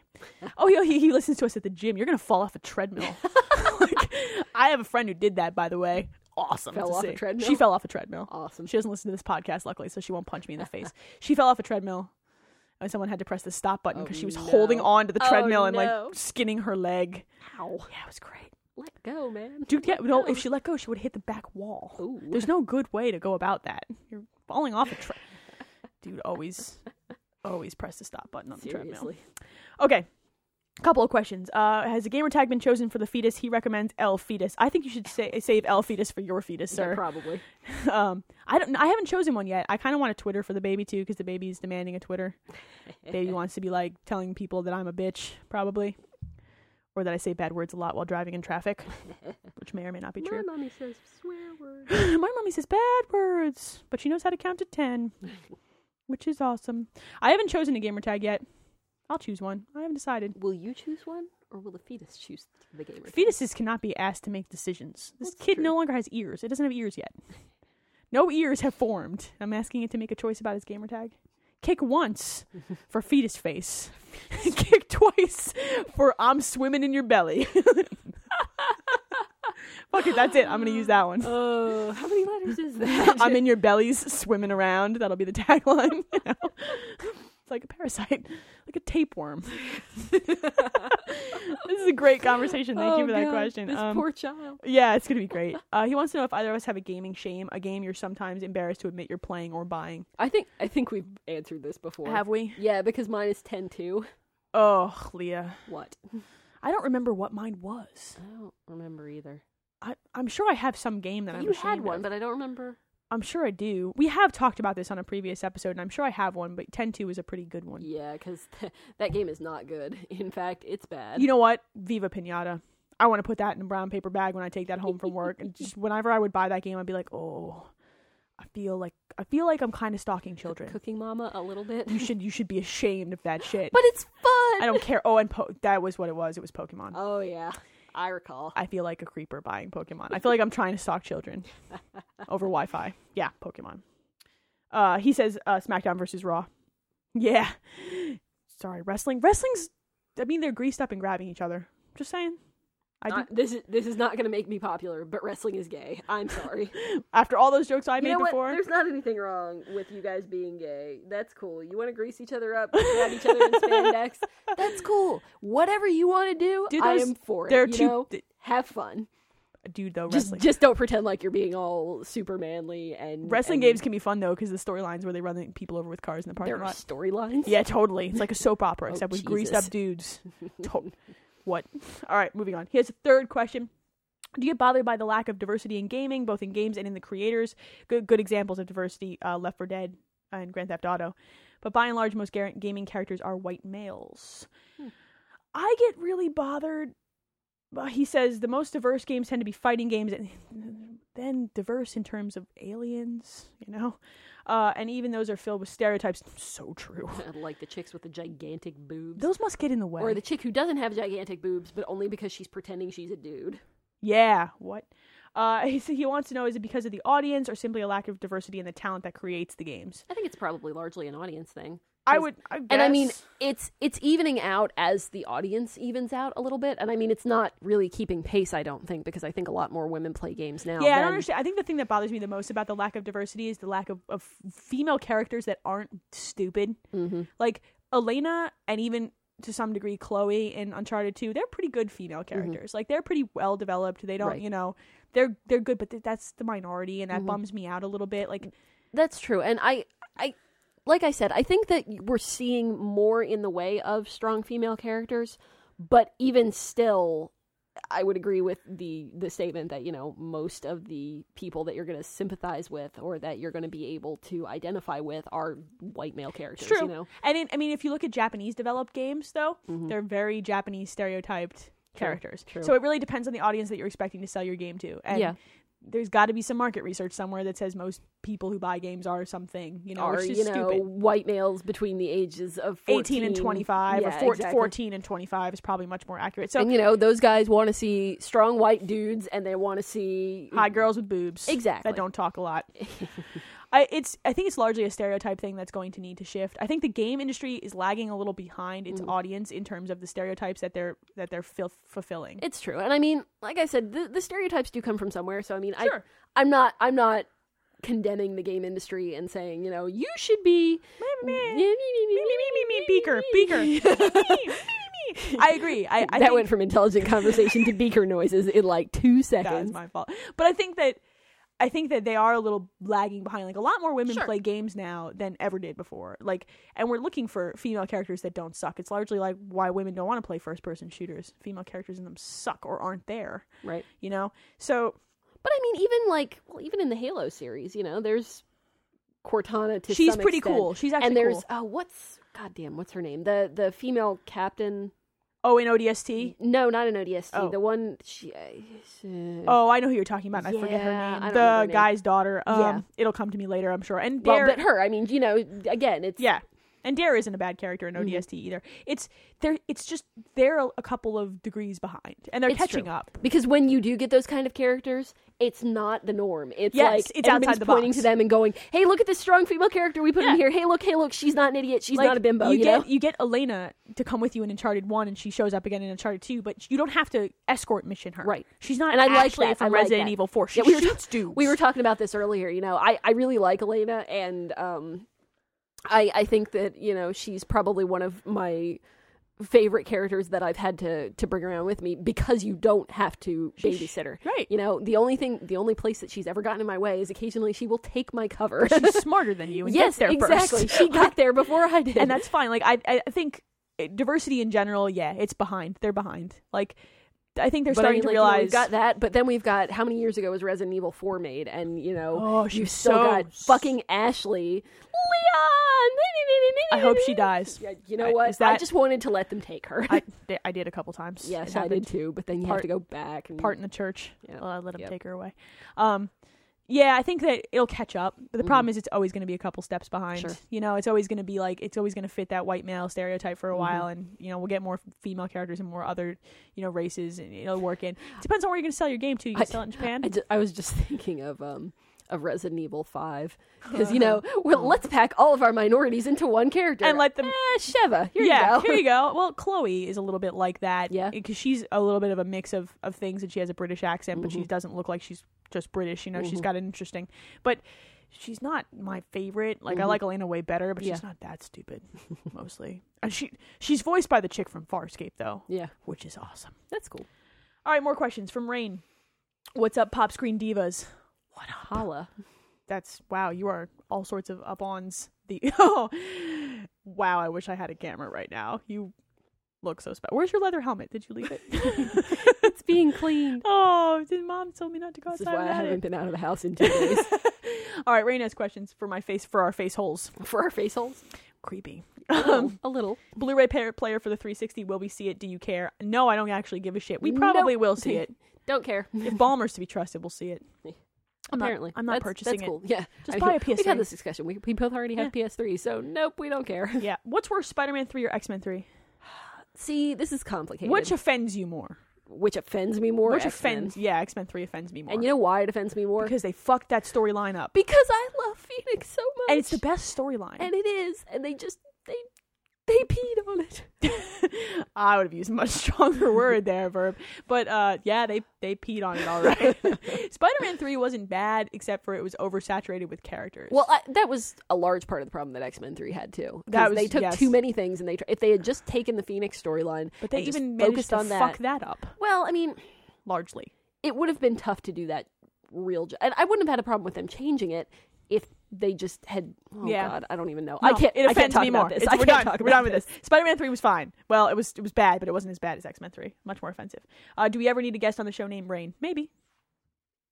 Speaker 1: Oh, yeah, he, he listens to us at the gym. You're gonna fall off a
Speaker 2: *laughs*
Speaker 1: treadmill. *laughs* like, I have a friend who did that, by the way. Awesome.
Speaker 2: Fell
Speaker 1: to
Speaker 2: off a
Speaker 1: see.
Speaker 2: treadmill?
Speaker 1: She fell off a treadmill.
Speaker 2: Awesome.
Speaker 1: She doesn't listen to this podcast, luckily, so she won't punch me in the
Speaker 2: *laughs*
Speaker 1: face. She fell off a treadmill, and someone had to press the stop button because she was holding
Speaker 2: Oh, no.
Speaker 1: on to the
Speaker 2: Oh,
Speaker 1: treadmill and
Speaker 2: no.
Speaker 1: like skinning her leg.
Speaker 2: Ow.
Speaker 1: Yeah, it was great.
Speaker 2: Let go, man.
Speaker 1: Dude, yeah,
Speaker 2: Let
Speaker 1: no,
Speaker 2: go. *laughs*
Speaker 1: if she let go, she would hit the back wall.
Speaker 2: Ooh.
Speaker 1: There's no good way to go about that. You're falling off a treadmill. *laughs* Dude, always, always press the stop button on the treadmill.
Speaker 2: Seriously.
Speaker 1: Okay. Couple of questions. Uh, has a gamer tag been chosen for the fetus? He recommends L fetus. I think you should say, save L fetus for your fetus,
Speaker 2: Yeah,
Speaker 1: sir.
Speaker 2: probably.
Speaker 1: Um, I don't. I haven't chosen one yet. I kind of want a Twitter for the baby too, because the baby's demanding a Twitter. baby wants to be like telling people that I'm a bitch, probably, or that I say bad words a lot while driving in traffic, which may or may not be
Speaker 2: My
Speaker 1: true.
Speaker 2: mommy says swear
Speaker 1: *gasps*
Speaker 2: words.
Speaker 1: My mommy says bad words, but she knows how to count to ten, which is awesome. I haven't chosen a gamer tag yet. I'll choose one. I haven't decided.
Speaker 2: Will you choose one, or will the fetus choose the gamer?
Speaker 1: Fetuses cannot be asked to make decisions. This
Speaker 2: That's
Speaker 1: kid
Speaker 2: true.
Speaker 1: no longer has ears. It doesn't have ears yet. No ears have formed. I'm asking it to make a choice about its gamer tag. Kick
Speaker 2: *laughs*
Speaker 1: once for fetus face. *laughs* Kick twice for I'm swimming in your belly. *laughs* Fuck it, that's it. I'm gonna use that one.
Speaker 2: *laughs* Oh, how many letters is that?
Speaker 1: *laughs* I'm
Speaker 2: *laughs*
Speaker 1: in your bellies swimming around. That'll be the tagline. *laughs* You know? it's like a parasite, like a tapeworm. *laughs* this is a great conversation. Thank you
Speaker 2: Oh,
Speaker 1: for that
Speaker 2: God,
Speaker 1: question.
Speaker 2: This
Speaker 1: Um,
Speaker 2: poor child.
Speaker 1: yeah, it's gonna be great. *laughs* Uh, he wants to know if either of us have a gaming shame, a game you're sometimes embarrassed to admit you're playing or buying.
Speaker 2: I think I think we've answered this before.
Speaker 1: Have we?
Speaker 2: Yeah, because mine is ten two.
Speaker 1: Oh, Leah,
Speaker 2: What?
Speaker 1: I don't remember what mine was.
Speaker 2: I don't remember either.
Speaker 1: I, I'm sure I have some game that I'm
Speaker 2: you had
Speaker 1: ashamed
Speaker 2: one,
Speaker 1: of.
Speaker 2: but I don't remember.
Speaker 1: I'm sure I do. We have talked about this on a previous episode, and I'm sure I have one. But 10-2 is a pretty good one.
Speaker 2: Yeah, because that game is not good. *laughs* In fact, it's bad.
Speaker 1: You know what? Viva Pinata. I want to put that in a brown paper bag when I take that home from
Speaker 2: *laughs*
Speaker 1: work. And just whenever I would buy that game, I'd be like, oh, I feel like I feel like I'm kind of stalking children.
Speaker 2: Cooking Mama a little bit,
Speaker 1: You should you should be ashamed of
Speaker 2: *laughs*
Speaker 1: that shit.
Speaker 2: but it's fun.
Speaker 1: I don't care. Oh, and po- that was what it was. It was Pokemon.
Speaker 2: Oh yeah, I recall.
Speaker 1: I feel like a creeper buying Pokemon. I feel like I'm trying to stalk
Speaker 2: *laughs*
Speaker 1: children over Wi-Fi. Yeah, Pokemon. Uh, he says uh, SmackDown versus Raw. Yeah. Sorry, wrestling. Wrestling's I mean, they're greased up and grabbing each other. Just saying. I do,
Speaker 2: Not- this is this is not going to make me popular, but wrestling is gay. I'm *laughs* sorry.
Speaker 1: *laughs* after all those jokes I
Speaker 2: you
Speaker 1: made
Speaker 2: know what?
Speaker 1: before,
Speaker 2: There's not anything wrong with you guys being gay. That's cool. You want to grease each *laughs* other up, grab each other
Speaker 1: *laughs*
Speaker 2: in spandex. *laughs* That's cool. Whatever you want to do,
Speaker 1: Do
Speaker 2: I
Speaker 1: those-
Speaker 2: am for it.
Speaker 1: there are
Speaker 2: you
Speaker 1: two-
Speaker 2: know?
Speaker 1: th-
Speaker 2: have fun.
Speaker 1: dude, though
Speaker 2: Just
Speaker 1: wrestling
Speaker 2: just don't pretend like you're being all super manly and
Speaker 1: wrestling
Speaker 2: and
Speaker 1: games can be fun though because the storylines where they run people over with cars in the parking
Speaker 2: There are
Speaker 1: lot.
Speaker 2: storylines. *laughs*
Speaker 1: Yeah, totally. It's like a soap opera except with greased
Speaker 2: Oh, Jesus.
Speaker 1: up dudes. To- what? All right, moving on. Here's a third question. Do you get bothered by the lack of diversity in gaming, both in games and in the creators? Good, good examples of diversity: uh, Left 4 Dead and Grand Theft Auto. But by and large, most gar- gaming characters are white males.
Speaker 2: Hmm.
Speaker 1: I get really bothered. uh, He says the most diverse games tend to be fighting games, and *laughs* then diverse in terms of aliens, you know, uh, and even those are filled with stereotypes. So
Speaker 2: *laughs*
Speaker 1: true.
Speaker 2: *laughs* like the chicks with the gigantic boobs.
Speaker 1: Those must get in the way.
Speaker 2: or the chick who doesn't have gigantic boobs, but only because she's pretending she's a dude.
Speaker 1: yeah, what? Uh, *laughs* he, said he wants to know is it because of the audience or simply a lack of diversity in the talent that creates the games?
Speaker 2: I think it's probably largely an audience thing.
Speaker 1: I
Speaker 2: 'Cause-
Speaker 1: would, I
Speaker 2: And I mean,
Speaker 1: guess.
Speaker 2: it's it's evening out as the audience evens out a little bit. And I mean, it's not really keeping pace, I don't think, because I think a lot more women play games now.
Speaker 1: yeah, I
Speaker 2: than-
Speaker 1: don't understand. I think the thing that bothers me the most about the lack of diversity is the lack of, of female characters that aren't stupid.
Speaker 2: Mm-hmm.
Speaker 1: Like Elena and even to some degree Chloe in Uncharted 2, they're pretty good female characters. Like they're pretty well developed. They don't,
Speaker 2: Mm-hmm. Right. Mm-hmm.
Speaker 1: you know, they're they're good, but th- that's the minority, and that bums me out a little bit. Like
Speaker 2: That's true. And I I like I said, I think that we're seeing more in the way of strong female characters, but even still I would agree with the the statement that, you know, most of the people that you're going to sympathize with or that you're going to be able to identify with are white male characters, you know.
Speaker 1: And in, I mean, if you look at Japanese developed games, though, they're very Japanese stereotyped characters.
Speaker 2: Mm-hmm. true.
Speaker 1: So it really depends on the audience that you're expecting to sell your game to. And
Speaker 2: Yeah.
Speaker 1: there's got to be some market research somewhere that says most people who buy games are something, you know,
Speaker 2: are
Speaker 1: which is
Speaker 2: you know
Speaker 1: stupid.
Speaker 2: white males between the ages of 14.
Speaker 1: 18 and 25 or
Speaker 2: Yeah,
Speaker 1: four,
Speaker 2: exactly.
Speaker 1: 14 and 25 is probably much more accurate. So
Speaker 2: and you know those guys want to see strong white dudes and they want to see
Speaker 1: hot girls with boobs
Speaker 2: Exactly.
Speaker 1: that don't talk a
Speaker 2: *laughs*
Speaker 1: lot I, it's I think it's largely a stereotype thing that's going to need to shift. I think the game industry is lagging a little behind
Speaker 2: Mm.
Speaker 1: its audience in terms of the stereotypes that they're that they're fil- fulfilling.
Speaker 2: It's true, and I mean, like I said, the, the stereotypes do come from somewhere. So I mean,
Speaker 1: Sure.
Speaker 2: I, I'm not, I'm not condemning the game industry and saying, you know, you should be
Speaker 1: Meh, meh. me, me, me, beaker,
Speaker 2: *laughs*
Speaker 1: beaker. Me, me, me. I agree. I, I
Speaker 2: that
Speaker 1: think
Speaker 2: went from intelligent conversation to beaker noises in like two
Speaker 1: that
Speaker 2: seconds.
Speaker 1: is my fault. But I think that I think that they are a little lagging behind. Like a lot more women play games now than ever did before. Like, and we're looking for female characters that don't suck. It's largely like why women don't want to play first-person shooters. Female characters in them suck or aren't there.
Speaker 2: right.
Speaker 1: You know. So
Speaker 2: But I mean, even like, well, even in the Halo series, you know, there's Cortana. To
Speaker 1: She's
Speaker 2: some
Speaker 1: pretty
Speaker 2: extent.
Speaker 1: cool. She's actually
Speaker 2: and there's
Speaker 1: cool.
Speaker 2: uh, what's goddamn what's her name? The the female captain.
Speaker 1: oh, in ODST.
Speaker 2: No, not an ODST.
Speaker 1: Oh.
Speaker 2: The one she. Uh,
Speaker 1: Oh, I know who you're talking about. and I forget her
Speaker 2: Yeah, I
Speaker 1: name.
Speaker 2: don't
Speaker 1: The
Speaker 2: remember her name.
Speaker 1: guy's daughter. Um,
Speaker 2: Yeah.
Speaker 1: it'll come to me later, I'm sure. And
Speaker 2: well,
Speaker 1: Dare-
Speaker 2: but her. I mean, you know, again, it's
Speaker 1: Yeah. And Dare isn't a bad character
Speaker 2: Mm-hmm.
Speaker 1: in ODST either. It's they're it's just they're a couple of degrees behind, and they're
Speaker 2: It's
Speaker 1: catching
Speaker 2: true.
Speaker 1: up.
Speaker 2: Because when you do get those kind of characters, it's not the norm. It's
Speaker 1: Yes,
Speaker 2: like
Speaker 1: it's outside
Speaker 2: everybody's
Speaker 1: the
Speaker 2: pointing
Speaker 1: box.
Speaker 2: to them and going, "Hey, look at this strong female character we put
Speaker 1: Yeah.
Speaker 2: in here. Hey, look, hey, look, she's not an idiot. She's
Speaker 1: Like,
Speaker 2: not a bimbo."
Speaker 1: You,
Speaker 2: You,
Speaker 1: get
Speaker 2: know?
Speaker 1: you get Elena to come with you in Uncharted One, and she shows up again in Uncharted Two, but you don't have to escort mission her.
Speaker 2: Right.
Speaker 1: She's not.
Speaker 2: And I like
Speaker 1: Ashley
Speaker 2: that.
Speaker 1: from
Speaker 2: I like
Speaker 1: Resident
Speaker 2: that.
Speaker 1: Evil Four. She
Speaker 2: Yeah, we were
Speaker 1: shoots dudes.
Speaker 2: We were talking about this earlier. You know, I I really like Elena, and um, I I think that you know she's probably one of my favorite characters that I've had to to bring around with me because you don't have to babysit her.
Speaker 1: right.
Speaker 2: You know, the only thing, the only place that she's ever gotten in my way is occasionally she will take my cover.
Speaker 1: *laughs*
Speaker 2: *laughs*
Speaker 1: She's smarter than you. And
Speaker 2: yes,
Speaker 1: gets there
Speaker 2: exactly.
Speaker 1: First.
Speaker 2: She got there before I
Speaker 1: *laughs*
Speaker 2: did,
Speaker 1: and that's fine. Like I, I think uh, diversity in general, yeah, it's behind. They're behind. Like I think they're
Speaker 2: But I
Speaker 1: starting
Speaker 2: mean,
Speaker 1: to
Speaker 2: like, you know,
Speaker 1: realize
Speaker 2: we've got that, but then we've got how many years ago was Resident Evil Four made, and you know,
Speaker 1: Oh, she
Speaker 2: you
Speaker 1: was
Speaker 2: still
Speaker 1: so
Speaker 2: got
Speaker 1: s-
Speaker 2: fucking Ashley, Leon. *laughs*
Speaker 1: I hope she dies.
Speaker 2: Yeah, you know
Speaker 1: I-
Speaker 2: what?
Speaker 1: is that-
Speaker 2: I just wanted to let them take her.
Speaker 1: I, di- I did a couple times.
Speaker 2: *laughs* yes,
Speaker 1: It
Speaker 2: I did
Speaker 1: happened.
Speaker 2: too, but then you
Speaker 1: Part-
Speaker 2: have to go back and
Speaker 1: Part in the church.
Speaker 2: Yeah.
Speaker 1: Uh, let him
Speaker 2: Yep.
Speaker 1: take her away. Um, yeah, I think that it'll catch up. But the problem is, it's always going to be a couple steps behind.
Speaker 2: Mm-hmm. Sure.
Speaker 1: You know, it's always going to be like it's always going to fit that white male stereotype
Speaker 2: Mm-hmm.
Speaker 1: for a while, and you know we'll get more female characters and more other you know races, and it'll work in. Depends on where you're going to sell your game to. You can
Speaker 2: *laughs* I-
Speaker 1: sell it in Japan.
Speaker 2: I, ju- I was just *laughs* thinking of um of Resident
Speaker 1: *laughs*
Speaker 2: Evil Five because you know, well, let's pack all of our minorities into one character
Speaker 1: Oh. And let them-
Speaker 2: Eh, Sheva, here
Speaker 1: yeah,
Speaker 2: you go.
Speaker 1: here you go. Well, Chloe is a little bit like that.
Speaker 2: Yeah.
Speaker 1: Because she's a little bit of a mix of, of things and she has a British accent, but she
Speaker 2: Mhm.
Speaker 1: doesn't look like she's just British. You know, she's
Speaker 2: Mhm.
Speaker 1: got an interesting. But she's not my favorite. Like, I
Speaker 2: Mhm.
Speaker 1: like Elena way better, but
Speaker 2: Yeah.
Speaker 1: she's not that
Speaker 2: *laughs*
Speaker 1: stupid, mostly. And she she's voiced by the chick from Farscape, though,
Speaker 2: *laughs* yeah,
Speaker 1: which is awesome.
Speaker 2: that's cool.
Speaker 1: All right, more questions from Rain. What's up, Pop Screen Divas?
Speaker 2: What
Speaker 1: *laughs*
Speaker 2: a holla!
Speaker 1: That's wow, you are all sorts of up ons. The *laughs* oh, wow, I wish I had a camera right now. You look so special. Where's your leather helmet? Did you leave it?
Speaker 2: *laughs* It's being *laughs* cleaned.
Speaker 1: *laughs* oh, did mom told me not to go
Speaker 2: This is
Speaker 1: outside
Speaker 2: why I
Speaker 1: without
Speaker 2: haven't
Speaker 1: it.
Speaker 2: been out of the house in two days
Speaker 1: *laughs* all right, Rain has questions for my face for our face holes.
Speaker 2: for our face holes.
Speaker 1: Creepy.
Speaker 2: A little.
Speaker 1: Um,
Speaker 2: a little.
Speaker 1: Blu-ray pair, player for the 360. Will we see it? Do you care? No, I don't actually give a shit. We probably
Speaker 2: Nope.
Speaker 1: will see
Speaker 2: *laughs*
Speaker 1: it.
Speaker 2: Don't care.
Speaker 1: If Balmer's to be trusted, we'll see it. I'm not-
Speaker 2: Apparently,
Speaker 1: I'm not
Speaker 2: That's-
Speaker 1: purchasing
Speaker 2: that's
Speaker 1: it.
Speaker 2: cool. Yeah,
Speaker 1: Just
Speaker 2: I
Speaker 1: buy
Speaker 2: mean,
Speaker 1: a PS3.
Speaker 2: We had this discussion. We, we both already have PS3, so nope, we don't care.
Speaker 1: Yeah. What's worse, Spider-Man 3 or X-Men 3?
Speaker 2: *laughs* See, this is complicated.
Speaker 1: Which offends you more?
Speaker 2: which offends me more.
Speaker 1: Which
Speaker 2: X-Men.
Speaker 1: offends? Yeah, X-Men 3 offends me more.
Speaker 2: And you know why it offends me more?
Speaker 1: because they fucked that storyline up.
Speaker 2: Because I love Phoenix so much.
Speaker 1: And it's the best storyline. *laughs*
Speaker 2: And it is. And they just they they peed on it.
Speaker 1: I would have used a much stronger word there, verb. But uh, yeah, they they peed on it all
Speaker 2: *laughs*
Speaker 1: right. Spider-Man Three wasn't bad, except for it was oversaturated with characters.
Speaker 2: Well, I, that was a large part of the problem that X Men Three had too. 'Cause
Speaker 1: That was-
Speaker 2: they took
Speaker 1: yes.
Speaker 2: too many things, and they tr- if they had just taken the Phoenix storyline,
Speaker 1: but they
Speaker 2: and just
Speaker 1: even managed
Speaker 2: focused
Speaker 1: to
Speaker 2: on that.
Speaker 1: fuck that up
Speaker 2: Well, I mean,
Speaker 1: largely.
Speaker 2: it would have been tough to do that real. Ju- and I wouldn't have had a problem with them changing it if they just had. Oh
Speaker 1: Yeah.
Speaker 2: God, I don't even know.
Speaker 1: No,
Speaker 2: I can't.
Speaker 1: It
Speaker 2: I can't
Speaker 1: offends
Speaker 2: talk
Speaker 1: me
Speaker 2: about
Speaker 1: more.
Speaker 2: This.
Speaker 1: It's-
Speaker 2: I
Speaker 1: we're
Speaker 2: can't
Speaker 1: done.
Speaker 2: Talk
Speaker 1: we're
Speaker 2: about
Speaker 1: done with this. Spider-Man Three was fine. Well, it was it was bad, but it wasn't as bad as X-Men Three. Much more offensive. Uh, do we ever need a guest on the show named Rain? Maybe.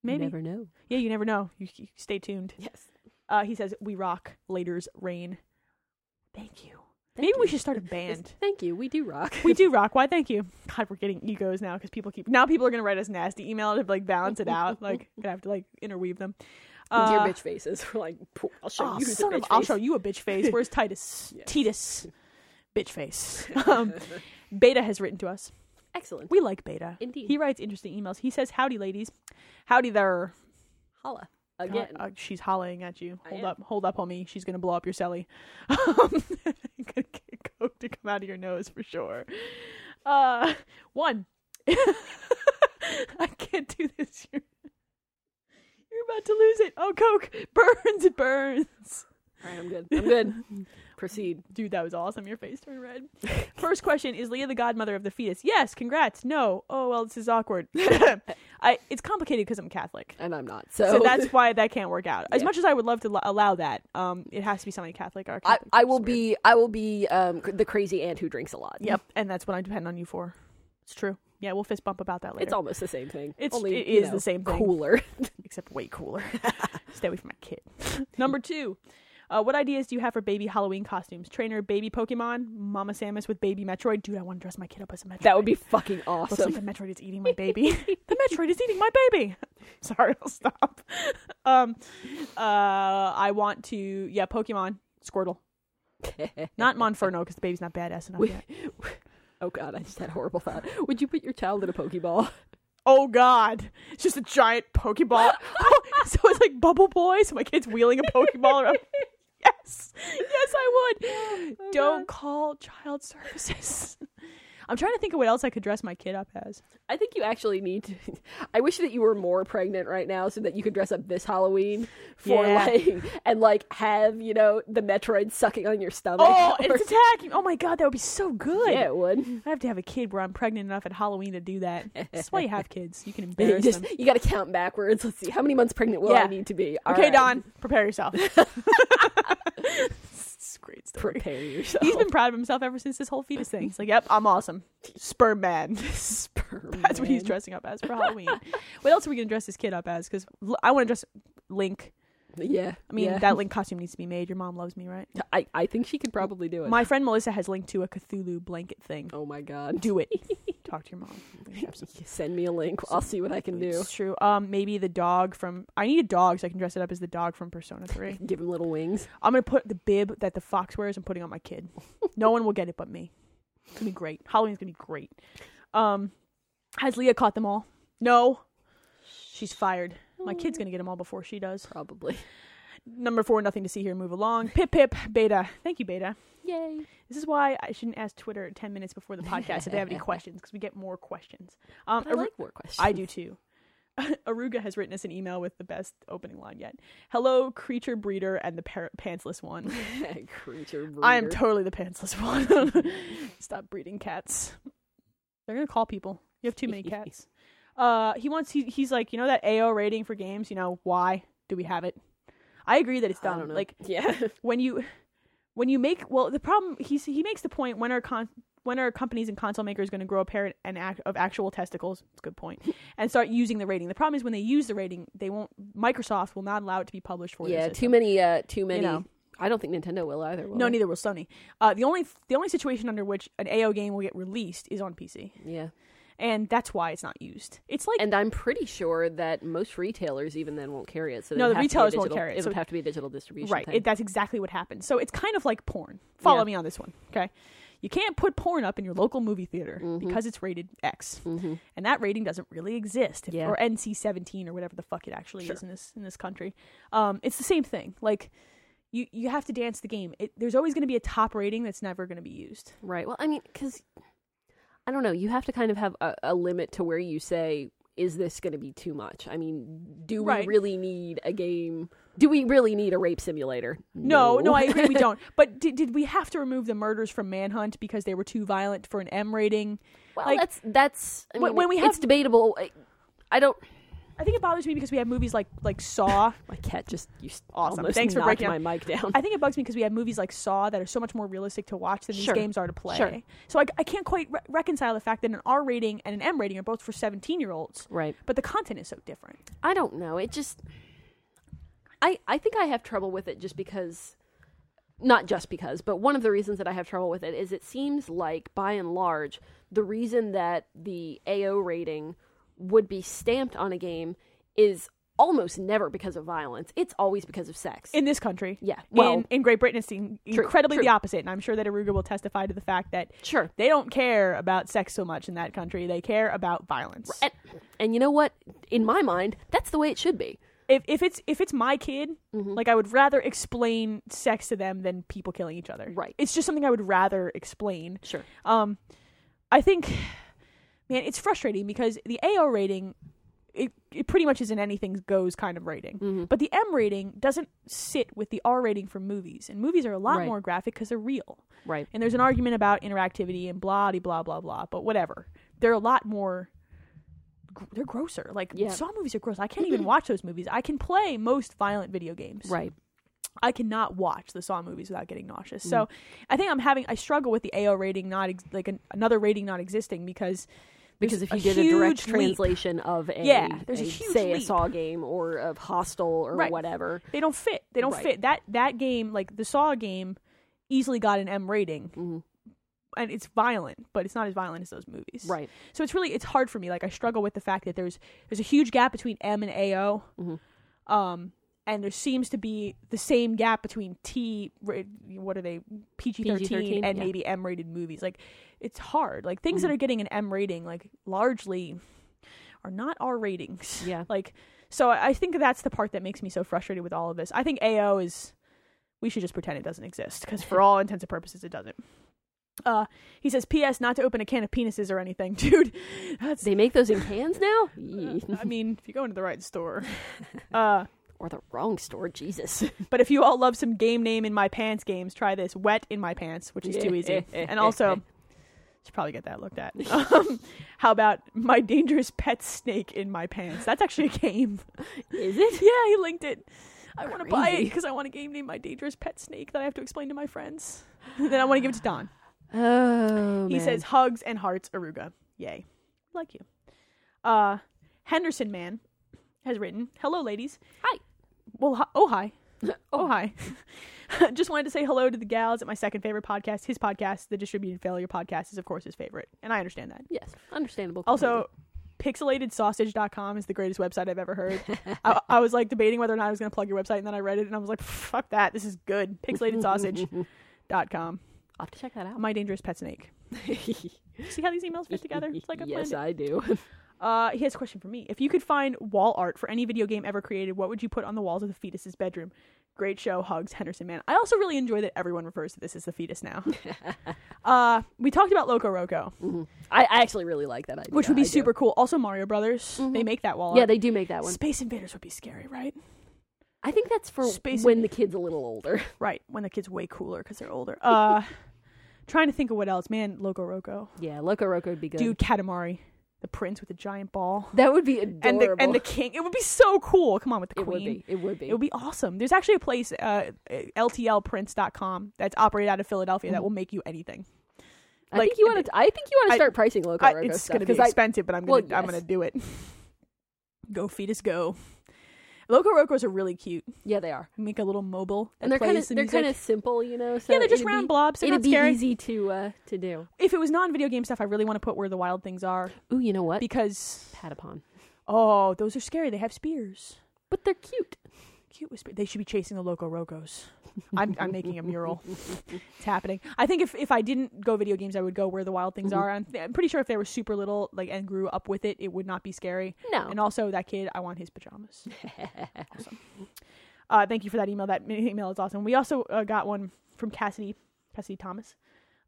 Speaker 1: Maybe.
Speaker 2: Never know.
Speaker 1: Yeah, you never know. You, you stay tuned.
Speaker 2: Yes.
Speaker 1: Uh, he says, "We rock." Later's rain. Thank you.
Speaker 2: Thank
Speaker 1: Maybe we
Speaker 2: you.
Speaker 1: should start a
Speaker 2: Yes,
Speaker 1: band.
Speaker 2: Thank you. We do rock. *laughs*
Speaker 1: we do rock. Why? Thank you. God, we're getting egos now because people keep now people are gonna write us nasty email to like balance it
Speaker 2: *laughs*
Speaker 1: out. Like gonna have to like interweave them.
Speaker 2: Dear
Speaker 1: Uh,
Speaker 2: bitch faces. *laughs* We're like, "Pooh, I'll show
Speaker 1: Oh,
Speaker 2: you. who's a
Speaker 1: son of,
Speaker 2: bitch
Speaker 1: I'll
Speaker 2: face."
Speaker 1: show you a bitch face.
Speaker 2: *laughs*
Speaker 1: Where's Titus?
Speaker 2: Yes.
Speaker 1: Titus, bitch
Speaker 2: *laughs*
Speaker 1: face. Um, Beta has written to us.
Speaker 2: Excellent.
Speaker 1: We like Beta.
Speaker 2: Indeed.
Speaker 1: He writes interesting emails. He says, "Howdy, ladies. Howdy there."
Speaker 2: Holla
Speaker 1: God,
Speaker 2: again.
Speaker 1: uh, she's hollering at you.
Speaker 2: I
Speaker 1: Hold
Speaker 2: am.
Speaker 1: up, hold up, homie. She's gonna blow up your celly. *laughs* Um, you're gonna get coke to come out of your nose for sure. Uh, one. *laughs* I can't do this. *laughs* You're, you're about to lose it. Oh, coke burns, it burns.
Speaker 2: All right, I'm good.
Speaker 1: *laughs*
Speaker 2: I'm good. Proceed.
Speaker 1: Dude, that was awesome. Your face turned
Speaker 2: *laughs*
Speaker 1: red. First question: Is Leah the godmother of the fetus? Yes. Congrats. No. Oh well, this is
Speaker 2: *laughs*
Speaker 1: awkward. I. It's complicated because I'm Catholic.
Speaker 2: And I'm not. So,
Speaker 1: so that's why that can't work out. As
Speaker 2: Oh. Yeah.
Speaker 1: much as I would love to lo- allow that, um, it has to be something Catholic. Or
Speaker 2: I,
Speaker 1: Catholic
Speaker 2: I
Speaker 1: church
Speaker 2: will
Speaker 1: is weird.
Speaker 2: be I will be um, c- the crazy aunt who drinks a lot.
Speaker 1: Yep, and that's what I depend on you for. It's true. Yeah, we'll fist bump about that later.
Speaker 2: It's almost the same thing.
Speaker 1: It's-
Speaker 2: Only,
Speaker 1: it
Speaker 2: you
Speaker 1: is the
Speaker 2: know,
Speaker 1: same thing.
Speaker 2: Cooler. *laughs*
Speaker 1: except way cooler. Stay away from my kid. Number two. Uh, what ideas do you have for baby Halloween costumes? Trainer, baby Pokemon, Mama Samus with baby Metroid. Dude, I want to dress my kid up as a Metroid.
Speaker 2: That would be fucking
Speaker 1: Looks
Speaker 2: awesome.
Speaker 1: like the Metroid is eating my
Speaker 2: *laughs*
Speaker 1: baby. *laughs* the Metroid is eating my baby. *laughs* Sorry, I'll stop. *laughs* Um, uh, I want to. Yeah, Pokemon *laughs* Squirtle. Not Monferno because the baby's not badass enough
Speaker 2: We-
Speaker 1: yet.
Speaker 2: oh god, I just had a horrible thought. Would you put your child in a pokeball?
Speaker 1: Oh God! It's just a giant *laughs* Pokeball. Oh, so it's like Bubble Boy. So my kid's wheeling a Pokeball *laughs* around. Yes, yes, I would. Don't call child services. *laughs* I'm trying to think of what else I could dress my kid up as.
Speaker 2: I think you actually need to. *laughs* I wish that you were more pregnant right now so that you could dress up this Halloween for
Speaker 1: Yeah.
Speaker 2: like and like have you know the Metroid sucking on your stomach. *laughs*
Speaker 1: Oh,
Speaker 2: or-
Speaker 1: it's attacking! Oh my God, that would be so good.
Speaker 2: yeah, it would.
Speaker 1: I have to have a kid where I'm pregnant enough at Halloween to do that. That's why you
Speaker 2: *laughs*
Speaker 1: have kids. You can
Speaker 2: You,
Speaker 1: embarrass
Speaker 2: just,
Speaker 1: them.
Speaker 2: you got to count backwards. Let's see how many months pregnant will
Speaker 1: Yeah.
Speaker 2: I need to be. All
Speaker 1: Okay,
Speaker 2: right.
Speaker 1: Don, prepare
Speaker 2: *laughs*
Speaker 1: yourself. it's a great story.
Speaker 2: prepare yourself. *laughs*
Speaker 1: He's been proud of himself ever since this whole fetus thing. He's like, "Yep, I'm awesome, sperm man." *laughs* That's what he's dressing up as for Halloween. what else are we gonna dress this kid up as? Because I want to dress Link.
Speaker 2: Yeah,
Speaker 1: I mean,
Speaker 2: yeah. *laughs*
Speaker 1: that Link costume needs to be made. Your mom loves me, right?
Speaker 2: I I think she could probably do it.
Speaker 1: My friend Melissa has linked to a Cthulhu blanket thing.
Speaker 2: oh my god,
Speaker 1: Do it. Talk to your mom. We have some-
Speaker 2: *laughs* send me a link. I'll see what I can do.
Speaker 1: It's true. Um, maybe the dog from. I need a dog so I can dress it up as the dog from Persona
Speaker 2: *laughs*
Speaker 1: Three.
Speaker 2: Give him little wings.
Speaker 1: I'm gonna put the bib that the fox wears. I'm putting on my kid. No one will get it but me. It's gonna be great. Halloween's gonna be great. Um, has Leah caught them all? No, she's fired. My kid's gonna get them all before she does.
Speaker 2: *laughs* Probably.
Speaker 1: Number four, nothing to see here. Move along. Pip pip. Beta. Thank you, Beta.
Speaker 2: Yay.
Speaker 1: This is why I shouldn't ask Twitter ten minutes before
Speaker 2: *laughs*
Speaker 1: the podcast if they have any questions because we get more questions. Um,
Speaker 2: But I
Speaker 1: Aru-
Speaker 2: like more questions.
Speaker 1: I do too. *laughs* Aruga has written us an email with the best opening line yet. Hello, creature breeder and the par- pantsless one.
Speaker 2: *laughs* Creature
Speaker 1: *laughs*
Speaker 2: breeder.
Speaker 1: I am totally the pantsless one. *laughs* Stop breeding cats. They're gonna call people. You have too
Speaker 2: *laughs*
Speaker 1: many cats. Uh, he wants. He, he's like, you know that AO rating for games. You know why do we have it? I agree that it's
Speaker 2: I
Speaker 1: dumb.
Speaker 2: don't know.
Speaker 1: Um, Like
Speaker 2: *laughs*
Speaker 1: *laughs*
Speaker 2: yeah.
Speaker 1: when you when you make well the problem he he makes the point when are con when are companies and console makers going to grow a pair and act, of actual testicles? It's a good
Speaker 2: *laughs*
Speaker 1: point. And start using the rating. The problem is when they use the rating, they won't. Microsoft will not allow it to be published for. their
Speaker 2: Yeah.
Speaker 1: system.
Speaker 2: Too many. Uh, too many.
Speaker 1: know.
Speaker 2: I don't think Nintendo will either. Will
Speaker 1: No,
Speaker 2: they?
Speaker 1: neither will Sony. Uh, the only the only situation under which an AO game will get released is on PC,
Speaker 2: Yeah.
Speaker 1: and that's why it's not used. It's like
Speaker 2: And I'm pretty sure that most retailers even then won't carry it. So
Speaker 1: No,
Speaker 2: it'd
Speaker 1: the
Speaker 2: have to be a
Speaker 1: retailers won't
Speaker 2: digital-
Speaker 1: carry it,
Speaker 2: It
Speaker 1: so-
Speaker 2: would have to be a digital distribution.
Speaker 1: right.
Speaker 2: thing.
Speaker 1: It, that's exactly what happens. So it's kind of like porn. Follow
Speaker 2: Yeah.
Speaker 1: me on this one, okay? You can't put porn up in your local movie theater
Speaker 2: Mm-hmm.
Speaker 1: because it's rated X, and that rating doesn't really exist, if-
Speaker 2: Yeah.
Speaker 1: or NC-17 or whatever the fuck it actually
Speaker 2: Sure.
Speaker 1: is in this in this country. Um, it's the same thing. Like you you have to dance the game. It, there's always going to be a top rating that's never going to be used.
Speaker 2: Right. Well, I mean, because I don't know. You have to kind of have a, a limit to where you say, is this going to be too much? I mean, do
Speaker 1: Right.
Speaker 2: we really need a game? Do we really need a rape simulator?
Speaker 1: No, no, I agree we don't. But did, did we have to remove the murders from Manhunt because they were too violent for an M rating?
Speaker 2: *laughs* well,
Speaker 1: like-
Speaker 2: that's that's. I
Speaker 1: When-
Speaker 2: mean,
Speaker 1: when we
Speaker 2: it's
Speaker 1: have-
Speaker 2: debatable. I, I don't.
Speaker 1: I think it bothers me because we have movies like like Saw.
Speaker 2: My cat just used
Speaker 1: Awesome.
Speaker 2: Almost
Speaker 1: Thanks for
Speaker 2: knocked
Speaker 1: breaking
Speaker 2: my mic down.
Speaker 1: I think it bugs me because we have movies like Saw that are so much more realistic to watch than
Speaker 2: Sure.
Speaker 1: these games are to play.
Speaker 2: Sure.
Speaker 1: So I, I can't quite re- reconcile the fact that an R rating and an M rating are both for 17 year olds,
Speaker 2: right.
Speaker 1: but the content is so different.
Speaker 2: I don't know. It just I I think I have trouble with it just because not just because, but one of the reasons that I have trouble with it is it seems like by and large the reason that the AO rating would be stamped on a game is almost never because of violence. It's always because of sex.
Speaker 1: In this country.
Speaker 2: yeah. Well,
Speaker 1: in, in Great Britain, it's in-
Speaker 2: True,
Speaker 1: incredibly
Speaker 2: true.
Speaker 1: the opposite. And I'm sure that Aruga will testify to the fact that
Speaker 2: sure.
Speaker 1: they don't care about sex so much in that country. They care about violence.
Speaker 2: And, and you know what? In my mind, that's the way it should be. Mm-hmm.
Speaker 1: if if it's if it's my kid, like I would rather explain sex to them than people killing each other.
Speaker 2: Right.
Speaker 1: It's just something I would rather explain.
Speaker 2: Sure.
Speaker 1: Um, I think, man, it's frustrating because the AO rating, it it pretty much is an anything goes kind of rating, but the M rating doesn't sit with the R rating for movies, and movies are a lot
Speaker 2: Right.
Speaker 1: more graphic because they're real.
Speaker 2: Right.
Speaker 1: And there's an argument about interactivity and blah de blah blah blah, but whatever. They're a lot more. gr- They're grosser. Like
Speaker 2: Yeah. Mm-hmm.
Speaker 1: Saw movies are gross. I can't even watch those movies. I can play most violent video games.
Speaker 2: Right.
Speaker 1: I cannot watch the Saw movies without getting nauseous.
Speaker 2: Mm.
Speaker 1: So I think I'm having I struggle with the AO rating not ex- like an, another rating not existing because there's
Speaker 2: because if you did a
Speaker 1: huge
Speaker 2: direct
Speaker 1: leap.
Speaker 2: translation of a,
Speaker 1: Yeah, there's a huge
Speaker 2: say
Speaker 1: leap.
Speaker 2: a Saw game or of Hostel or
Speaker 1: Right.
Speaker 2: whatever,
Speaker 1: they don't fit. They don't
Speaker 2: Right.
Speaker 1: fit. That that game like the Saw game easily got an M rating.
Speaker 2: Mhm.
Speaker 1: And it's violent, but it's not as violent as those movies.
Speaker 2: right?
Speaker 1: So it's really it's hard for me. Like I struggle with the fact that there's there's a huge gap between M and AO,
Speaker 2: Mhm.
Speaker 1: um, and there seems to be the same gap between T. ra- What are they? PG thirteen
Speaker 2: PG-13,
Speaker 1: and
Speaker 2: yeah. Mm-hmm.
Speaker 1: maybe M rated movies. Like it's hard. Like things that are getting an M rating, like largely, are not R ratings.
Speaker 2: Yeah.
Speaker 1: *laughs* Like so, I I think that's the part that makes me so frustrated with all of this. I think AO is we should just pretend it doesn't exist because *laughs* for all intents and purposes it doesn't. Uh, he says, "P.S. Not to open a can of penises or anything, *laughs* dude. That's
Speaker 2: They make those in cans now, Yee.
Speaker 1: uh, *laughs* I
Speaker 2: *laughs*
Speaker 1: mean, if you go into the right store. *laughs* Uh,
Speaker 2: or the wrong
Speaker 1: *laughs*
Speaker 2: store. Jesus,
Speaker 1: but if you all love some game name in my pants games, try this wet in my pants, which is *laughs* too
Speaker 2: *laughs*
Speaker 1: easy, and *laughs* also should probably get that looked at. *laughs* Um, how about my dangerous pet snake in my pants? That's actually a game. *laughs*
Speaker 2: is it?
Speaker 1: Yeah, he linked it. I want to buy it
Speaker 2: Crazy.
Speaker 1: because I want a game named My Dangerous Pet Snake that I have to explain to my friends. *laughs* then I want to give it to Don.
Speaker 2: Oh,
Speaker 1: He
Speaker 2: man.
Speaker 1: says hugs and hearts, Aruga. Yay. Like you. Uh Henderson Man has written, Hello ladies.
Speaker 2: Hi.
Speaker 1: Well hi- oh hi.
Speaker 2: *laughs* Oh.
Speaker 1: Oh hi. *laughs* Just wanted to say hello to the gals at my second favorite podcast. His podcast, the Distributed Failure Podcast, is of course his favorite. And I understand that.
Speaker 2: yes, understandable.
Speaker 1: Also, pixelatedsausage.com is the greatest website I've ever heard.
Speaker 2: *laughs*
Speaker 1: I, I was like debating whether or not I was going to plug your website, and then I read it and I was like, fuck that. This is
Speaker 2: *laughs*
Speaker 1: good. pixelatedsausage.com.
Speaker 2: completely. I'll have
Speaker 1: *laughs*
Speaker 2: to check that out.
Speaker 1: My dangerous pet snake. See how these emails fit together? It's like a
Speaker 2: yes,
Speaker 1: planet.
Speaker 2: I do. *laughs*
Speaker 1: Uh, he has a question for me. If you could find wall art for any video game ever created, what would you put on the walls of the fetus's bedroom? Great show, hugs, Henderson man. I also really enjoy that everyone refers to this as the fetus
Speaker 2: *laughs*
Speaker 1: now. uh, we talked about Loco Roco,
Speaker 2: I, Mm-hmm. I actually really like that idea.
Speaker 1: which would be
Speaker 2: I do. Mm-hmm.
Speaker 1: super cool. Also, Mario Brothers. They make that wall
Speaker 2: Yeah,
Speaker 1: art.
Speaker 2: they do make that one.
Speaker 1: Space Invaders would be scary, right?
Speaker 2: I think that's for
Speaker 1: Space
Speaker 2: when the kid's a little older.
Speaker 1: Right, when the kid's way cooler because they're older.
Speaker 2: *laughs*
Speaker 1: Uh, trying to think of what else. Man, Loco Roco.
Speaker 2: Yeah, Loco Roco would be good.
Speaker 1: Dude, Katamari. The prince with the giant ball.
Speaker 2: that would be adorable.
Speaker 1: And the, and the king. It would be so cool. Come on, with the
Speaker 2: it would
Speaker 1: queen.
Speaker 2: be. It would be.
Speaker 1: It would be awesome. There's actually a place, uh, ltlprints.com, that's operated out of Philadelphia
Speaker 2: Mm-hmm.
Speaker 1: that will make you anything.
Speaker 2: I
Speaker 1: like,
Speaker 2: think you want to. I think you want
Speaker 1: I-
Speaker 2: to start pricing Loco
Speaker 1: I-
Speaker 2: Roco
Speaker 1: it's
Speaker 2: stuff
Speaker 1: going to be
Speaker 2: I-
Speaker 1: expensive, but I'm
Speaker 2: well,
Speaker 1: going to I'm
Speaker 2: yes.
Speaker 1: going to do it. *laughs* go fetus, go. Loco Rocos are really cute.
Speaker 2: yeah, they are,
Speaker 1: Make a little mobile,
Speaker 2: and
Speaker 1: that
Speaker 2: they're kind of
Speaker 1: plays the
Speaker 2: they're
Speaker 1: music.
Speaker 2: kind of simple, you know. So
Speaker 1: yeah, they're just
Speaker 2: it'd be-
Speaker 1: round blobs. They're
Speaker 2: It'd
Speaker 1: not
Speaker 2: be
Speaker 1: scary.
Speaker 2: easy to uh, to do.
Speaker 1: If it was non-video game stuff, I really want to put where the wild things are
Speaker 2: Ooh, you know what?
Speaker 1: because
Speaker 2: Patapon,
Speaker 1: oh, those are scary. They have spears.
Speaker 2: but they're cute.
Speaker 1: Cute with spe- They should be chasing the Loco Rocos. I'm, I'm making a mural. It's happening. I think if, if I didn't go video games, I would go where the wild things are. I'm, I'm pretty sure if they were super little, like and grew up with it, it would not be scary.
Speaker 2: No, *laughs*
Speaker 1: *laughs* And also that kid, I want his pajamas. awesome. Uh, thank you for that email. That ma- email is awesome. We also uh, got one from Cassidy, Cassidy Thomas.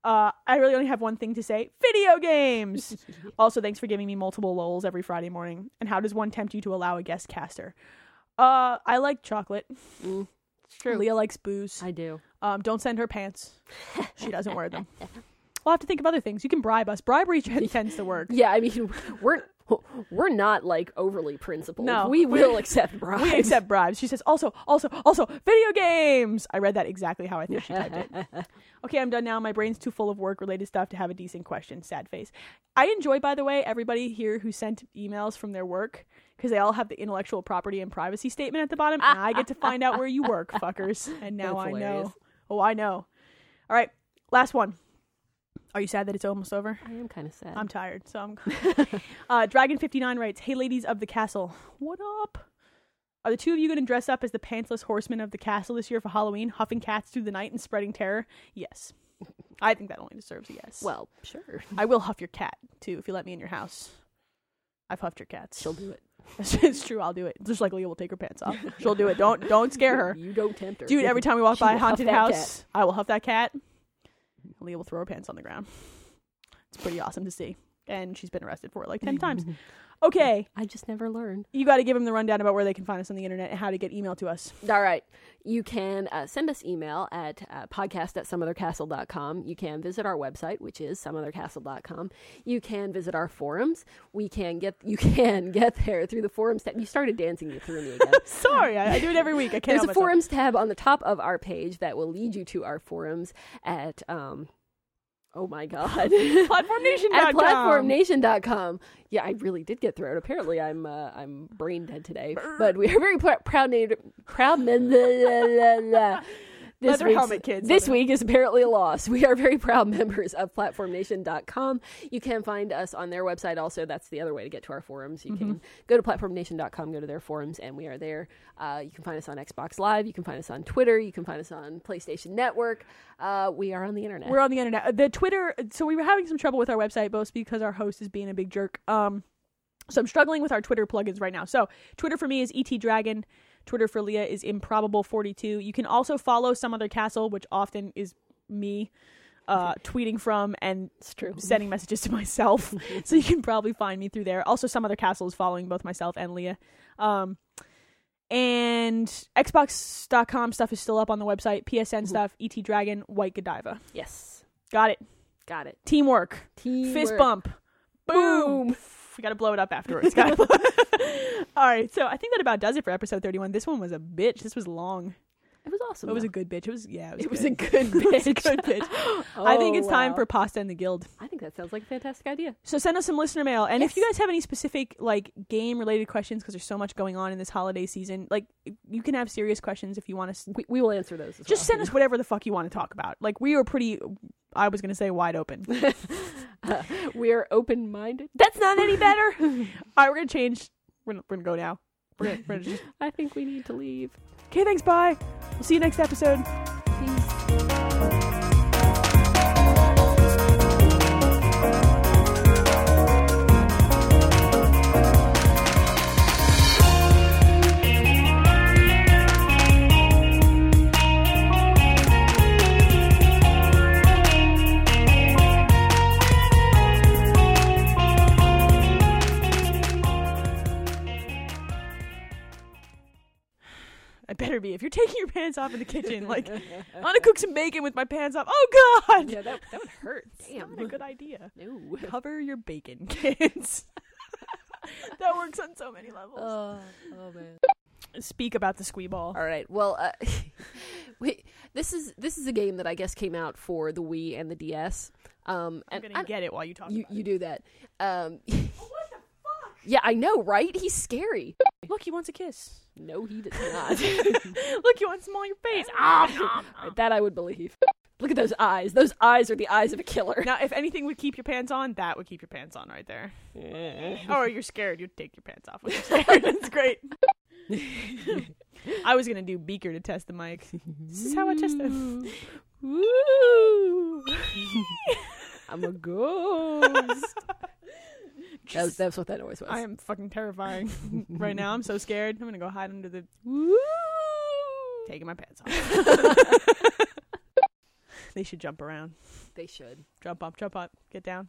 Speaker 1: Uh, I really only have one thing to say: video games.
Speaker 2: Mm.
Speaker 1: also, thanks for giving me multiple lols every Friday morning. And how does one tempt you to allow a guest caster? Uh, I like chocolate.
Speaker 2: Mm, it's true.
Speaker 1: Leah likes booze.
Speaker 2: I do.
Speaker 1: Um, don't send her pants.
Speaker 2: *laughs*
Speaker 1: She doesn't wear them. We'll have to think of other things. You can bribe us.
Speaker 2: *laughs*
Speaker 1: Bribery t- tends to work.
Speaker 2: Yeah, I mean, *laughs* we're we're not like overly principled.
Speaker 1: No.
Speaker 2: we will accept
Speaker 1: *laughs*
Speaker 2: bribes.
Speaker 1: We accept bribes. She says, also, also, also, video games. I read that exactly how I think she typed
Speaker 2: *laughs*
Speaker 1: it. Okay, I'm done now. My brain's too full of work related stuff to have a decent question. Sad face. I enjoy, by the way, everybody here who sent emails from their work because they all have the intellectual property and privacy statement at the bottom. And I get to find out where you
Speaker 2: *laughs*
Speaker 1: work, fuckers. And now
Speaker 2: That's
Speaker 1: I
Speaker 2: hilarious.
Speaker 1: know. Oh, I know. All right, last one. Are you sad that it's almost over?
Speaker 2: I am kind of sad.
Speaker 1: I'm tired, so I'm.
Speaker 2: *laughs*
Speaker 1: *laughs* uh, Dragon fifty nine writes, "Hey, ladies of the castle, what up? Are the two of you going to dress up as the pantsless horsemen of the castle this year for Halloween, huffing cats through the night and spreading terror? Yes, I think that only deserves a yes.
Speaker 2: well, sure, *laughs*
Speaker 1: I will huff your cat too if you let me in your house. I've huffed your cats.
Speaker 2: she'll do it.
Speaker 1: *laughs* it's true. I'll do it. Just like Leah will take her pants off. She'll do it. Don't don't scare her,
Speaker 2: You don't tempt her,
Speaker 1: dude. Every time we walk
Speaker 2: She
Speaker 1: by a
Speaker 2: will huff
Speaker 1: haunted
Speaker 2: that
Speaker 1: house, I will huff that cat. Leah will throw her pants on the ground. It's pretty awesome to see. And she's been arrested for it like
Speaker 2: *laughs*
Speaker 1: 10 times. Okay,
Speaker 2: I just never learned.
Speaker 1: you got to give them the rundown about where they can find us on the internet and how to get email to us.
Speaker 2: All right. You can uh, send us email at uh, podcast at someothercastle.com. You can visit our website, which is someothercastle.com. You can visit our forums. We can get, you can *laughs* get there through the forums tab. You started dancing, you threw me again.
Speaker 1: Sorry, I, I do it every week. I can't.
Speaker 2: There's
Speaker 1: help
Speaker 2: a
Speaker 1: myself.
Speaker 2: forums tab on the top of our page that will lead you to our forums at, um, oh my God. *laughs*
Speaker 1: platformnation.com.
Speaker 2: At platformnation.com. Yeah, I really did get thrown. Apparently, I'm uh, I'm brain dead today. But we are very pr- proud native, proud men. la, la, la,
Speaker 1: *laughs*
Speaker 2: la. This,
Speaker 1: Leather
Speaker 2: week's-
Speaker 1: helmet kids,
Speaker 2: this
Speaker 1: leather-
Speaker 2: week is apparently a loss. We are very proud members of platformnation.com. You can find us on their website also. That's the other way to get to our forums. You
Speaker 1: Mm-hmm.
Speaker 2: can go to platformnation.com, go to their forums, and we are there. Uh, you can find us on Xbox Live. You can find us on Twitter. You can find us on PlayStation Network. Uh, we are on the internet.
Speaker 1: We're on the internet. Uh, The Twitter. So we were having some trouble with our website, both because our host is being a big jerk. Um, so I'm struggling with our Twitter plugins right now. So Twitter for me is etdragon. Twitter for Leah is improbable42. You can also follow some other castle, which often is me uh, tweeting from and
Speaker 2: it's true.
Speaker 1: sending messages to myself. so you can probably find me through there. Also, some other castle is following both myself and Leah. Um, and Xbox.com stuff is still up on the website. PSN stuff, ET Dragon, White Godiva.
Speaker 2: Yes.
Speaker 1: Got it.
Speaker 2: Got it.
Speaker 1: Teamwork. Fist
Speaker 2: Teamwork.
Speaker 1: bump. Boom. *laughs* We got to blow it up afterwards. *laughs* Gotta blow- *laughs* All right. So I think that about does it for episode 31. This one was a bitch. This was long.
Speaker 2: It was awesome.
Speaker 1: It was a
Speaker 2: though.
Speaker 1: good bitch. It was, yeah, it was,
Speaker 2: It
Speaker 1: good. *laughs*
Speaker 2: was a good
Speaker 1: It was a
Speaker 2: bitch.
Speaker 1: good
Speaker 2: *laughs* *gasps*
Speaker 1: bitch. I think
Speaker 2: Oh,
Speaker 1: it's time
Speaker 2: wow.
Speaker 1: for Pasta and the Guild.
Speaker 2: I think that sounds like a fantastic idea.
Speaker 1: So send us some listener mail, and if you guys have any specific like game related questions, because there's so much going on in this holiday season, like you can have serious questions if you want us.
Speaker 2: We, we will answer those. As
Speaker 1: Just send us whatever the fuck you want to talk about. Like we are pretty, I was gonna say wide open. All
Speaker 2: well. *laughs* We're open minded. That's not any *laughs* better.
Speaker 1: right, we're gonna change. We're gonna, we're gonna go now. We're gonna, we're gonna
Speaker 2: *laughs*
Speaker 1: just.
Speaker 2: I think we need to leave.
Speaker 1: Okay, thanks. Bye. We'll see you next episode.
Speaker 2: Peace. *laughs*
Speaker 1: better be. If you're taking your pants off in the kitchen,
Speaker 2: *laughs*
Speaker 1: like I'm gonna cook some bacon with my pants off. Oh God,
Speaker 2: yeah, that that would hurt. Damn.
Speaker 1: not a good idea.
Speaker 2: No.
Speaker 1: Cover your bacon, *laughs* kids. that works on so many levels.
Speaker 2: *laughs* Oh, oh man.
Speaker 1: Speak about the squee ball.
Speaker 2: All right. Well, uh, *laughs* wait. This is this is a game that I guess came out for the Wii and the DS. Um,
Speaker 1: I'm
Speaker 2: and
Speaker 1: gonna get it while you talk.
Speaker 2: you
Speaker 1: about
Speaker 2: you do that. Um, *laughs*
Speaker 1: it. What the fuck?
Speaker 2: yeah, I know, right? He's scary.
Speaker 1: Look, he wants a *laughs* kiss.
Speaker 2: No, he does not.
Speaker 1: Look, you want some on your
Speaker 2: *laughs*
Speaker 1: face. Ah, nom, nom.
Speaker 2: that I would believe. Look at those eyes. Those eyes are the eyes of a *laughs* killer.
Speaker 1: Now, if anything would keep your pants on, that would keep your pants on right
Speaker 2: *laughs*
Speaker 1: there. or you're scared, you'd take your pants off when you're scared. That's
Speaker 2: *laughs*
Speaker 1: great. I was gonna do beaker to test the mic. This is how I test them. *laughs* Woo!
Speaker 2: I'm
Speaker 1: *laughs*
Speaker 2: a ghost. *laughs* that, was, that was what that noise was.
Speaker 1: I am fucking
Speaker 2: *laughs*
Speaker 1: terrifying right now. I'm so scared. I'm gonna go hide under the. Woo! Taking my pants
Speaker 2: *laughs*
Speaker 1: off. *laughs* they should jump around.
Speaker 2: they should.
Speaker 1: Jump up, jump up, get down.